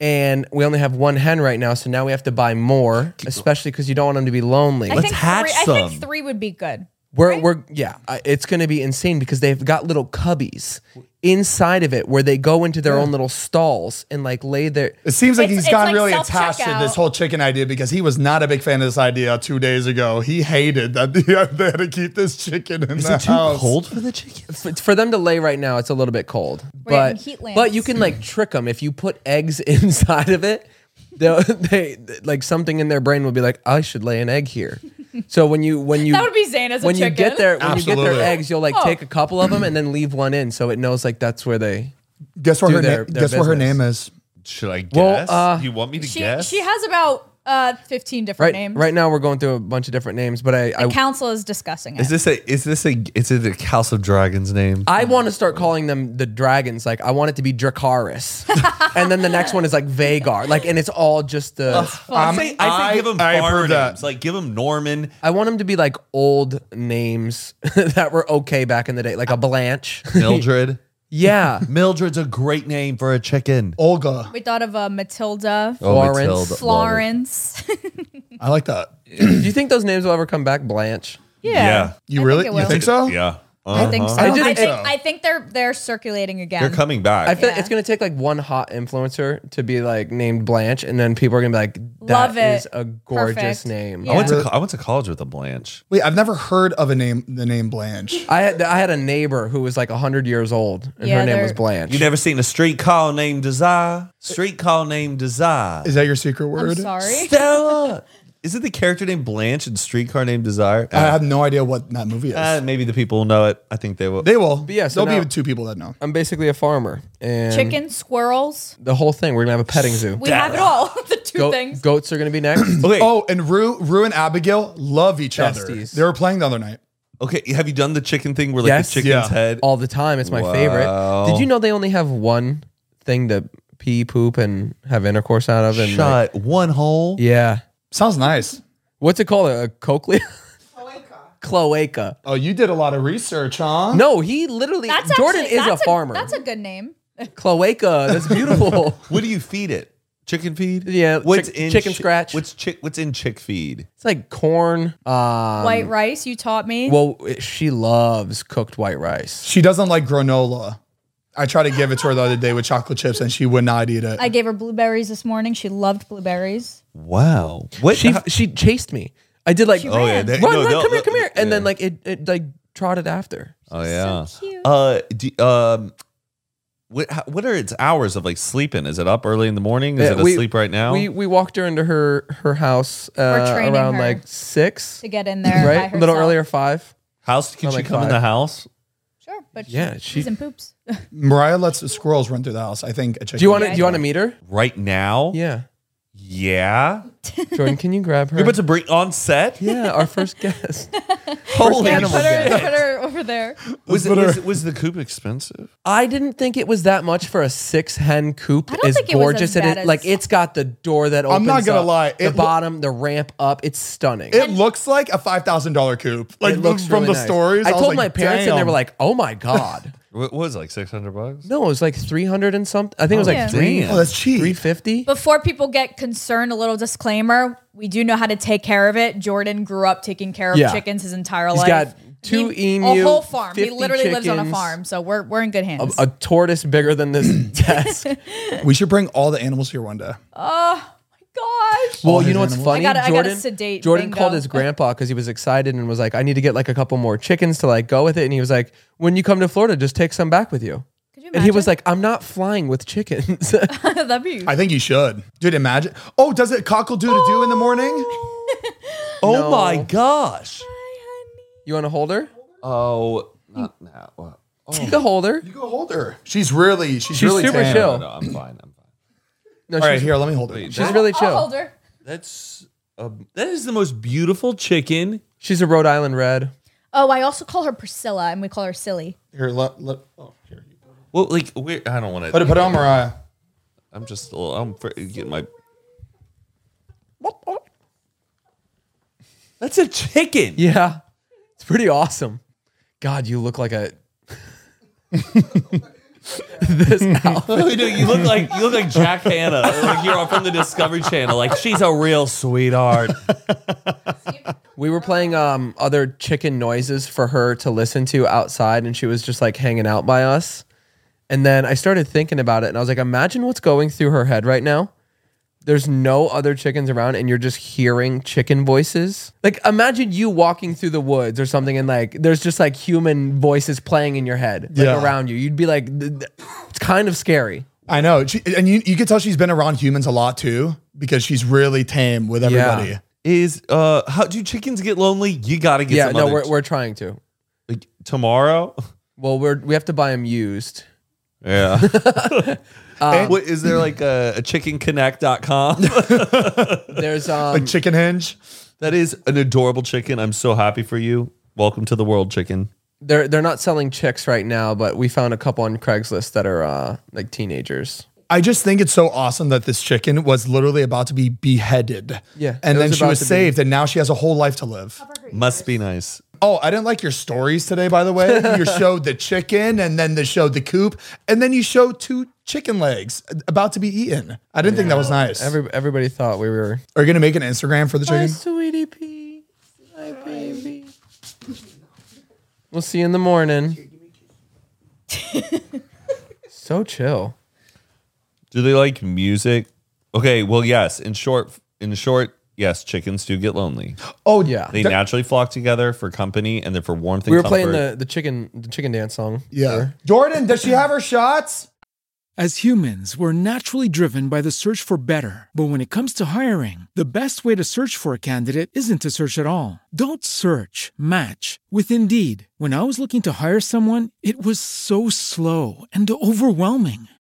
Speaker 3: and we only have one hen right now so now we have to buy more especially because you don't want them to be lonely
Speaker 4: I
Speaker 1: Let's
Speaker 4: think
Speaker 1: hatch
Speaker 4: three, I
Speaker 1: some.
Speaker 4: think three would be good.
Speaker 3: we're, we're yeah I- it's going to be insane because they've got little cubbies inside of it where they go into their own little stalls and like lay their
Speaker 2: It seems like
Speaker 4: It's-
Speaker 2: he's
Speaker 4: it's
Speaker 2: gotten
Speaker 4: like
Speaker 2: really attached to
Speaker 4: self-checkout.
Speaker 2: this whole chicken idea because he was not a big fan of this idea two days ago. He hated that they had to keep this chicken in
Speaker 1: Is
Speaker 2: the
Speaker 1: it too
Speaker 2: house.
Speaker 1: cold for the chickens?
Speaker 3: f- for them to lay right now it's a little bit cold
Speaker 4: We're
Speaker 3: but
Speaker 4: getting heat lamps.
Speaker 3: but you can like trick them if you put eggs inside of it they'll- they like something in their brain will be like i should lay an egg here so when you when you
Speaker 4: That would be Zane as a
Speaker 3: when you
Speaker 4: chicken.
Speaker 3: get their when you get
Speaker 2: Absolutely.
Speaker 3: their eggs you'll like
Speaker 4: Oh.
Speaker 3: take a couple of them and then leave one in so it knows like that's where they
Speaker 2: Guess what
Speaker 3: Do
Speaker 2: her
Speaker 3: their-
Speaker 2: name?
Speaker 3: their
Speaker 2: Guess what her
Speaker 3: business.
Speaker 2: name is?
Speaker 1: Should I guess?
Speaker 3: Well, uh,
Speaker 1: you want me to
Speaker 4: She
Speaker 1: guess?
Speaker 4: she has about uh, 15 different
Speaker 3: right
Speaker 4: names.
Speaker 3: right now we're going through a bunch of different names but i i,
Speaker 4: Council is discussing it.
Speaker 1: is this a? Is this a? Is it a House of Dragons name?
Speaker 3: I want to start calling them the dragons. Like I want it to be Dracaris, and then the next one is like Vagar. Like, and it's all just uh, the.
Speaker 1: I say, I
Speaker 2: Um, I-
Speaker 1: say give them
Speaker 2: I approve
Speaker 1: farm
Speaker 2: that.
Speaker 1: names. Like give them Norman.
Speaker 3: I want them to be like old names that were okay back in the day, like a Blanche.
Speaker 1: Mildred.
Speaker 3: yeah.
Speaker 1: Mildred's a great name for a chicken.
Speaker 2: Olga.
Speaker 4: we thought of uh, Matilda,
Speaker 3: Florence.
Speaker 1: Matilda, love it.
Speaker 4: Florence.
Speaker 2: I like that.
Speaker 3: Do you think those names will ever come back, Blanche?
Speaker 4: yeah.
Speaker 1: Yeah.
Speaker 4: I
Speaker 2: You really?
Speaker 4: it
Speaker 2: you
Speaker 4: will.
Speaker 2: think so?
Speaker 1: Yeah.
Speaker 4: I think so.
Speaker 2: I
Speaker 4: I,
Speaker 2: don't think
Speaker 4: think,
Speaker 2: so.
Speaker 4: I think they're they're circulating again.
Speaker 1: They're coming back.
Speaker 3: I feel like
Speaker 4: Yeah.
Speaker 3: it's gonna take like one hot influencer to be like named Blanche, and then people are gonna be like, "That is
Speaker 4: Love it.
Speaker 3: a gorgeous
Speaker 4: Perfect.
Speaker 3: name."
Speaker 4: Yeah.
Speaker 1: I went to co- I went to college with a Blanche.
Speaker 2: Wait, I've never heard of a name the name Blanche.
Speaker 3: I had I had a neighbor who was like hundred years old, and
Speaker 4: Yeah,
Speaker 3: her name
Speaker 4: they're-
Speaker 3: was Blanche.
Speaker 1: You never seen a street call named Desire? Street call named Desire.
Speaker 2: Is that your secret
Speaker 4: I'm
Speaker 2: word?
Speaker 4: sorry.
Speaker 1: Stella. Is it the character named Blanche and streetcar named Desire?
Speaker 2: I have no idea what that movie is.
Speaker 1: Uh, maybe the people will know it. I think they will.
Speaker 2: they will.
Speaker 3: yeah, so
Speaker 2: There'll
Speaker 3: now-
Speaker 2: be two people that know.
Speaker 3: I'm basically a farmer, and
Speaker 4: Chicken, squirrels.
Speaker 3: the whole thing. We're gonna have a petting zoo.
Speaker 4: We have it all. the two
Speaker 3: Goat-
Speaker 4: things.
Speaker 3: Goats are gonna be next.
Speaker 1: okay.
Speaker 2: Oh, and Rue, Rue and Abigail love each other.
Speaker 3: Besties.
Speaker 2: They were playing the other night.
Speaker 1: Okay. Have you done the chicken thing where like
Speaker 3: Yes.
Speaker 1: the chicken's
Speaker 2: Yeah.
Speaker 1: head?
Speaker 3: all the time. It's my favorite. Did you know they only have one thing to pee, poop, and have intercourse out of? And like-
Speaker 1: Shut one hole.
Speaker 3: yeah.
Speaker 2: Sounds nice.
Speaker 3: What's it called? A cochlea? Cloaca.
Speaker 2: Oh, you did a lot of research, huh?
Speaker 3: No, he literally.
Speaker 4: That's
Speaker 3: Jordan
Speaker 4: actually,
Speaker 3: is
Speaker 4: that's
Speaker 3: a farmer.
Speaker 4: That's a good name.
Speaker 3: cloaca. That's beautiful.
Speaker 1: What do you feed it? Chicken feed?
Speaker 3: Yeah,
Speaker 1: What's
Speaker 3: chick-
Speaker 1: in
Speaker 3: chicken
Speaker 1: chi-
Speaker 3: scratch.
Speaker 1: What's chick? What's in chick feed?
Speaker 3: it's like corn. Um,
Speaker 4: White rice. You taught me.
Speaker 3: Well, she loves cooked white rice.
Speaker 2: She doesn't like granola. I tried to give it to her the other day with chocolate chips, and she would not eat it.
Speaker 4: I gave her blueberries this morning. She loved blueberries.
Speaker 1: Wow. What?
Speaker 3: She she chased me. I did like
Speaker 1: oh yeah. they-
Speaker 3: run,
Speaker 1: no,
Speaker 3: run,
Speaker 1: they'll-
Speaker 3: come here, come here, and
Speaker 1: yeah.
Speaker 3: then like it, it like trotted after.
Speaker 1: Oh yeah.
Speaker 4: cute.
Speaker 1: Uh, do, um, what how, what are its hours of like sleeping? Is it up early in the morning? Is
Speaker 3: Yeah,
Speaker 1: it
Speaker 3: Uh, we-
Speaker 1: asleep right now?
Speaker 3: We we walked her into her her house uh,
Speaker 4: training
Speaker 3: around
Speaker 4: her.
Speaker 3: like six,
Speaker 4: To get in there, by
Speaker 3: right? A little
Speaker 4: herself.
Speaker 3: earlier, five.
Speaker 1: house? Can
Speaker 3: Oh,
Speaker 1: she
Speaker 3: like
Speaker 1: come in
Speaker 3: five.
Speaker 1: the house?
Speaker 4: Sure, but
Speaker 3: Yeah,
Speaker 4: she,
Speaker 3: she-
Speaker 4: she's in poops.
Speaker 2: Mariah lets the squirrels run through the house. I think.
Speaker 3: Do you want to do you want to meet her?
Speaker 1: Right now?
Speaker 3: Yeah,
Speaker 1: Yeah.
Speaker 3: Jordan, can you grab her?
Speaker 1: You're about to bring on set?
Speaker 3: yeah, our first guest.
Speaker 1: Holy
Speaker 4: Yeah,
Speaker 3: animal
Speaker 4: put her,
Speaker 3: guy.
Speaker 4: put her over there.
Speaker 1: Was, it, was, was the coop expensive?
Speaker 3: I didn't think it was that much for a six hen coop.
Speaker 4: I don't
Speaker 3: as
Speaker 4: think it was
Speaker 3: gorgeous
Speaker 4: as bad
Speaker 3: it
Speaker 4: as-
Speaker 3: is. Like it's got the door that opens.
Speaker 2: I'm not gonna
Speaker 3: up,
Speaker 2: lie,
Speaker 3: The
Speaker 2: it loo-
Speaker 3: bottom, the ramp up. It's stunning.
Speaker 2: It looks like a five thousand dollar coop. Like
Speaker 3: It looks
Speaker 2: from
Speaker 3: really
Speaker 2: the
Speaker 3: nice.
Speaker 2: stories.
Speaker 3: I,
Speaker 2: was like,
Speaker 3: told my parents, and they
Speaker 2: "Damn."
Speaker 3: were like, "Oh my god."
Speaker 1: What was it, like 600 bucks?
Speaker 3: No, it was like 300 and something. I think it was like
Speaker 4: Yeah.
Speaker 3: three,
Speaker 2: "Oh, that's cheap."
Speaker 3: 350.
Speaker 4: Before people get concerned, a little disclaimer: we do know how to take care of it. Jordan grew up taking care of
Speaker 3: Yeah.
Speaker 4: chickens his entire
Speaker 3: He's
Speaker 4: life.
Speaker 3: got two
Speaker 4: He-
Speaker 3: emu,
Speaker 4: a whole farm. He
Speaker 3: 50
Speaker 4: literally lives on a
Speaker 3: chickens.
Speaker 4: farm, so we're we're in good hands.
Speaker 3: a tortoise bigger than this desk.
Speaker 2: We should bring all the animals here one day.
Speaker 4: Gosh,
Speaker 3: Well, you know what's funny?
Speaker 4: I gotta- I gotta
Speaker 3: Jordan,
Speaker 4: sedate
Speaker 3: Jordan
Speaker 4: Bingo.
Speaker 3: called his grandpa because he was excited and was like, "I need to get like a couple more chickens to like go with it." And he was like, "When you come to Florida, just take some back with you."
Speaker 4: you
Speaker 3: and he was like,
Speaker 4: imagine?
Speaker 3: "I'm not flying with chickens."
Speaker 4: that'd be
Speaker 2: I think you should, dude. Imagine. Oh, does it cockle do to do in the morning?
Speaker 1: Oh
Speaker 3: No.
Speaker 1: my gosh.
Speaker 3: you want to hold her?
Speaker 1: Oh, not now. Well,
Speaker 4: Oh.
Speaker 3: You can hold her.
Speaker 2: You go hold her. She's really, she's, really
Speaker 3: super
Speaker 2: tame.
Speaker 3: chill.
Speaker 1: No, no, I'm fine. I'm fine.
Speaker 3: No,
Speaker 2: All right,
Speaker 3: she's,
Speaker 2: here, let me hold her.
Speaker 3: she's really
Speaker 4: I'll hold
Speaker 3: chill.
Speaker 4: her.
Speaker 1: That's um, that is the most beautiful chicken.
Speaker 3: She's a Rhode Island red.
Speaker 4: Oh, I also call her Priscilla, and we call her Silly.
Speaker 2: Here, let, let, oh, here.
Speaker 1: Well, like where I don't want
Speaker 2: Put it,
Speaker 1: to.
Speaker 2: put it on Mariah.
Speaker 1: I'm just. a little- I'm fr- get my. That's a chicken.
Speaker 3: Yeah, it's pretty awesome. God, you look like a. this outfit.
Speaker 1: You, do, you look like you look like Jack Hanna, like you're from the Discovery Channel. Like she's a real sweetheart.
Speaker 3: We were playing um, other chicken noises for her to listen to outside, and she was just like hanging out by us. And then I started thinking about it, and I was like, imagine what's going through her head right now. There's no other chickens around, and you're just hearing chicken voices. Like, imagine you walking through the woods or something, and like, there's just like human voices playing in your head, like
Speaker 2: Yeah.
Speaker 3: around you. You'd be like, th- th- it's kind of scary.
Speaker 2: I know. She, and you, you can tell she's been around humans a lot too because she's really tame with everybody.
Speaker 1: Is uh, how do chickens get lonely? You gotta get
Speaker 3: yeah,
Speaker 1: some
Speaker 3: no,
Speaker 1: other
Speaker 3: we're,
Speaker 1: ch-
Speaker 3: we're trying to.
Speaker 1: like, tomorrow.
Speaker 3: Well, we're we have to buy them used.
Speaker 1: Yeah.
Speaker 3: Um,
Speaker 1: what is there like a, a chickenconnect.com?
Speaker 3: There's um,
Speaker 2: Like chicken hinge.
Speaker 1: that is an adorable chicken. I'm so happy for you. Welcome to the world, chicken.
Speaker 3: they're they're not selling chicks right now, but we found a couple on Craigslist that are uh, like teenagers.
Speaker 2: I just think it's so awesome that this chicken was literally about to be beheaded.
Speaker 3: Yeah,
Speaker 2: And
Speaker 3: it
Speaker 2: then
Speaker 3: was
Speaker 2: she
Speaker 3: about
Speaker 2: was
Speaker 3: to be.
Speaker 2: saved, and now she has a whole life to live.
Speaker 1: Must be nice.
Speaker 2: Oh, I didn't like your stories today, by the way. you showed the chicken, and then they showed the coop, and then you showed two chicken legs about to be eaten. I didn't think that was nice.
Speaker 3: Every, everybody thought we were
Speaker 2: Are you gonna make an Instagram for the chicken?
Speaker 3: sweetie pea, my baby. We'll see you in the morning. so chill.
Speaker 1: Do they like music? Okay, well, yes. In short, in short, yes, chickens do get lonely.
Speaker 2: Oh
Speaker 3: Yeah.
Speaker 1: They naturally flock together for company and then for warmth and
Speaker 3: we were
Speaker 1: comfort.
Speaker 3: playing the, the chicken the chicken dance song.
Speaker 2: yeah. Jordan, does she have her shots?
Speaker 5: As humans, we're naturally driven by the search for better. But when it comes to hiring, the best way to search for a candidate isn't to search at all. Don't search, match with Indeed. When I was looking to hire someone, it was so slow and overwhelming.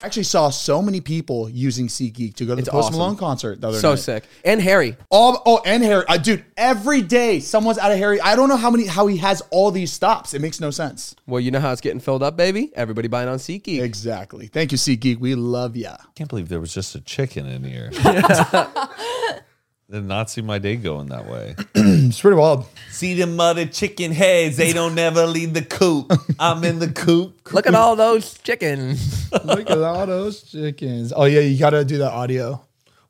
Speaker 7: I actually saw so many people using SeatGeek to go to
Speaker 3: It's
Speaker 7: the Post
Speaker 3: awesome.
Speaker 7: Malone concert the other
Speaker 3: So
Speaker 7: night.
Speaker 3: sick. And Harry.
Speaker 7: All, oh, and Harry, uh, dude, every day someone's out of Harry. I don't know how many how he has all these stops. It makes no sense.
Speaker 3: Well, you know how it's getting filled up, baby. Everybody buying on SeatGeek.
Speaker 7: Exactly. Thank you, SeatGeek. We love ya.
Speaker 1: I can't believe there was just a chicken in here. Did not see my day going that way.
Speaker 2: It's pretty wild.
Speaker 1: See them mother chicken heads. They don't never leave the coop. I'm in the coop.
Speaker 3: Look at all those chickens.
Speaker 2: Look at all those chickens. Oh yeah, you gotta do the audio.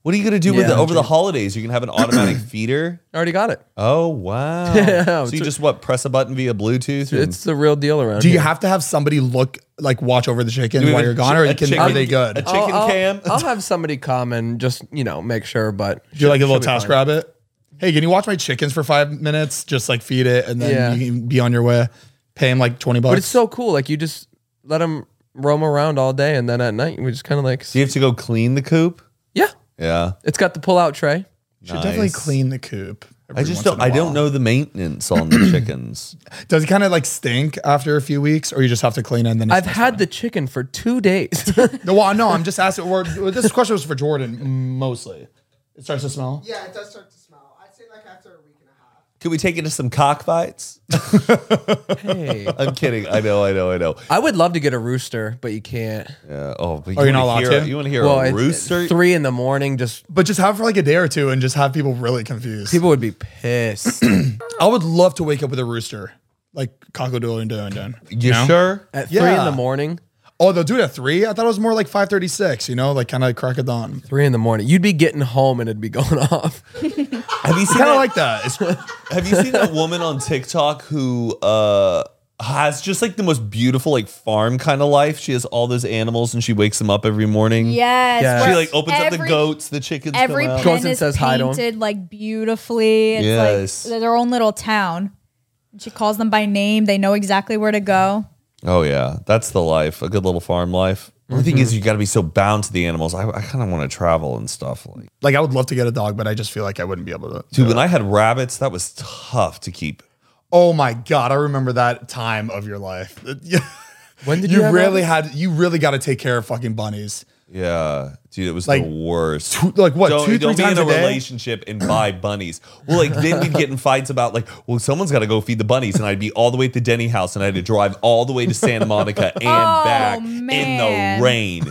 Speaker 1: What are you gonna do with
Speaker 3: Yeah.
Speaker 1: it over the holidays? You're gonna have an automatic feeder.
Speaker 3: I already got it.
Speaker 1: Oh wow!
Speaker 3: Yeah,
Speaker 1: so you just what press a button via Bluetooth? and-
Speaker 3: It's the real deal around
Speaker 2: Do you
Speaker 3: here.
Speaker 2: have to have somebody look like watch over the chicken
Speaker 1: Do we
Speaker 2: while
Speaker 1: have
Speaker 2: you're
Speaker 1: a
Speaker 2: gone,
Speaker 1: chi-
Speaker 2: or you
Speaker 1: a
Speaker 2: can,
Speaker 1: chicken-
Speaker 2: are they good?
Speaker 1: a chicken
Speaker 3: I'll,
Speaker 1: cam?
Speaker 3: I'll have somebody come and just, you know, make sure, but
Speaker 2: Do you like a little task rabbit? Hey, can you watch my chickens for five minutes? Just like feed it, and then
Speaker 3: Yeah.
Speaker 2: you can be on your way. Pay him like twenty bucks.
Speaker 3: But it's so cool. Like you just let them roam around all day, and then at night we just kind of like,
Speaker 1: Do you have to go clean the coop?
Speaker 3: yeah,
Speaker 1: Yeah,
Speaker 3: it's got the pull-out tray.
Speaker 2: should definitely
Speaker 1: nice.
Speaker 2: clean the coop.
Speaker 1: I just don't. I don't know the maintenance on the chickens.
Speaker 2: Does it kind of like stink after a few weeks, or you just have to clean it? And then
Speaker 3: I've had the chicken for two days.
Speaker 2: no. Well, no, I'm just asking. Or, this question was for Jordan mostly. It starts to smell.
Speaker 9: Yeah, it does start to smell. I'd say like after a week and a half.
Speaker 1: Could we take it to some cockfights?
Speaker 3: hey,
Speaker 1: I'm kidding. I know. I know. I know.
Speaker 3: I would love to get a rooster, but you can't.
Speaker 1: Yeah. Oh, but you
Speaker 2: Oh, you're not
Speaker 1: wanna
Speaker 2: allowed
Speaker 1: hear-
Speaker 2: to?
Speaker 1: You want to hear a
Speaker 3: it's-
Speaker 1: rooster?
Speaker 3: it's three in the morning. Just
Speaker 2: But just have it for like a day or two, and just have people really confused.
Speaker 3: people would be pissed
Speaker 2: I would love to wake up with a rooster, like cockadoo and doing done.
Speaker 1: You sure?
Speaker 3: at three in
Speaker 2: Yeah.
Speaker 3: the morning.
Speaker 2: Oh, they'll do it at three. I thought it was more like five thirty six. You know, like kind of like crack a dawn.
Speaker 3: Three in the morning. You'd be getting home and it'd be going off.
Speaker 1: Have you seen
Speaker 2: Kind
Speaker 1: that?
Speaker 2: of like that. It's,
Speaker 1: have you seen that woman on TikTok who uh has just like the most beautiful like farm kind of life? She has all those animals and she wakes them up every morning.
Speaker 4: Yes.
Speaker 3: Yeah.
Speaker 4: where
Speaker 1: She like opens up the
Speaker 4: every-
Speaker 1: goats, the chickens.
Speaker 4: Every
Speaker 1: come out.
Speaker 4: pen
Speaker 3: and
Speaker 4: is
Speaker 3: says hi to 'em.
Speaker 4: painted like beautifully. It's
Speaker 1: Yes.
Speaker 4: like their own little town. She calls them by name. They know exactly where to go.
Speaker 1: Oh yeah, that's the life. A good little farm life. The only thing is, you got to be so bound to the animals. I, I kind of want to travel and stuff. Like,
Speaker 2: like I would love to get a dog, but I just feel like I wouldn't be able to.
Speaker 1: dude, when I had rabbits, that was tough to keep.
Speaker 2: Oh my god, I remember that time of your life.
Speaker 3: When did you,
Speaker 2: you
Speaker 3: have
Speaker 2: really
Speaker 3: rabbits?
Speaker 2: had you really got to take care of fucking bunnies.
Speaker 1: Yeah, dude, it was
Speaker 2: Like,
Speaker 1: the worst.
Speaker 2: Two- like what?
Speaker 1: don't,
Speaker 2: 2
Speaker 1: don't
Speaker 2: three
Speaker 1: be
Speaker 2: times
Speaker 1: in a,
Speaker 2: a, day.
Speaker 1: relationship and buy bunnies. Well, like then we'd get in fights about like, well, someone's got to go feed the bunnies, and I'd be all the way at the Denny house, and I had to drive all the way to Santa Monica and
Speaker 2: Oh,
Speaker 1: back in
Speaker 4: man.
Speaker 1: the rain,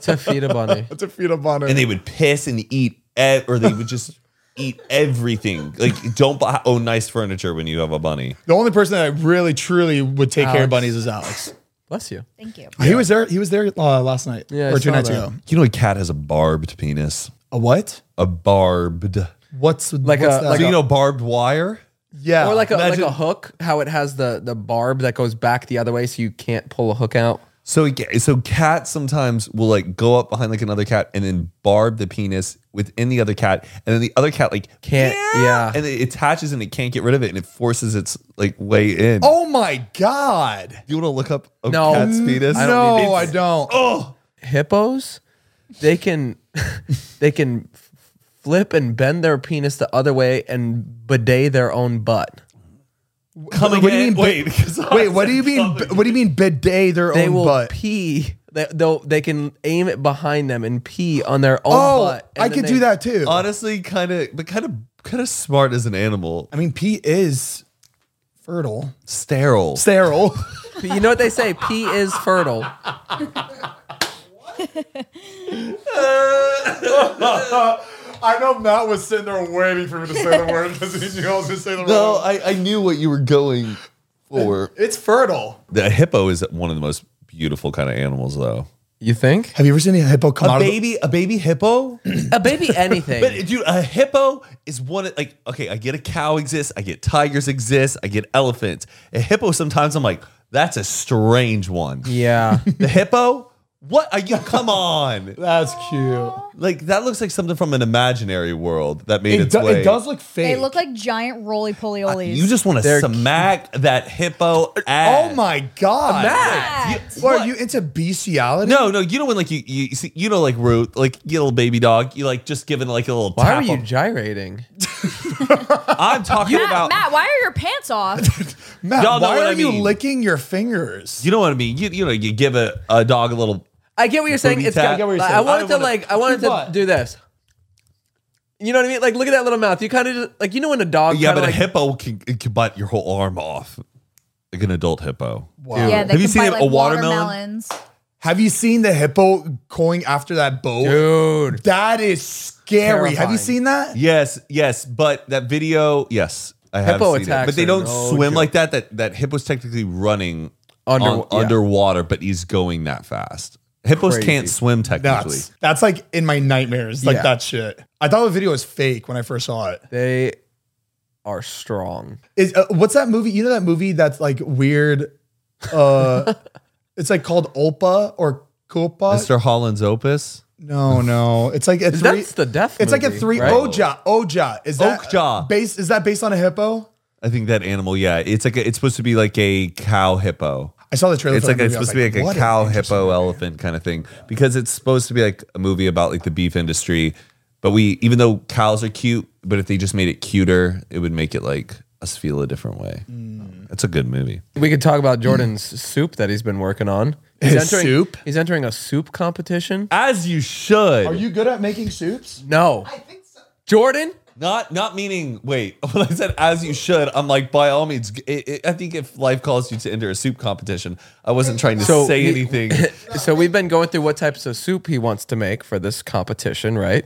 Speaker 3: to feed a bunny?
Speaker 2: to feed a bunny.
Speaker 1: and they would piss and eat, ev- or they would just eat everything. Like, don't buy own nice furniture when you have a bunny.
Speaker 2: the only person that really truly would take care
Speaker 3: Alex.
Speaker 2: of bunnies is Alex.
Speaker 3: Bless you.
Speaker 4: Thank you.
Speaker 2: He was there. He was there uh, last night
Speaker 3: Yeah, I
Speaker 2: or two
Speaker 3: saw
Speaker 2: nights
Speaker 3: that.
Speaker 2: ago.
Speaker 1: You know, a cat has a barbed penis.
Speaker 2: A what?
Speaker 1: A barbed.
Speaker 2: What's
Speaker 3: Like
Speaker 2: what's
Speaker 3: a-
Speaker 2: that?
Speaker 3: like
Speaker 1: so you know barbed wire?
Speaker 2: yeah,
Speaker 3: Or like a
Speaker 2: Oh, Imagine-
Speaker 3: like a hook, how it has the the barb that goes back the other way, so you can't pull a hook out.
Speaker 1: So it- so cats sometimes will like go up behind like another cat and then barb the penis within the other cat, and then the other cat like
Speaker 3: Can't- yeah.
Speaker 1: and it attaches and it can't get rid of it, and it forces its like way in.
Speaker 2: Oh my god!
Speaker 1: you want to look up a
Speaker 3: No.
Speaker 1: cat's penis?
Speaker 3: I don't Oh, need
Speaker 2: no, I don't.
Speaker 3: Hippos, they can they can f- flip and bend their penis the other way and bidet their own butt.
Speaker 1: coming
Speaker 2: What do you
Speaker 1: in.
Speaker 2: mean,
Speaker 1: Wait, because
Speaker 2: Wait, what do you mean? b- What do you mean bidet their
Speaker 3: They
Speaker 2: own
Speaker 3: will
Speaker 2: butt?
Speaker 3: pee. They, they'll they can aim it behind them and pee on their own
Speaker 2: oh,
Speaker 3: butt. and
Speaker 2: I
Speaker 3: then
Speaker 2: could
Speaker 3: they- Uh,
Speaker 2: do that too.
Speaker 1: honestly kind of, but kind of, kind of smart as an animal.
Speaker 2: I mean, pee is fertile,
Speaker 1: Sterile.
Speaker 2: sterile.
Speaker 3: But You know what they say? Pee is fertile.
Speaker 2: I know Matt was sitting there waiting for me to say the word because he knew I was going to say the
Speaker 1: no, I, I knew what you were going for.
Speaker 2: It's fertile.
Speaker 1: The hippo is one of the most beautiful kind of animals, though.
Speaker 3: You think?
Speaker 2: Have you ever seen a hippo come
Speaker 1: A
Speaker 2: out
Speaker 1: baby, a baby hippo.
Speaker 3: A baby anything.
Speaker 1: But dude, a hippo is one of- like okay, I get a cow exists, I get tigers exist, I get elephants. A hippo sometimes I'm like, that's a strange one.
Speaker 3: yeah.
Speaker 1: The hippo? What are you come on?
Speaker 7: That's cute.
Speaker 1: Like that looks like something from an imaginary world that
Speaker 7: It,
Speaker 1: made its
Speaker 7: do-
Speaker 1: way.
Speaker 7: it does look fake.
Speaker 4: They look like giant roly poly olies.
Speaker 1: you just want to smack that hippo ass.
Speaker 2: Oh my god!
Speaker 1: Matt!
Speaker 2: You- what, are you into bestiality?
Speaker 1: No, no, you know when like you you, you see, you know like root like you little baby dog, you like just giving like a little
Speaker 3: Why
Speaker 1: tap.
Speaker 3: are you
Speaker 1: on-
Speaker 3: gyrating?
Speaker 1: I'm talking
Speaker 4: Matt,
Speaker 1: about
Speaker 4: Matt, why are your pants off?
Speaker 2: Matt,
Speaker 1: Y'all know
Speaker 2: why
Speaker 1: what
Speaker 2: are
Speaker 1: I
Speaker 2: you
Speaker 1: mean.
Speaker 2: licking your fingers?
Speaker 1: you know what I mean? You you know you give a, a dog a little
Speaker 3: I get what you're saying.
Speaker 1: Booby
Speaker 3: It's
Speaker 1: tap.
Speaker 3: got,
Speaker 1: I get what you're
Speaker 3: I
Speaker 1: saying.
Speaker 3: wanted
Speaker 1: I
Speaker 3: to
Speaker 1: wanna-
Speaker 3: like I wanted to
Speaker 7: But-
Speaker 3: do this. You know what I mean? Like look at that little mouth. You kind of just like you know when a dog
Speaker 1: Yeah,
Speaker 3: kinda
Speaker 1: but
Speaker 3: like,
Speaker 1: a hippo can, it can bite your whole arm off, like an adult hippo.
Speaker 4: Yeah,
Speaker 1: Have
Speaker 4: they
Speaker 1: you
Speaker 4: can
Speaker 1: seen
Speaker 4: buy,
Speaker 1: a
Speaker 4: like,
Speaker 1: watermelon?
Speaker 4: watermelons.
Speaker 2: Have you seen the hippo going after that bow?
Speaker 3: dude.
Speaker 2: That is scary. Have you
Speaker 3: Terrifying.
Speaker 2: seen that?
Speaker 1: Yes, yes, but that video, yes, I have
Speaker 3: Hippo
Speaker 1: seen it.
Speaker 3: attacks
Speaker 1: But they
Speaker 3: are
Speaker 1: don't
Speaker 3: no
Speaker 1: swim
Speaker 3: joke.
Speaker 1: like that. That that hippo's technically running
Speaker 3: Under-
Speaker 1: on-
Speaker 3: yeah.
Speaker 1: underwater, but he's going that fast. Hippos
Speaker 3: Crazy.
Speaker 1: can't swim technically.
Speaker 2: That's that's like in my nightmares, like
Speaker 3: Yeah.
Speaker 2: that shit. I thought the video was fake when I first saw it.
Speaker 3: They are strong.
Speaker 2: Is uh, what's that movie? You know that movie that's like weird. Uh, it's like called Olpa or Copa.
Speaker 1: Mr. Holland's Opus,
Speaker 2: No, no, it's like a three.
Speaker 3: That's the death.
Speaker 2: it's like a
Speaker 3: movie,
Speaker 2: three Oh.
Speaker 3: right?
Speaker 2: Oja. Oja is that
Speaker 1: Okja.
Speaker 2: Base is that based on a hippo?
Speaker 1: I think that animal. Yeah, it's like a, it's supposed to be like a cow hippo.
Speaker 2: I saw the trailer.
Speaker 1: It's
Speaker 2: for
Speaker 1: like
Speaker 2: that
Speaker 1: it's
Speaker 2: movie, I was
Speaker 1: supposed to be like a
Speaker 2: what an
Speaker 1: cow,
Speaker 2: interesting-
Speaker 1: hippo, elephant kind of thing because it's supposed to be like a movie about like the beef industry. But we, even though cows are cute, but if they just made it cuter, it would make it like us feel a different way.
Speaker 2: Mm.
Speaker 1: It's a good movie.
Speaker 3: We could talk about Jordan's soup that he's been working on. He's
Speaker 2: His
Speaker 3: entering,
Speaker 2: soup?
Speaker 3: He's entering a soup competition.
Speaker 1: As you should.
Speaker 7: Are you good at making soups?
Speaker 3: No,
Speaker 9: I think so.
Speaker 3: Jordan.
Speaker 1: not not meaning? Wait, when I said as you should, I'm like by all means. It, it, I think if life calls you to enter a soup competition, I wasn't trying to
Speaker 3: So
Speaker 1: say
Speaker 3: he-
Speaker 1: anything.
Speaker 3: so we've been going through what types of soup he wants to make for this competition, right?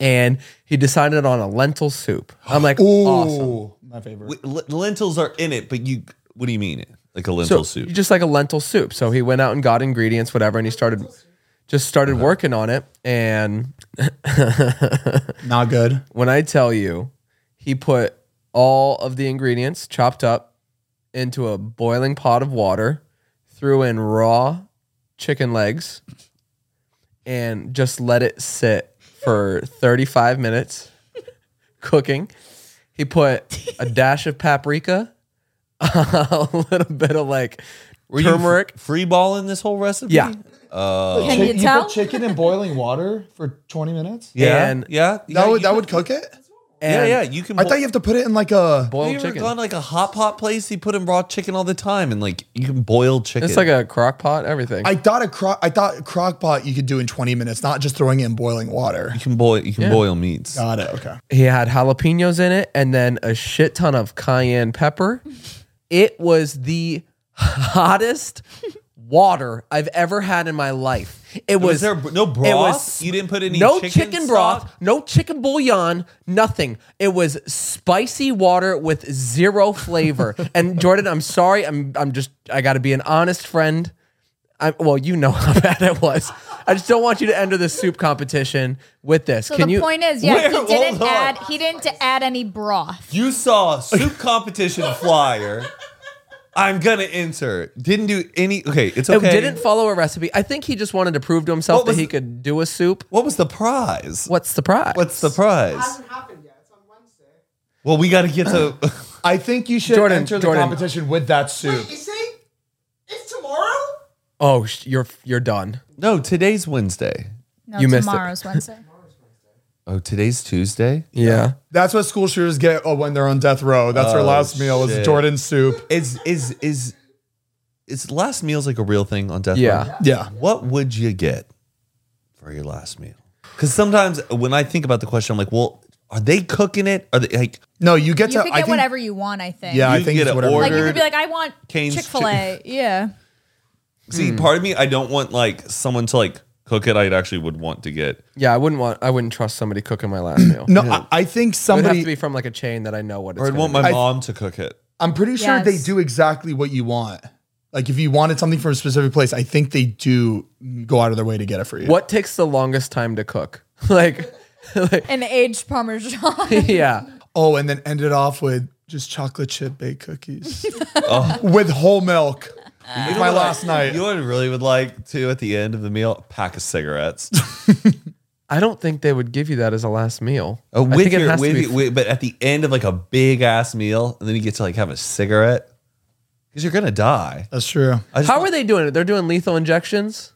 Speaker 3: And he decided on a lentil soup. I'm like, awesome.
Speaker 7: Ooh, my favorite.
Speaker 1: Wait, l- lentils are in it, but you. What do you mean? Like a lentil soup?
Speaker 3: Just like a lentil soup. So he went out and got ingredients, whatever, and he started just started
Speaker 1: Uh-huh.
Speaker 3: working on it. And
Speaker 2: Not good.
Speaker 3: when I tell you, he put all of the ingredients chopped up into a boiling pot of water, threw in raw chicken legs, and just let it sit for 35 minutes cooking. He put a dash of paprika, a little bit of like
Speaker 1: you
Speaker 3: turmeric.
Speaker 1: f- free balling this whole recipe?
Speaker 3: Yeah.
Speaker 4: Can
Speaker 7: Chick-
Speaker 4: you tell?
Speaker 7: put chicken in boiling water for 20 minutes?
Speaker 1: Yeah.
Speaker 3: And-
Speaker 1: yeah.
Speaker 2: That
Speaker 1: yeah,
Speaker 2: would
Speaker 1: you
Speaker 2: that
Speaker 1: can-
Speaker 2: would cook it.
Speaker 1: Yeah,
Speaker 3: and
Speaker 1: yeah. You can.
Speaker 2: I thought you have to put it in like a.
Speaker 1: Have
Speaker 3: boiled
Speaker 1: you ever
Speaker 3: chicken.
Speaker 1: gone like a hot pot place? You put in raw chicken all the time, and like you can boil chicken.
Speaker 3: It's like a crock pot, everything.
Speaker 2: I thought a crock. I thought crock pot you could do in twenty minutes, not just throwing it in boiling water.
Speaker 1: you can boil you can boil meats.
Speaker 2: Got it. Okay.
Speaker 3: He had jalapenos in it and then a shit ton of cayenne pepper. It was the hottest water I've ever had in my life. It was,
Speaker 1: Was, there b- no broth?
Speaker 3: it was
Speaker 1: you didn't put any
Speaker 3: no
Speaker 1: chicken,
Speaker 3: chicken, broth,
Speaker 1: stock?
Speaker 3: no chicken bouillon, nothing. It was spicy water with zero flavor. and Jordan, I'm sorry. I'm I'm just I got to be an honest friend. I, well, you know how bad it was. I just don't want you to enter the soup competition with this.
Speaker 4: So
Speaker 3: Can
Speaker 4: the
Speaker 3: you?
Speaker 4: point is, yeah,
Speaker 1: Where-
Speaker 4: he
Speaker 1: hold
Speaker 4: didn't
Speaker 1: on.
Speaker 4: add he didn't add any broth.
Speaker 1: You saw soup competition flyer. I'm gonna enter. Didn't do any. Okay, it's okay.
Speaker 3: It didn't follow a recipe. I think he just wanted to prove to himself
Speaker 1: What
Speaker 3: that
Speaker 1: was
Speaker 3: he
Speaker 1: the-
Speaker 3: could do a soup.
Speaker 1: What was the prize?
Speaker 3: What's the prize?
Speaker 1: What's the prize?
Speaker 9: hasn't happened yet. It's on Wednesday.
Speaker 1: Well, we got to get to.
Speaker 2: I think you should
Speaker 3: Jordan,
Speaker 2: enter the
Speaker 3: Jordan.
Speaker 2: competition with that soup.
Speaker 9: Wait, you see? It's tomorrow?
Speaker 3: Oh, sh- you're you're done.
Speaker 1: no, today's Wednesday.
Speaker 4: No,
Speaker 3: You missed it.
Speaker 4: tomorrow's Wednesday.
Speaker 1: Oh, today's Tuesday.
Speaker 3: Yeah.
Speaker 2: That's what school shooters get oh, when they're on death row. That's their
Speaker 1: Oh,
Speaker 2: last meal
Speaker 1: shit.
Speaker 2: is Jordan soup.
Speaker 1: Is is is is last meals like a real thing on death?
Speaker 3: Yeah.
Speaker 1: Row?
Speaker 2: Yeah.
Speaker 1: What would you get for your last meal? Because sometimes when I think about the question, I'm like, well, are they cooking it? Are they like?
Speaker 2: No, you get
Speaker 4: You
Speaker 2: to.
Speaker 4: could
Speaker 2: I
Speaker 4: get
Speaker 2: think,
Speaker 4: whatever you want, I think.
Speaker 2: Yeah, I
Speaker 1: You
Speaker 2: think
Speaker 1: get
Speaker 2: it's
Speaker 1: an
Speaker 2: whatever.
Speaker 4: Like you
Speaker 1: order.
Speaker 4: could be like, I want
Speaker 1: Cane's
Speaker 4: Chick Fil A. Yeah.
Speaker 1: See,
Speaker 4: hmm.
Speaker 1: part of me, I don't want like someone to like cook it. I actually would want to get.
Speaker 3: Yeah, I wouldn't want. I wouldn't trust somebody cooking my last meal.
Speaker 2: No, I, I think
Speaker 3: it would have
Speaker 2: somebody.
Speaker 3: to be from like a chain that I know what it's.
Speaker 1: Or I'd
Speaker 3: gonna
Speaker 1: want
Speaker 3: be.
Speaker 1: my
Speaker 2: I-
Speaker 1: mom to cook it.
Speaker 2: I'm pretty sure they
Speaker 4: Yes.
Speaker 2: do exactly what you want. Like if you wanted something from a specific place, I think they do go out of their way to get it for you.
Speaker 3: What takes the longest time to cook? like, like,
Speaker 4: An aged Parmesan.
Speaker 3: yeah.
Speaker 2: Oh, and then end it off with just chocolate chip baked cookies with whole milk. Like my last night.
Speaker 1: Oh. You know what I really would like to at the end of the meal? A pack of cigarettes.
Speaker 3: I don't think they would give you that as a last meal.
Speaker 1: Oh,
Speaker 3: I
Speaker 1: with
Speaker 3: think it
Speaker 1: your,
Speaker 3: has to
Speaker 1: with
Speaker 3: be-
Speaker 1: your- with- but at the end of like a big ass meal, and then you get to like have a cigarette because you're gonna die.
Speaker 2: That's true.
Speaker 1: I just,
Speaker 3: How are they doing it? They're doing lethal injections.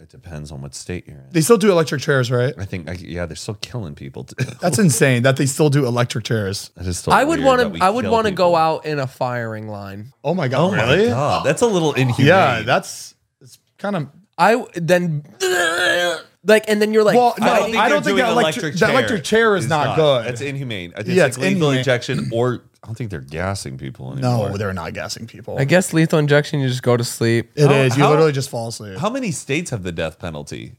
Speaker 1: it depends on what state you're in.
Speaker 2: They still do electric chairs, right?
Speaker 1: I think, I, yeah, they're still killing people. Too.
Speaker 2: That's insane that they still do electric chairs.
Speaker 1: I just
Speaker 3: I would want to. I would want to go out in a firing line.
Speaker 2: Oh my
Speaker 1: Oh
Speaker 2: god!
Speaker 1: my god, that's a little inhumane.
Speaker 2: Yeah, that's it's kind of.
Speaker 3: I w- then like, and then you're like,
Speaker 2: Well, no,
Speaker 1: I don't think,
Speaker 2: I don't
Speaker 1: they're
Speaker 2: think
Speaker 1: doing
Speaker 2: that electric,
Speaker 1: electric
Speaker 2: that electric chair is, not, good.
Speaker 1: That's inhumane. It's
Speaker 2: Yeah,
Speaker 1: like
Speaker 2: it's
Speaker 1: lethal
Speaker 2: inhumane.
Speaker 1: injection, or I don't think they're gassing people anymore.
Speaker 2: no, they're not gassing people.
Speaker 3: I guess lethal injection. You just go to sleep.
Speaker 2: It is.
Speaker 1: How-
Speaker 2: You
Speaker 1: how-
Speaker 2: literally just fall asleep.
Speaker 1: How many states have the death penalty?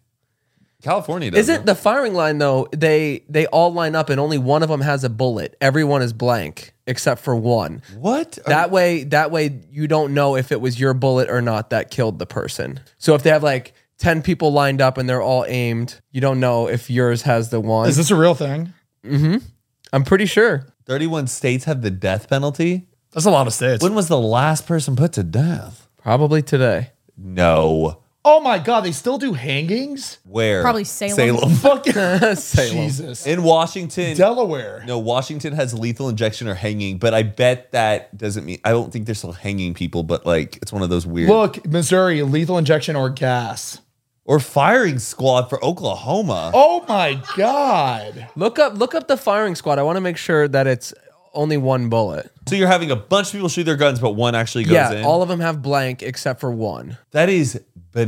Speaker 1: California doesn't.
Speaker 3: Isn't the firing line though? They they all line up and only one of them has a bullet. Everyone is blank except for one.
Speaker 1: what?
Speaker 3: That way, that way you don't know if it was your bullet or not that killed the person. So if they have like ten people lined up and they're all aimed, you don't know if yours has the one.
Speaker 2: Is this a real thing?
Speaker 3: I'm pretty sure.
Speaker 1: 31 states have the death penalty.
Speaker 2: That's a lot of states.
Speaker 1: When was the last person put to death?
Speaker 3: Probably today.
Speaker 1: No.
Speaker 7: Oh my God, they still do hangings?
Speaker 1: Where?
Speaker 4: Probably Salem.
Speaker 3: Salem.
Speaker 7: Jesus.
Speaker 1: In Washington.
Speaker 7: Delaware.
Speaker 1: no, Washington has lethal injection or hanging, but I bet that doesn't mean I don't think they're still hanging people, but like it's one of those weird
Speaker 7: Look, Missouri, lethal injection or gas.
Speaker 1: or firing squad for Oklahoma.
Speaker 7: Oh my God.
Speaker 3: Look up look up the firing squad. I want to make sure that it's only one bullet.
Speaker 1: So you're having a bunch of people shoot their guns, but one actually goes
Speaker 3: yeah,
Speaker 1: in.
Speaker 3: all of them have blank except for one.
Speaker 1: that is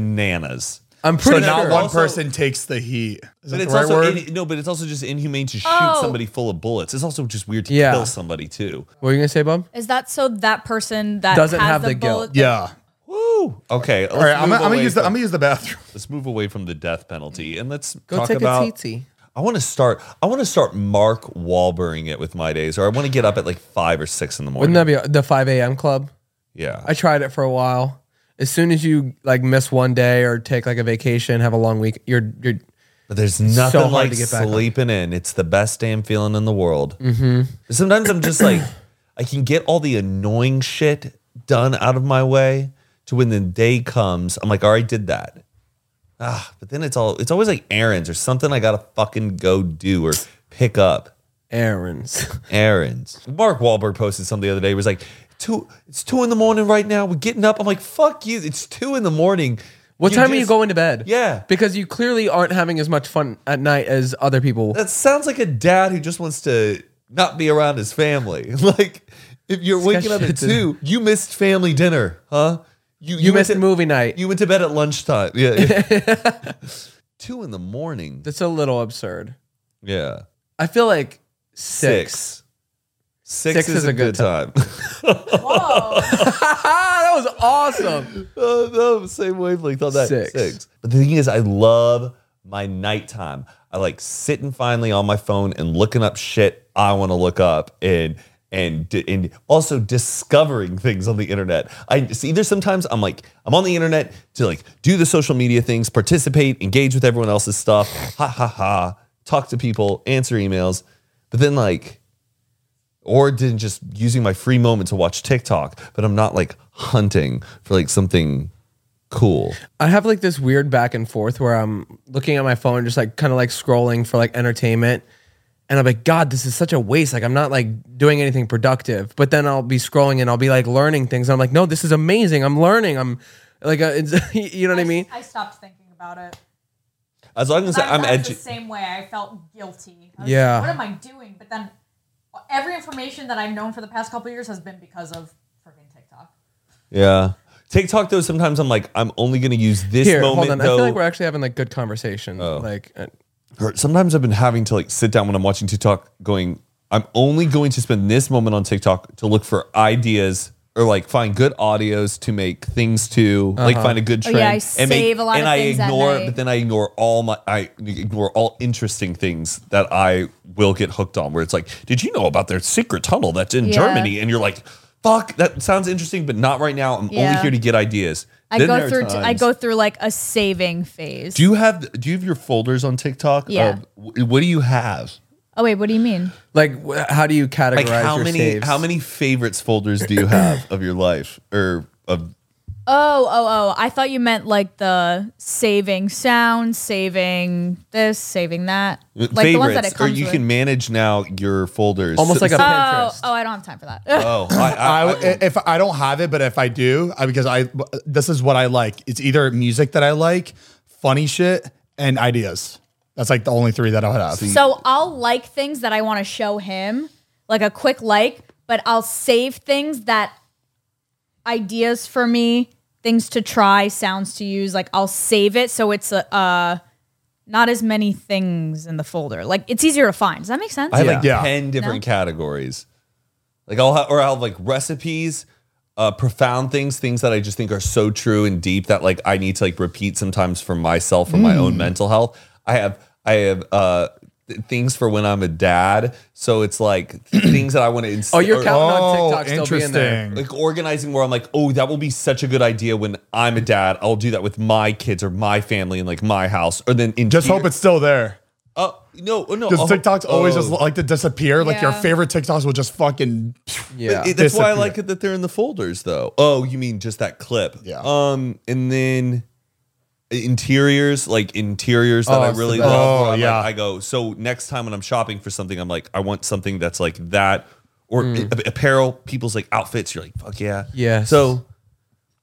Speaker 1: bananas.
Speaker 3: I'm
Speaker 2: so
Speaker 3: pretty
Speaker 2: not
Speaker 3: sure.
Speaker 2: one
Speaker 1: Also-
Speaker 2: person takes the heat. Is
Speaker 1: But
Speaker 2: that the
Speaker 1: it's
Speaker 2: right
Speaker 1: also
Speaker 2: word?
Speaker 1: in, no, but it's also just inhumane to shoot
Speaker 4: Oh.
Speaker 1: somebody full of bullets. It's also just weird to
Speaker 3: Yeah.
Speaker 1: kill somebody too.
Speaker 3: what were you gonna say, Bob?
Speaker 4: Is that so that person that
Speaker 3: Doesn't
Speaker 4: has
Speaker 3: have
Speaker 4: the,
Speaker 3: the guilt.
Speaker 4: bullet?
Speaker 2: yeah.
Speaker 1: Woo. Okay.
Speaker 2: All right. I'm, gonna- I'm gonna use the. I'm gonna use the bathroom.
Speaker 1: let's move away from the death penalty and let's
Speaker 3: Go
Speaker 1: talk
Speaker 3: take
Speaker 1: about.
Speaker 3: a TT.
Speaker 1: I want to start. I want to start Mark Wahlberging it with my days, or I want to get up at like five or six in the morning.
Speaker 3: Wouldn't that be the 5 a.m. club?
Speaker 1: yeah.
Speaker 3: I tried it for a while. As soon as you like miss one day or take like a vacation, have a long week, you're you're
Speaker 1: but there's nothing
Speaker 3: hard
Speaker 1: like
Speaker 3: to get back on.
Speaker 1: sleeping in. It's the best damn feeling in the world. Mm-hmm. Sometimes I'm just like, I can get all the annoying shit done out of my way to when the day comes. I'm like, all right, did that. Ah, but then it's all. It's always like errands or something I gotta fucking go do or pick up.
Speaker 3: errands.
Speaker 1: errands. Mark Wahlberg posted something the other day. He was like, two, it's two in the morning right now. We're getting up. I'm like, fuck you. It's two in the morning.
Speaker 3: What time are you
Speaker 1: just-
Speaker 3: going to bed?
Speaker 1: Yeah.
Speaker 3: Because you clearly aren't having as much fun at night as other people.
Speaker 1: That sounds like a dad who just wants to not be around his family. like, if you're waking up at
Speaker 3: shit's in-
Speaker 1: two, you missed family dinner, huh?
Speaker 3: You
Speaker 1: went
Speaker 3: missed
Speaker 1: to-
Speaker 3: movie night.
Speaker 1: You went to bed at lunchtime. Yeah. yeah. two in the morning.
Speaker 3: That's a little absurd.
Speaker 1: Yeah.
Speaker 3: I feel like six.
Speaker 1: Six. Six, is, a, good, time.
Speaker 3: that was awesome.
Speaker 1: Oh, no, same wavelength on that.
Speaker 3: Six.
Speaker 1: Six. But the thing is, I love my nighttime. I like sitting finally on my phone and looking up shit I want to look up and and di- and also discovering things on the internet. I see. There's sometimes I'm like I'm on the internet to like do the social media things, participate, engage with everyone else's stuff. Ha ha ha. Talk to people, answer emails, but then like or didn't just using my free moment to watch TikTok, but I'm not like hunting for like something cool.
Speaker 3: I have like this weird back and forth where I'm looking at my phone, just like kind of like scrolling for like entertainment. And I'm like, God, this is such a waste. Like, I'm not like doing anything productive. But then I'll be scrolling and I'll be like learning things. I'm like, no, this is amazing. I'm learning. I'm like, uh, it's, you know what I mean?
Speaker 4: I stopped thinking about it.
Speaker 1: As long as I'm
Speaker 4: Sometimes I was
Speaker 1: edgy.
Speaker 4: The same way I felt guilty. I was
Speaker 3: Yeah.
Speaker 4: Like, what am I doing? But then uh, every information that I've known for the past couple years has been because of freaking TikTok.
Speaker 1: Yeah. TikTok though, sometimes I'm like, I'm only gonna use this
Speaker 3: Here,
Speaker 1: moment
Speaker 3: hold on.
Speaker 1: though. Oh.
Speaker 3: I feel like we're actually having like good conversation. Like, uh,
Speaker 1: Or sometimes I've been having to like sit down when I'm watching TikTok, going, I'm only going to spend this moment on TikTok to look for ideas or like find good audios to make things to like find a good
Speaker 4: Oh,
Speaker 1: trend
Speaker 4: yeah, I save a lot
Speaker 1: and
Speaker 4: of
Speaker 1: I
Speaker 4: things at
Speaker 1: ignore,
Speaker 4: night.
Speaker 1: but then I ignore all my I ignore all interesting things that I will get hooked on. Where it's like, did you know about their secret tunnel that's in
Speaker 4: Yeah.
Speaker 1: Germany? And you're like, fuck, that sounds interesting, but not right now. I'm only
Speaker 4: Yeah.
Speaker 1: here to get ideas.
Speaker 4: I
Speaker 1: Then there
Speaker 4: go
Speaker 1: are
Speaker 4: through. I
Speaker 1: times-
Speaker 4: go through like a saving phase.
Speaker 1: do you have do you have your folders on TikTok?
Speaker 4: Yeah.
Speaker 1: Of- wh- what do you have?
Speaker 4: oh wait, what do you mean?
Speaker 3: like wh- how do you categorize
Speaker 1: Like how
Speaker 3: your
Speaker 1: many
Speaker 3: saves?
Speaker 1: how many favorites folders do you have of your life or of
Speaker 4: Oh, oh, oh! I thought you meant like the saving sound, saving this, saving that,
Speaker 3: Uh,
Speaker 4: like
Speaker 1: favorites?
Speaker 4: the ones that it
Speaker 1: or
Speaker 4: comes
Speaker 1: you
Speaker 4: with.
Speaker 1: can manage now your folders
Speaker 3: Almost like a
Speaker 4: oh,
Speaker 3: Pinterest.
Speaker 4: oh, I don't have time for that.
Speaker 1: oh I, I,
Speaker 2: I, if I don't have it, but if I do, I, because I this is what I like. It's either music that I like, funny shit, and ideas. That's like the only three that I'll have.
Speaker 4: So I'll like things that I want to show him, like a quick like, but I'll save things that ideas for me, things to try, sounds to use. Like I'll save it so it's a, uh, not as many things in the folder. Like it's easier to find. Does that make sense?
Speaker 1: I have like
Speaker 2: Yeah.
Speaker 1: ten different categories. Like I'll have, or I'll have like recipes, uh, profound things, things that I just think are so true and deep that like I need to like repeat sometimes for myself for my
Speaker 2: Mm.
Speaker 1: own mental health. I have I have uh th- things for when I'm a dad. So it's like things that I want to. Inst-
Speaker 3: Oh, you're
Speaker 1: or-
Speaker 3: counting
Speaker 2: Oh,
Speaker 3: on TikTok still being there.
Speaker 2: interesting.
Speaker 1: like organizing where I'm like, oh, that will be such a good idea when I'm a dad. I'll do that with my kids or my family and like my house. Or then in
Speaker 2: Just
Speaker 1: here-
Speaker 2: hope it's still there.
Speaker 1: Oh no, no.
Speaker 2: Because
Speaker 1: oh,
Speaker 2: TikToks always
Speaker 1: oh.
Speaker 2: just like to disappear. Like your
Speaker 4: Yeah.
Speaker 2: favorite TikToks will just fucking.
Speaker 3: Yeah.
Speaker 1: It- that's why I
Speaker 2: Disappear.
Speaker 1: like it that they're in the folders, though. Oh, you mean just that clip?
Speaker 2: Yeah.
Speaker 1: Um, and then interiors, like interiors that
Speaker 3: Oh,
Speaker 1: I
Speaker 3: it's the
Speaker 1: really
Speaker 3: best.
Speaker 1: love. where
Speaker 2: Oh,
Speaker 1: I'm like-
Speaker 2: yeah.
Speaker 1: I go. So next time when I'm shopping for something, I'm like, I want something that's like that, or a- apparel. People's like outfits. You're like, fuck yeah.
Speaker 3: Mm. Yes.
Speaker 1: So.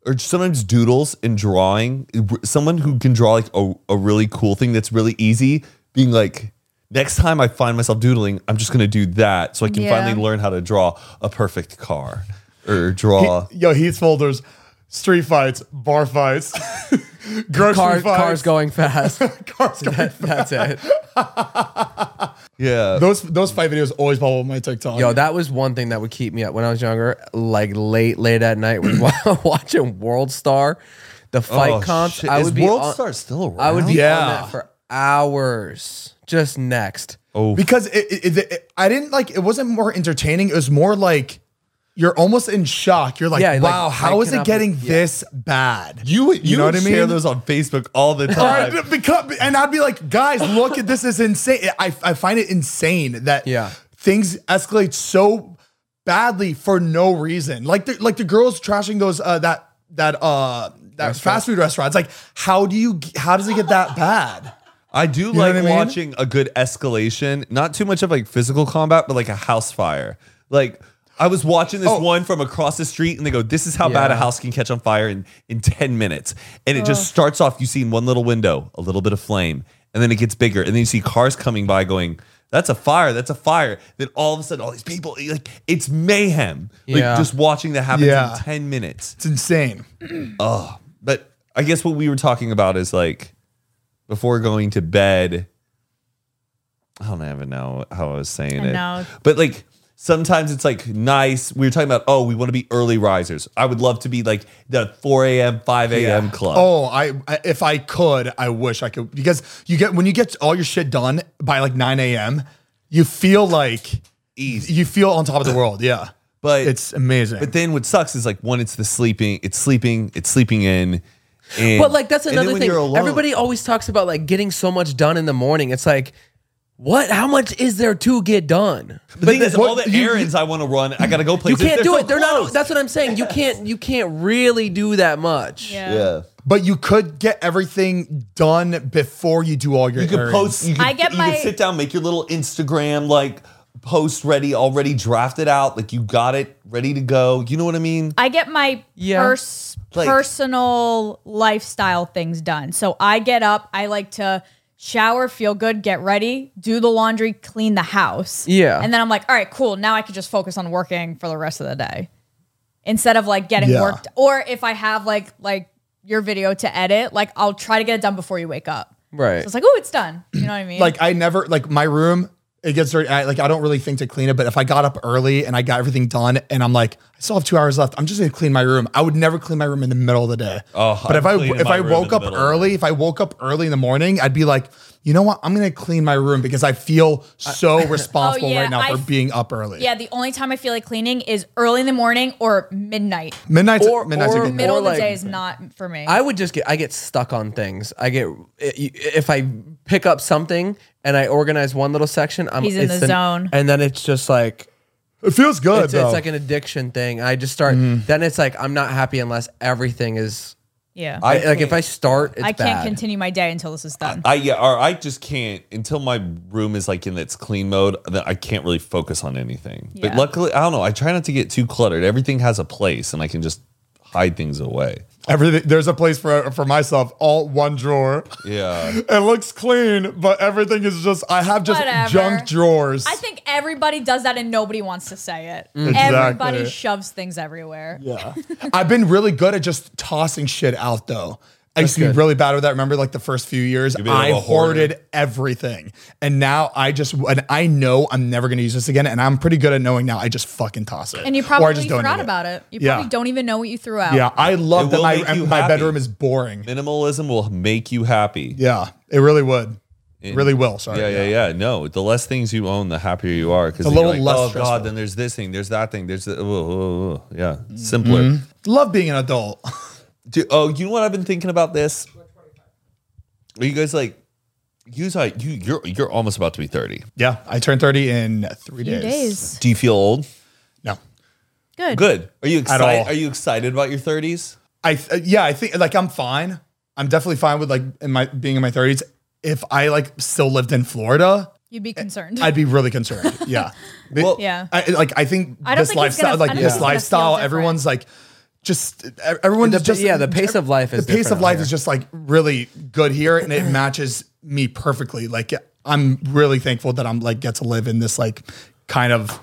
Speaker 1: Or sometimes doodles and drawing. Someone who can draw like a, a really cool thing that's really easy, being like, next time I find myself doodling, I'm just gonna do that so I can
Speaker 4: Yeah.
Speaker 1: finally learn how to draw a perfect car or draw.
Speaker 2: Yo, Heath folders, street fights, bar fights, grocery
Speaker 3: Car,
Speaker 2: fights.
Speaker 3: cars going fast.
Speaker 2: Cars going.
Speaker 3: That's it.
Speaker 1: yeah.
Speaker 2: Those those fight videos always pop up on my TikTok.
Speaker 3: Yo, that was one thing that would keep me up when I was younger. Like late, late at night, was wa- watching World Star, the fight
Speaker 1: Oh,
Speaker 3: comps.
Speaker 1: shit.
Speaker 3: I would
Speaker 1: Is
Speaker 3: be
Speaker 1: World
Speaker 3: on-
Speaker 1: Star still around?
Speaker 3: I would be on
Speaker 2: Yeah.
Speaker 3: that for hours. Just next.
Speaker 1: Oh.
Speaker 2: because it, it, it, it- I didn't like it wasn't more entertaining. It was more like you're almost in shock. You're like,
Speaker 3: Yeah, like,
Speaker 2: wow, how
Speaker 3: I
Speaker 2: is it
Speaker 3: cannot
Speaker 2: getting
Speaker 3: be- yeah.
Speaker 2: this bad?
Speaker 1: You would you,
Speaker 2: know
Speaker 1: would
Speaker 2: what I
Speaker 1: share
Speaker 2: mean?
Speaker 1: those on Facebook all the time.
Speaker 2: Or- because, and I'd be like, guys, look at this is insane. I, I find it insane that
Speaker 3: Yeah.
Speaker 2: things escalate so badly for no reason. Like the like the girls trashing those uh that that uh that fast food restaurants. Like, how do you how does it get that bad?
Speaker 1: I do
Speaker 2: know
Speaker 1: like
Speaker 2: what I mean?
Speaker 1: watching a good escalation, not too much of like physical combat, but like a house fire. Like I was watching this
Speaker 2: Oh.
Speaker 1: one from across the street, and they go, "This is how bad a
Speaker 3: Yeah.
Speaker 1: house can catch on fire in in ten minutes." And it just starts off. You see in one little window, a little bit of flame, and then it gets bigger, and then you see cars coming by, going, "That's a fire! That's a fire!" Then all of a sudden, all these people, like it's mayhem.
Speaker 3: Yeah.
Speaker 1: Like just watching that happen
Speaker 2: Yeah.
Speaker 1: in ten minutes
Speaker 2: It's insane.
Speaker 1: but I guess what we were talking about is like before going to bed. I don't even know how I was saying
Speaker 4: I
Speaker 1: it.
Speaker 4: know.
Speaker 1: But like sometimes it's like nice. We were talking about, oh, we want to be early risers. I would love to be like the 4 a.m., 5 a.m. club.
Speaker 2: Oh, I I- if I could, I wish I could because you get when you get all your shit done by like 9 a.m., you feel like
Speaker 1: easy.
Speaker 2: you feel on top of the world. Yeah.
Speaker 1: But
Speaker 2: It's amazing.
Speaker 1: but then what sucks is like one, it's the sleeping, it's sleeping, it's sleeping in. And,
Speaker 3: But like that's
Speaker 1: and then
Speaker 3: another
Speaker 1: when
Speaker 3: thing.
Speaker 1: you're alone-
Speaker 3: Everybody always talks about like getting so much done in the morning. It's like, what? How much is there to get done?
Speaker 1: the thing is,
Speaker 2: what-
Speaker 1: all the
Speaker 2: you-
Speaker 1: errands I want to run, I gotta go
Speaker 3: You
Speaker 1: places.
Speaker 3: can't do
Speaker 1: so
Speaker 3: it. They're
Speaker 1: close.
Speaker 3: not. That's what I'm saying. You can't. You can't really do that much.
Speaker 4: Yeah.
Speaker 1: yeah.
Speaker 2: But you could get everything done before you do all your.
Speaker 1: You could
Speaker 2: errands.
Speaker 1: post. You could,
Speaker 4: I get
Speaker 1: you
Speaker 4: my-
Speaker 1: could sit down, make your little Instagram like post ready, already drafted out. Like you got it ready to go. You know what I mean?
Speaker 4: I get my
Speaker 3: Yeah.
Speaker 4: pers-
Speaker 1: Like-
Speaker 4: personal lifestyle things done. So I get up, I like to shower, feel good, get ready, do the laundry, clean the house.
Speaker 3: Yeah.
Speaker 4: And then I'm like, all right, cool. Now I can just focus on working for the rest of the day instead of like getting
Speaker 2: Yeah.
Speaker 4: worked. Or if I have like like your video to edit, like I'll try to get it done before you wake up.
Speaker 3: Right.
Speaker 4: So it's like, oh, it's done. You know what I mean?
Speaker 2: Mm-hmm. Like I never like my room. It gets dirty. I, like I don't really think to clean it, but if I got up early and I got everything done, and I'm like, I still have two hours left. I'm just gonna clean my room. I would never clean my room in the middle of the day.
Speaker 1: Oh,
Speaker 2: but if
Speaker 1: I'm
Speaker 2: I
Speaker 1: cleaning
Speaker 2: if
Speaker 1: my
Speaker 2: I
Speaker 1: room in
Speaker 2: woke
Speaker 1: the
Speaker 2: up
Speaker 1: middle of the
Speaker 2: early, if I woke up early in the morning, I'd be like, you know what? I'm gonna clean my room because I feel
Speaker 1: Oh,
Speaker 2: so responsible
Speaker 4: yeah,
Speaker 2: right now
Speaker 4: I
Speaker 2: for
Speaker 4: f-
Speaker 2: being up early.
Speaker 4: yeah, the only time I feel like cleaning is early in the morning or midnight.
Speaker 2: midnight's
Speaker 3: Or-
Speaker 2: midnight's
Speaker 3: or
Speaker 2: a good
Speaker 4: Middle
Speaker 3: Or
Speaker 4: of the
Speaker 3: like-
Speaker 4: day is not for me.
Speaker 3: I would just get I get stuck on things. I get if I pick up something and I organize one little section, I'm
Speaker 4: He's in
Speaker 3: it's
Speaker 4: the
Speaker 3: an-
Speaker 4: zone.
Speaker 3: and then it's just like
Speaker 2: It feels good
Speaker 3: it's,
Speaker 2: though. Mm-hmm.
Speaker 3: it's like an addiction thing. I just start then it's like I'm not happy unless everything is
Speaker 4: yeah. I,
Speaker 1: I
Speaker 3: like if
Speaker 1: can't-
Speaker 3: I start it's
Speaker 4: can't
Speaker 3: bad.
Speaker 4: continue my day until this is done.
Speaker 1: I yeah, or I just can't until my room is like in its clean mode. That I can't really focus on anything. But
Speaker 4: Yeah.
Speaker 1: luckily, I don't know. I try not to get too cluttered. Everything has a place, and I can just hide things away.
Speaker 2: Everything there's a place for for myself. All one drawer.
Speaker 1: Yeah,
Speaker 2: It looks clean, but everything is just I have just
Speaker 4: Whatever.
Speaker 2: junk drawers.
Speaker 4: I think everybody does that and nobody wants to say it. Everybody shoves things everywhere.
Speaker 2: yeah. I've been really good at just tossing shit out though. I used to be really bad with that. Remember, like the first few years,
Speaker 1: a
Speaker 2: I
Speaker 1: little hoarder.
Speaker 2: hoarded everything, and now I just and I know I'm never going to use this again, and I'm pretty good at knowing now. I just fucking toss it,
Speaker 4: And you
Speaker 2: Or I
Speaker 4: probably
Speaker 2: just donate
Speaker 4: forgot about it. You
Speaker 2: Yeah.
Speaker 4: probably don't even know what you threw out.
Speaker 2: Yeah, I love
Speaker 1: It
Speaker 2: that
Speaker 1: will
Speaker 2: my
Speaker 1: make you
Speaker 2: my
Speaker 1: happy.
Speaker 2: bedroom is boring.
Speaker 1: minimalism will make you happy.
Speaker 2: Yeah, it really would, really will. Sorry.
Speaker 1: Yeah, yeah, yeah. No, the less things you own, the happier you are. Because
Speaker 2: A
Speaker 1: a
Speaker 2: little
Speaker 1: little like,
Speaker 2: less
Speaker 1: Oh
Speaker 2: stressful.
Speaker 1: God, then there's this thing, there's that thing, there's the, oh, oh, oh, yeah, simpler.
Speaker 2: Mm-hmm. Love being an adult.
Speaker 1: Do, oh, you know what I've been thinking about this? Are you guys like, you guys like you you're you're almost about to be thirty.
Speaker 2: Yeah, I turned 30 in three
Speaker 4: Few
Speaker 2: days.
Speaker 4: days.
Speaker 1: Do you feel old?
Speaker 2: No.
Speaker 4: Good.
Speaker 1: Good. Are you
Speaker 2: all.
Speaker 1: excited? Are you excited about your thirties?
Speaker 2: I th- uh, yeah, I think like I'm fine. I'm definitely fine with like in my being in my 30s. If I like still lived in Florida,
Speaker 4: You'd be concerned.
Speaker 2: I'd be really concerned. Yeah.
Speaker 1: Well,
Speaker 4: yeah.
Speaker 2: I, like I think
Speaker 4: I don't
Speaker 2: this
Speaker 4: think it's
Speaker 2: lifestyle
Speaker 4: gonna- I
Speaker 2: like
Speaker 4: don't
Speaker 2: this
Speaker 4: think it's gonna feel
Speaker 2: lifestyle
Speaker 4: different.
Speaker 2: everyone's like just everyone's
Speaker 3: The-
Speaker 2: just
Speaker 3: yeah, the pace of life is
Speaker 2: the pace
Speaker 3: different
Speaker 2: of
Speaker 3: out
Speaker 2: life
Speaker 3: here.
Speaker 2: is just like really good here and it matches me perfectly. Like I'm really thankful that I'm like get to live in this like kind of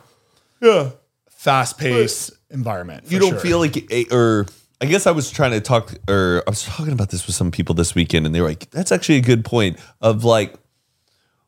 Speaker 2: yeah, fast paced environment.
Speaker 1: you
Speaker 2: for
Speaker 1: don't
Speaker 2: sure.
Speaker 1: feel like a- or I guess I was trying to talk or I was talking about this with some people this weekend and they were like that's actually a good point of like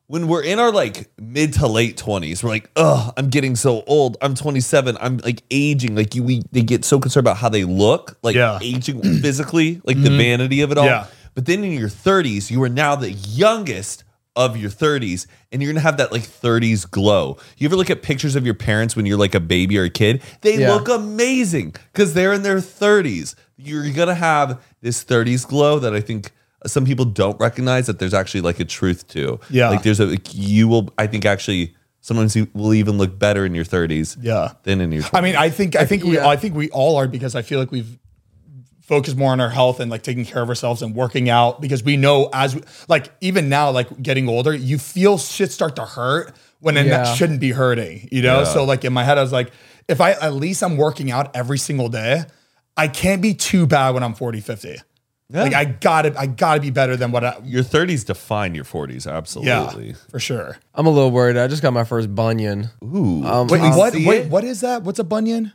Speaker 1: when we're in our like mid to late 20s we're like oh I'm getting so old I'm 27 I'm like aging like you we they get so concerned about how they look like
Speaker 2: Yeah. Mm-hmm.
Speaker 1: aging physically like the vanity of it all
Speaker 2: Yeah.
Speaker 1: but then in your 30s you are now the youngest of your 30s and you're gonna have that like 30s glow you ever look at pictures of your parents when you're like a baby or a kid they
Speaker 3: Yeah.
Speaker 1: look amazing because they're in their 30s. You're gonna have this 30s glow that I think some people don't recognize that there's actually like a truth to.
Speaker 2: Yeah.
Speaker 1: like there's a like, you will. I think actually sometimes you will even look better in your 30s.
Speaker 2: Yeah.
Speaker 1: than in your.
Speaker 2: I mean, I think I think we
Speaker 3: yeah.
Speaker 2: I think we all are because I feel like we've focused more on our health and like taking care of ourselves and working out because we know as we, like even now like getting older, you feel shit start to hurt when it
Speaker 3: Yeah.
Speaker 2: shouldn't be hurting, you know? So like in my head I was like if I at least I'm working out every single day, I can't be too bad when I'm 40, 50. Like I got to I got to be better than what I
Speaker 1: your 30s define your 40s. Absolutely.
Speaker 2: yeah, for sure.
Speaker 3: I'm a little worried. I just got my first bunion.
Speaker 1: Ooh,
Speaker 3: Um,
Speaker 2: Wait,
Speaker 3: um,
Speaker 2: what
Speaker 1: see
Speaker 2: wait,
Speaker 1: it?
Speaker 2: what is that? What's a bunion?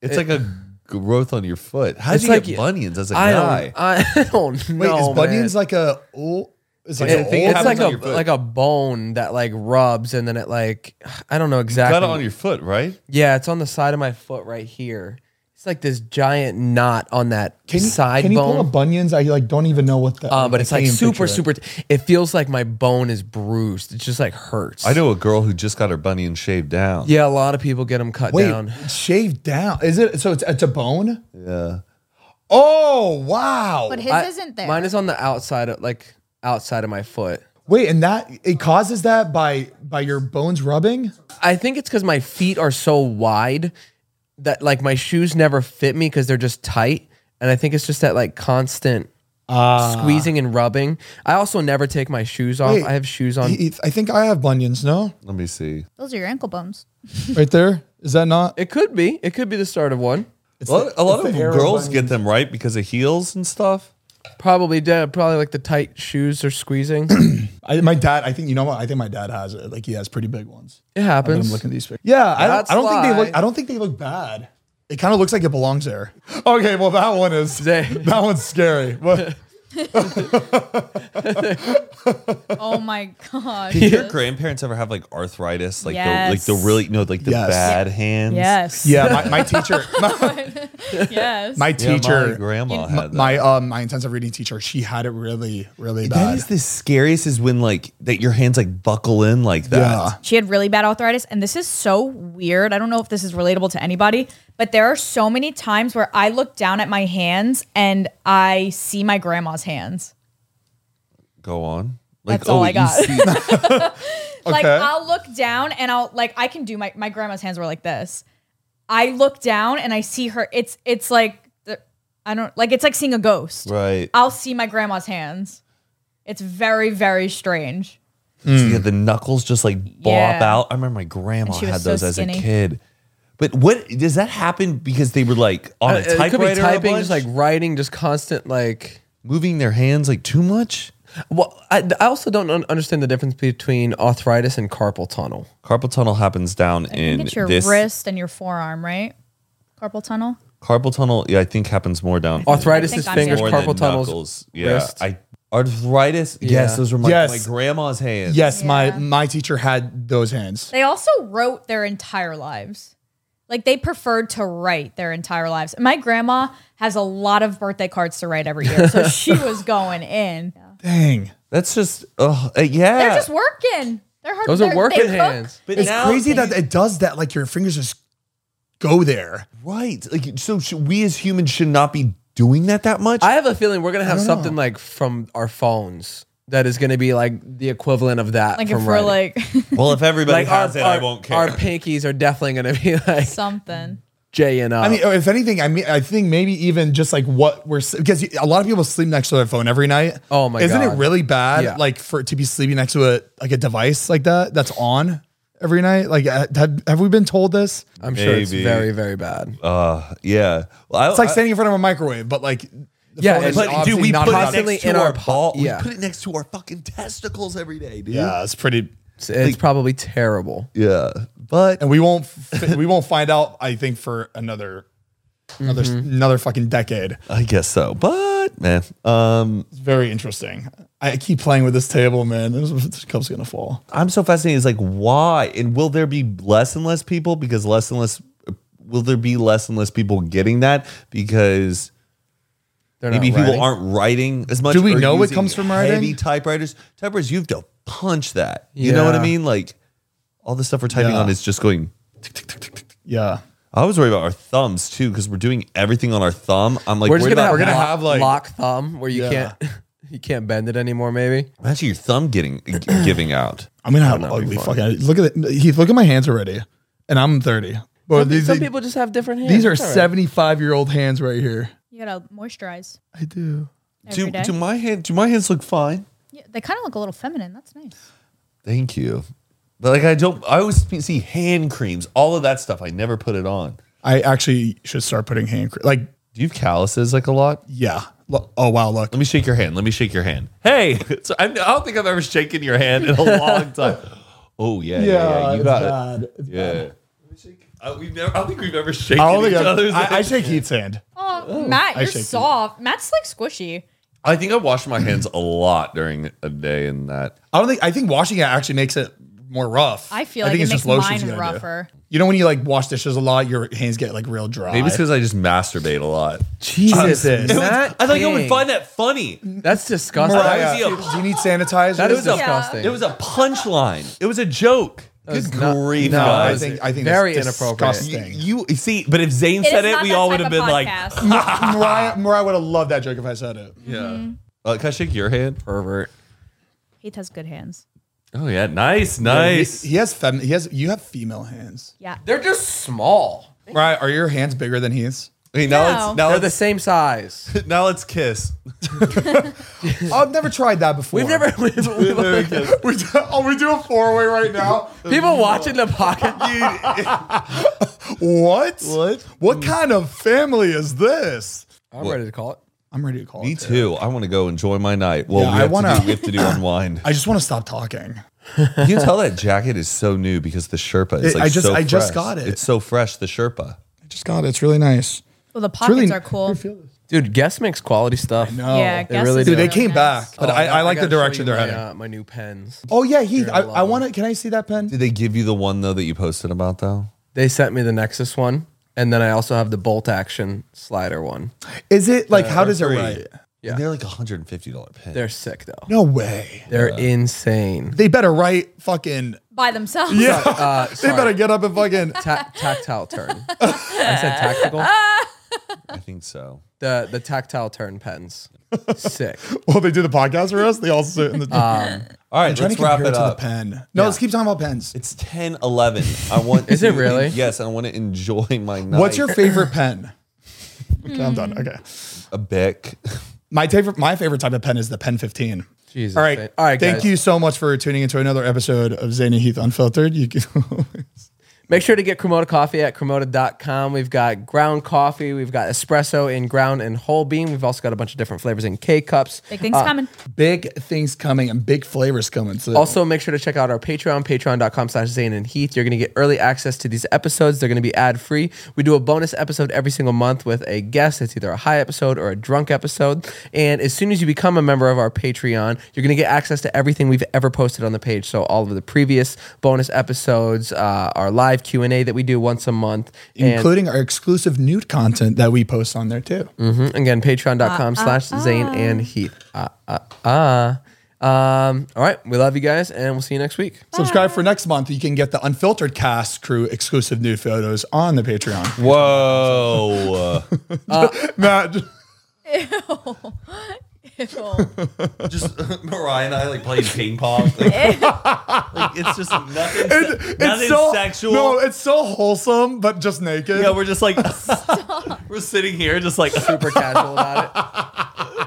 Speaker 1: it's like a growth on your foot. How did
Speaker 3: It's
Speaker 1: you
Speaker 3: like-
Speaker 1: get bunions as a
Speaker 3: I
Speaker 1: guy?
Speaker 3: don't, I don't know.
Speaker 2: Wait, is bunions
Speaker 3: man.
Speaker 2: like a oh, is like
Speaker 3: It-
Speaker 2: an
Speaker 1: thing
Speaker 2: old-
Speaker 3: it's like
Speaker 1: on
Speaker 3: a
Speaker 1: your foot.
Speaker 3: like a bone that like rubs and then it like I don't know exactly.
Speaker 1: Got it on your foot, right?
Speaker 3: yeah, it's on the side of my foot right here. It's like this giant knot on that
Speaker 2: you-
Speaker 3: side
Speaker 2: can you
Speaker 3: bone.
Speaker 2: pull up bunions? I like don't even know what that.
Speaker 3: Uh, but it's like
Speaker 2: can't even
Speaker 3: super,
Speaker 2: picture it.
Speaker 3: super. T- it feels like my bone is bruised. It just like hurts.
Speaker 1: I know a girl who just got her bunion shaved down.
Speaker 3: Yeah, a lot of people get them cut
Speaker 2: Wait,
Speaker 3: down.
Speaker 2: shaved down. Is it so? It's it's a bone.
Speaker 1: Yeah.
Speaker 2: Oh wow!
Speaker 4: but his
Speaker 3: I-
Speaker 4: isn't there.
Speaker 3: Mine is on the outside of like outside of my foot.
Speaker 2: Wait, and that it causes that by by your bones rubbing.
Speaker 3: I think it's because my feet are so wide that like my shoes never fit me because they're just tight, and I think it's just that like constant squeezing and rubbing. I also never take my shoes off.
Speaker 2: Ah. Wait,
Speaker 3: I have shoes on.
Speaker 2: He- I think I have bunions. No,
Speaker 1: Let me see.
Speaker 4: Those are your ankle bones.
Speaker 2: right there. Is that not?
Speaker 3: it could be. It could be the start of one.
Speaker 1: a lot, a lot
Speaker 2: it's
Speaker 1: of
Speaker 2: the hair
Speaker 1: girls
Speaker 2: on-
Speaker 1: get them right because of heels and stuff.
Speaker 3: Probably dead. Probably like the tight shoes are squeezing.
Speaker 2: I, my dad, I think you know what? I think my dad has it. Like he has pretty big ones. But
Speaker 3: It
Speaker 2: I'm
Speaker 3: happens. Uh,
Speaker 2: looking at these pictures. Yeah, I don't,
Speaker 3: That's
Speaker 2: I don't think they look.
Speaker 3: why.
Speaker 2: I don't think they look bad. It kind of looks like it belongs there. Okay, well that one is
Speaker 3: They-
Speaker 2: that one's scary. What?
Speaker 4: Oh my gosh.
Speaker 1: Did your grandparents ever have like arthritis, like
Speaker 4: Yes.
Speaker 1: the like the really no like the
Speaker 2: Yes.
Speaker 1: bad hands?
Speaker 4: Yes.
Speaker 2: Yeah, my, my teacher, my,
Speaker 4: Yes.
Speaker 2: my
Speaker 1: Yeah,
Speaker 2: teacher,
Speaker 1: my grandma
Speaker 2: my,
Speaker 1: had that.
Speaker 2: my, um, my intensive reading teacher, she had it really, really
Speaker 1: that
Speaker 2: bad.
Speaker 1: is the scariest is when like that your hands like buckle in like that.
Speaker 2: yeah,
Speaker 4: She had really bad arthritis, and this is so weird. I don't know if this is relatable to anybody, but there are so many times where I look down at my hands and I see my grandma's hands.
Speaker 1: Go on. Oh,
Speaker 4: That's all I
Speaker 1: you
Speaker 4: got.
Speaker 1: see-
Speaker 4: Like
Speaker 2: Okay.
Speaker 4: I'll look down and I'll like I can do my my grandma's hands were like this. I look down and I see her. It's it's like the- I don't like it's like seeing a ghost.
Speaker 1: right.
Speaker 4: I'll see my grandma's hands. It's very very strange.
Speaker 1: So
Speaker 3: Mm.
Speaker 1: you had the knuckles just like blop
Speaker 4: Yeah.
Speaker 1: out. I remember my grandma
Speaker 4: And she was
Speaker 1: had
Speaker 4: so
Speaker 1: those as
Speaker 4: skinny.
Speaker 1: a kid. But what does that happen because they were like on
Speaker 3: Uh,
Speaker 1: a
Speaker 3: it could
Speaker 1: typewriter?
Speaker 3: be typing,
Speaker 1: a
Speaker 3: just like
Speaker 1: bunch?
Speaker 3: writing, just constant like.
Speaker 1: moving their hands like too much.
Speaker 3: Well, I, I also don't un- understand the difference between arthritis and carpal tunnel.
Speaker 1: Carpal tunnel happens down
Speaker 4: I think
Speaker 1: in
Speaker 4: it's your
Speaker 1: this
Speaker 4: wrist and your forearm, right? Carpal tunnel.
Speaker 1: carpal tunnel. Yeah, I think happens more down.
Speaker 3: Arthritis
Speaker 4: think
Speaker 3: is
Speaker 4: I'm
Speaker 3: fingers,
Speaker 4: saying-
Speaker 1: more
Speaker 3: carpal
Speaker 1: than
Speaker 3: tunnels.
Speaker 1: knuckles. Yeah,
Speaker 3: wrist.
Speaker 1: I arthritis.
Speaker 3: Yeah.
Speaker 1: Yes, those were my,
Speaker 2: Yes.
Speaker 1: my grandma's hands.
Speaker 2: yes, my my teacher had those hands.
Speaker 4: They also wrote their entire lives. Like they preferred to write their entire lives. My grandma has a lot of birthday cards to write every year, so she was going in.
Speaker 2: Dang,
Speaker 1: that's just. Oh, uh, yeah.
Speaker 4: They're just working. They're hard.
Speaker 3: Those are
Speaker 4: they're-
Speaker 3: working
Speaker 4: they cook.
Speaker 3: hands.
Speaker 1: But
Speaker 2: it's
Speaker 1: now-
Speaker 2: crazy that it does that. Like your fingers just go there.
Speaker 1: right. Like so, sh- we as humans should not be doing that that much.
Speaker 3: I have a feeling we're gonna have something like from our phones that is gonna be like the equivalent of that.
Speaker 4: Like
Speaker 3: from
Speaker 4: if we're
Speaker 3: writing.
Speaker 4: like
Speaker 1: well, if everybody
Speaker 3: like
Speaker 1: has
Speaker 3: our,
Speaker 1: it,
Speaker 3: our,
Speaker 1: I won't care.
Speaker 3: Our pinkies are definitely gonna be like
Speaker 4: something.
Speaker 3: J and up.
Speaker 2: I mean, if anything, I mean, I think maybe even just like what we're because a lot of people sleep next to their phone every night.
Speaker 3: Oh my
Speaker 2: Isn't it
Speaker 3: God.
Speaker 2: really bad?
Speaker 3: Yeah.
Speaker 2: Like for to be sleeping next to a like a device like that that's on every night. Like uh, have, have we been told this?
Speaker 3: I'm sure it's
Speaker 1: maybe.
Speaker 3: very, very bad.
Speaker 1: uh, yeah. Well, I,
Speaker 2: It's like standing in front of a microwave, but like the
Speaker 3: Yeah,
Speaker 2: phone
Speaker 3: and-
Speaker 2: is
Speaker 3: But, dude,
Speaker 1: Dude,
Speaker 2: obviously
Speaker 1: we
Speaker 2: not
Speaker 1: put it
Speaker 2: about-
Speaker 3: constantly
Speaker 1: next to
Speaker 3: in
Speaker 1: our,
Speaker 3: our po-
Speaker 1: ball.
Speaker 3: yeah.
Speaker 1: We put it next to our fucking testicles every day, dude.
Speaker 2: Yeah, it's pretty.
Speaker 3: It's, it's probably terrible.
Speaker 1: Yeah. But
Speaker 2: And we won't f- we won't find out. I think for another. Another, another fucking decade.
Speaker 1: I guess so. But man, um,
Speaker 2: It's very interesting. I keep playing with this table, man. This, this cup's gonna fall.
Speaker 1: I'm so fascinated. It's like why, and will there be less and less people because less and less will there be less and less people getting that because
Speaker 3: They're
Speaker 1: maybe
Speaker 3: not
Speaker 1: people
Speaker 3: writing.
Speaker 1: aren't writing as much.
Speaker 2: Do we
Speaker 1: or
Speaker 2: know it
Speaker 1: using
Speaker 2: comes from writing?
Speaker 1: Heavy typewriters. Typewriters, you have to punch that. You know what I
Speaker 3: Yeah.
Speaker 1: mean? Like all the stuff we're typing
Speaker 2: Yeah.
Speaker 1: on is just going.
Speaker 2: Yeah.
Speaker 1: I was worried about our thumbs too because we're doing everything on our thumb. I'm like,
Speaker 3: We're just gonna,
Speaker 1: not-
Speaker 3: have,
Speaker 2: gonna
Speaker 3: lock,
Speaker 2: have, like-
Speaker 3: lock thumb where you
Speaker 2: Yeah.
Speaker 3: can't you can't bend it anymore. Maybe
Speaker 1: imagine your thumb getting giving out.
Speaker 2: I'm gonna have ugly fucking. Look at it, Heath. Look at my hands already, and I'm 30. But
Speaker 3: some,
Speaker 2: these,
Speaker 3: some people just have different hands.
Speaker 2: these are
Speaker 3: It's all right.
Speaker 2: 75 year old hands right here.
Speaker 4: You gotta moisturize.
Speaker 2: I do.
Speaker 4: Every
Speaker 1: do,
Speaker 4: day.
Speaker 1: do my hand? Do my hands look fine?
Speaker 4: Yeah, they kind of look a little feminine. That's nice.
Speaker 1: Thank you. But like I don't. I always see hand creams, all of that stuff. I never put it on.
Speaker 2: I actually should start putting hand cre- like
Speaker 1: Do you have calluses like a lot?
Speaker 2: yeah. Look, oh wow, look.
Speaker 1: Let me shake your hand. Let me shake your hand. Hey, so I, I don't think I've ever shaken your hand in a long time. Oh yeah, yeah, yeah, you got it. Yeah. Uh, we've never. I don't think we've ever shaken
Speaker 2: I don't
Speaker 1: each
Speaker 2: think
Speaker 1: other's.
Speaker 2: I, I, I
Speaker 1: hand.
Speaker 2: shake Heath's hand.
Speaker 4: Oh, Matt, you're
Speaker 2: shake it.
Speaker 4: soft. Matt's like squishy.
Speaker 1: I think I washed my hands a lot during a day in that.
Speaker 2: I don't think. I think washing it actually makes it more rough.
Speaker 4: I feel like it makes
Speaker 2: lotions
Speaker 4: mine
Speaker 2: you gotta do.
Speaker 4: rougher.
Speaker 2: You know when you like wash dishes a lot, your hands get like real dry.
Speaker 1: Maybe it's because I just masturbate a lot.
Speaker 3: Jesus.
Speaker 2: Jesus.
Speaker 3: Matt
Speaker 1: I thought you would
Speaker 3: King.
Speaker 1: find that funny.
Speaker 3: that's disgusting.
Speaker 1: Mariah.
Speaker 2: Mariah, do you need sanitizer?
Speaker 3: That is
Speaker 1: was a-
Speaker 3: disgusting.
Speaker 1: It was a punchline. It was a joke.
Speaker 3: was
Speaker 1: Good
Speaker 3: not-
Speaker 1: grief,
Speaker 3: no,
Speaker 2: I
Speaker 1: guys.
Speaker 3: was
Speaker 2: think I think
Speaker 3: very
Speaker 2: it's
Speaker 3: inappropriate.
Speaker 2: disgusting.
Speaker 1: You see, but if Zayn
Speaker 4: It
Speaker 1: said
Speaker 4: is
Speaker 1: it,
Speaker 4: not
Speaker 1: we
Speaker 4: that
Speaker 1: all would
Speaker 4: type
Speaker 1: have been
Speaker 4: of
Speaker 1: like,
Speaker 4: podcast.
Speaker 2: Mariah, Mariah would have loved that joke if I said it.
Speaker 1: yeah. Uh, can I shake your hand?
Speaker 3: pervert.
Speaker 4: Heath has good hands.
Speaker 1: Oh yeah, nice, nice.
Speaker 2: He, he has fem. He has. You have female hands.
Speaker 4: Yeah.
Speaker 3: They're just small.
Speaker 2: Right? Are your hands bigger than his?
Speaker 1: Okay, now
Speaker 4: No.
Speaker 1: it's now
Speaker 3: They're the
Speaker 1: let's
Speaker 3: same size.
Speaker 1: now let's kiss.
Speaker 2: I've never tried that before.
Speaker 3: We've never. We've, we've-
Speaker 2: we do, oh, we do a four way right now.
Speaker 3: people watching the pocket.
Speaker 2: What? What? What kind of family is this?
Speaker 3: I'm ready to call it.
Speaker 2: I'm ready to call.
Speaker 1: Me
Speaker 2: it, dude.
Speaker 1: too. I want to go enjoy my night. Well,
Speaker 2: Yeah, I
Speaker 1: we, have
Speaker 2: wanna-
Speaker 1: to do, we have to do unwind.
Speaker 2: I just want to stop talking.
Speaker 1: you can tell that jacket is so new because the Sherpa is
Speaker 2: It-
Speaker 1: like
Speaker 2: I just-
Speaker 1: so
Speaker 2: I just
Speaker 1: fresh.
Speaker 2: got it.
Speaker 1: It's so fresh, the Sherpa.
Speaker 2: I just got it. It's really nice.
Speaker 4: Well, the
Speaker 2: really-
Speaker 4: pockets are cool.
Speaker 3: Dude, Guess makes quality stuff. No,
Speaker 4: Yeah, Guess
Speaker 3: really
Speaker 4: is
Speaker 3: do.
Speaker 2: Dude, they
Speaker 4: really
Speaker 2: came
Speaker 4: nice.
Speaker 2: back,
Speaker 3: Oh,
Speaker 2: but I, I like the direction they're heading.
Speaker 3: My, uh, my new pens.
Speaker 2: Oh yeah, he. I, I want to. Can I see that pen?
Speaker 1: Did they give you the one though that you posted about though?
Speaker 3: They sent me the Nexus one, and then I also have the bolt action slider one.
Speaker 2: Is it like how does it write?
Speaker 3: Yeah.
Speaker 1: They're like a hundred and fifty dollar pin.
Speaker 3: They're sick though.
Speaker 2: No way.
Speaker 3: They're insane.
Speaker 2: They better write fucking.
Speaker 4: by themselves.
Speaker 3: Uh,
Speaker 2: They
Speaker 3: sorry.
Speaker 2: better get up and fucking.
Speaker 3: Ta- tactile turn. I said tactical.
Speaker 1: I think so.
Speaker 3: The the tactile turn pens. Sick.
Speaker 2: Well, they do the podcast for us. They all sit in the.
Speaker 1: All
Speaker 2: I'm
Speaker 1: right,
Speaker 2: trying
Speaker 1: let's
Speaker 2: to
Speaker 1: wrap
Speaker 2: compare
Speaker 1: it
Speaker 2: it to the
Speaker 1: up.
Speaker 2: pen. No, let's keep talking about pens.
Speaker 1: It's 10, 11. I want.
Speaker 3: Is it
Speaker 1: to-
Speaker 3: really?
Speaker 1: Yes, I want to enjoy my night.
Speaker 2: What's your favorite pen? Okay, I'm done. Okay.
Speaker 1: a Bic?
Speaker 2: My favorite, my favorite type of pen is the Pen 15.
Speaker 3: Jesus.
Speaker 2: All right.
Speaker 3: All right.
Speaker 2: Thank
Speaker 3: guys.
Speaker 2: you so much for tuning into another episode of Zane and Heath Unfiltered. You can
Speaker 3: Make sure to get Cremota coffee at cremota.com. We've got ground coffee. We've got espresso in ground and whole bean. We've also got a bunch of different flavors in Uh, K cups.
Speaker 4: Big things coming.
Speaker 2: big things coming and big flavors coming. So
Speaker 3: Also, make sure to check out our Patreon, patreon.com slash Zane and Heath. You're going to get early access to these episodes. They're going to be ad free. We do a bonus episode every single month with a guest. It's either a high episode or a drunk episode. And as soon as you become a member of our Patreon, you're going to get access to everything we've ever posted on the page. So all of the previous bonus episodes, uh, our live Q&A that we do once a month. and-
Speaker 2: including our exclusive nude content that we post on there too.
Speaker 3: Mhm. Again, patreon.com slash Zane and Heath. Ah, ah, ah. Um, all right. We love you guys and we'll see you next week.
Speaker 2: Subscribe for next month. You can get the unfiltered cast crew exclusive nude photos on the Patreon.
Speaker 1: Whoa.
Speaker 2: Matt,
Speaker 4: Ew.
Speaker 1: just Mariah and I like playing ping pong. Like, like, it's just nothing, se- nothing sexual.
Speaker 2: No, it's so wholesome, but just naked.
Speaker 1: yeah, we're just like, we're sitting here just like,
Speaker 3: Super casual about it.